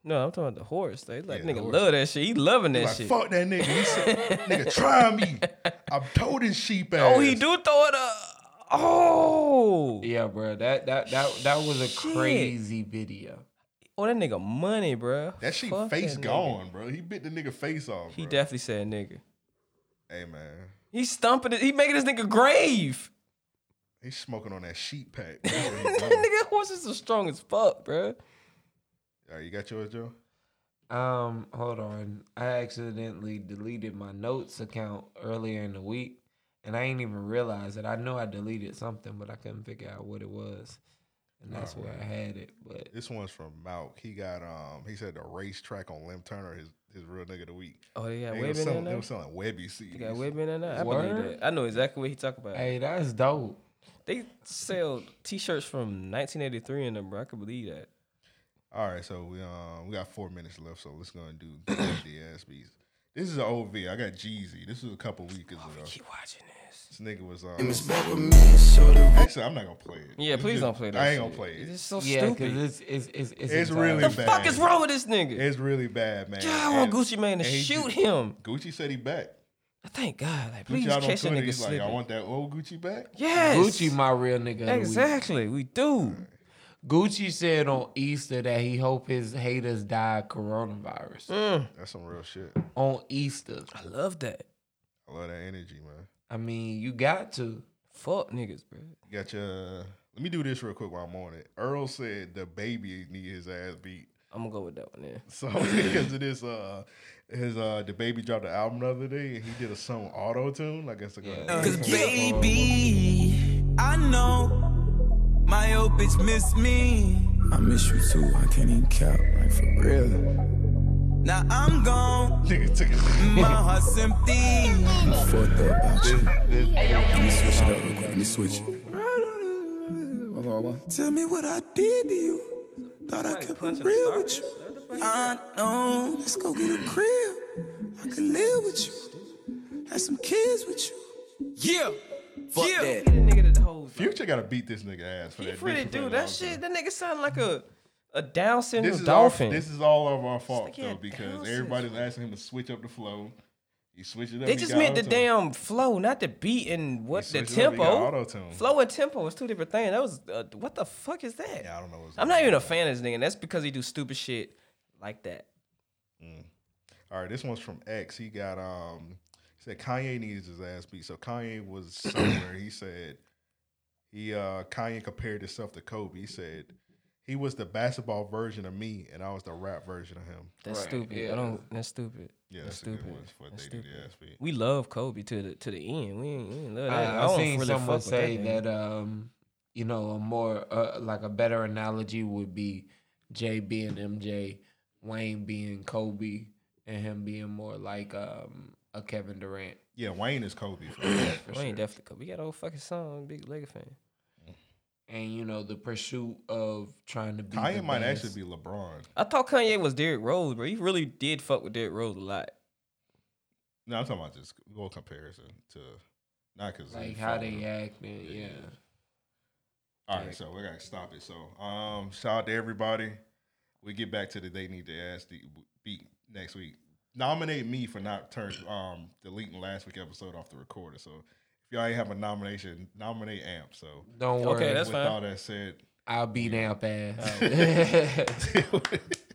S3: No, I'm talking about the horse. They like
S8: Yeah, the
S3: nigga
S8: horse.
S3: love that shit. He loving
S8: He
S3: that
S8: like,
S3: shit.
S8: Fuck that nigga. He said, nigga, try me. I'm told his sheep ass.
S3: Oh, he do throw it up. Oh.
S9: Yeah, bro. That that that that was a
S3: Shit.
S9: crazy video.
S3: Oh, that nigga money, bro.
S8: That sheep
S3: Fuck
S8: face
S3: that nigga.
S8: gone, bro. He bit the nigga face off.
S3: He
S8: Bro.
S3: definitely said nigga.
S8: hey man.
S3: He stumping it. He making this nigga grave.
S8: He's smoking on that sheep pack.
S3: that nigga horses are strong as fuck, bro.
S8: All right, you got yours, Joe?
S9: Um, hold on. I accidentally deleted my notes account earlier in the week, and I ain't even realize it. I know I deleted something, but I couldn't figure out what it was. and that's where
S8: Oh.
S9: I had it. But
S8: this one's from Malk. He got um. He said the racetrack on Lim Turner. His his real nigga of the week.
S3: Oh, they got
S8: They
S3: Webby in
S8: was selling,
S3: there
S8: They
S3: now?
S8: was selling Webby
S3: You
S8: CDs.
S3: got women in that? I believe
S8: Word?
S3: that. I know exactly what he talking about.
S9: Hey, that's dope.
S3: They sell t-shirts from 1983 in them, bro. I can believe that.
S8: All right, so we um we got four minutes left, so let's go and do the ass beats. This is an old vid. I got Jeezy. This was a couple weeks ago.
S3: keep watching this.
S8: This nigga was um.
S3: And it's back with
S8: Actually, I'm not gonna play it.
S3: Yeah,
S8: It's
S3: please
S8: just-
S3: don't play that
S8: I ain't gonna
S3: shit.
S8: play it.
S3: It's so
S9: Yeah, 'cause
S3: stupid.
S9: it's it's it's it's,
S8: It's
S9: insane.
S8: really
S3: the
S8: bad.
S3: fuck is wrong with this nigga?
S8: It's really bad, man.
S3: God, I want
S8: And-
S3: Gucci Mane to
S8: and he
S3: shoot
S8: ju-
S3: him.
S8: Gucci said he back.
S3: Thank God. Like,
S8: Gucci
S3: please
S8: out on
S3: catch a
S8: Twitter.
S3: nigga
S8: He's like,
S3: slipping.
S8: I want that old Gucci back.
S3: Yes.
S9: Gucci, my real nigga. of the week.
S3: Exactly, we do.
S9: Gucci said on Easter that he hope his haters die of coronavirus
S3: Mm.
S8: That's some real shit.
S9: on Easter.
S3: I love that.
S8: I love that energy, man.
S9: I mean, you got to.
S3: Fuck niggas, bro.
S8: You got your. Let me do this real quick while I'm on it. Earl said the baby need his ass beat.
S3: I'm gonna go with that one. Yeah.
S8: So because of this, uh, his uh, the baby dropped the album the other day, and he did a song auto tune. Like it's a good.
S6: Cause baby, I know my old bitch miss me.
S13: I miss you too. I can't even count. Like for real.
S6: Now I'm gone. my heart's empty.
S13: I'm fucked up about you. Let me switch it up real quick. Let me switch it.
S6: Tell me what I did to you. Thought I could be real with you. I know. Let's go get a crib. I could live with you. Have some kids with you. Yeah.
S3: Fuck
S6: yeah.
S3: that. nigga that the whole
S8: Future gotta beat this nigga ass for that.
S3: Pretty
S8: bitch for
S3: dude,
S8: that
S3: that shit. That nigga sound like a a Down syndrome
S8: This is
S3: dolphin.
S8: All, this is all of our fault
S3: yeah,
S8: though because
S3: Down
S8: everybody's asking him to switch up the flow. He switched it up.
S3: they
S8: he
S3: just
S8: got
S3: meant the
S8: auto-tune.
S3: damn flow, not the beat and what the
S8: switched it up, he got
S3: tempo.
S8: auto-tune.
S3: Flow and tempo is two different things. That was uh, what the fuck is that?
S8: Yeah, I don't know. What's
S3: I'm not even a fan of this nigga. And that's because he do stupid shit like that.
S8: All right, this one's from X. He got um he said Kanye needs his ass beat. So Kanye was somewhere. he said he uh Kanye compared himself to Kobe. He said he was the basketball version of me and I was the rap version of him.
S3: That's stupid. I don't. That's stupid.
S8: Yeah,
S3: that's
S8: that's a good
S3: stupid.
S8: one. It's what
S3: That's
S8: they do to
S3: stupid.
S8: ass beat.
S3: We love Kobe to the to the end. We ain't, we ain't love that.
S9: I, I
S3: don't
S9: seen
S3: really fuck
S9: someone
S3: with
S9: say
S3: nigga.
S9: that, um, you know, a more uh, like a better analogy would be Jay being MJ, Wayne being Kobe, and him being more like um, a Kevin Durant.
S8: Yeah, Wayne is Kobe. For
S3: Wayne definitely Kobe. We got old fucking song, big Laker fan.
S9: And you know, the pursuit of trying to be. the
S8: Kanye might
S9: best.
S8: actually be LeBron.
S3: I thought Kanye was Derrick Rose, bro. He really did fuck with Derrick Rose a lot.
S8: No, I'm talking about just little comparison to not because
S9: like how they acting. Yeah.
S8: All right, so we gotta stop it. So, um, shout out to everybody. We get back to the they need to ask the beat next week. Nominate me for not turn um deleting last week episode off the recorder. So if y'all ain't have a nomination, nominate Amp. So
S9: Don't worry.
S8: With all that said,
S3: Oh.
S9: I'll beat Amp ass.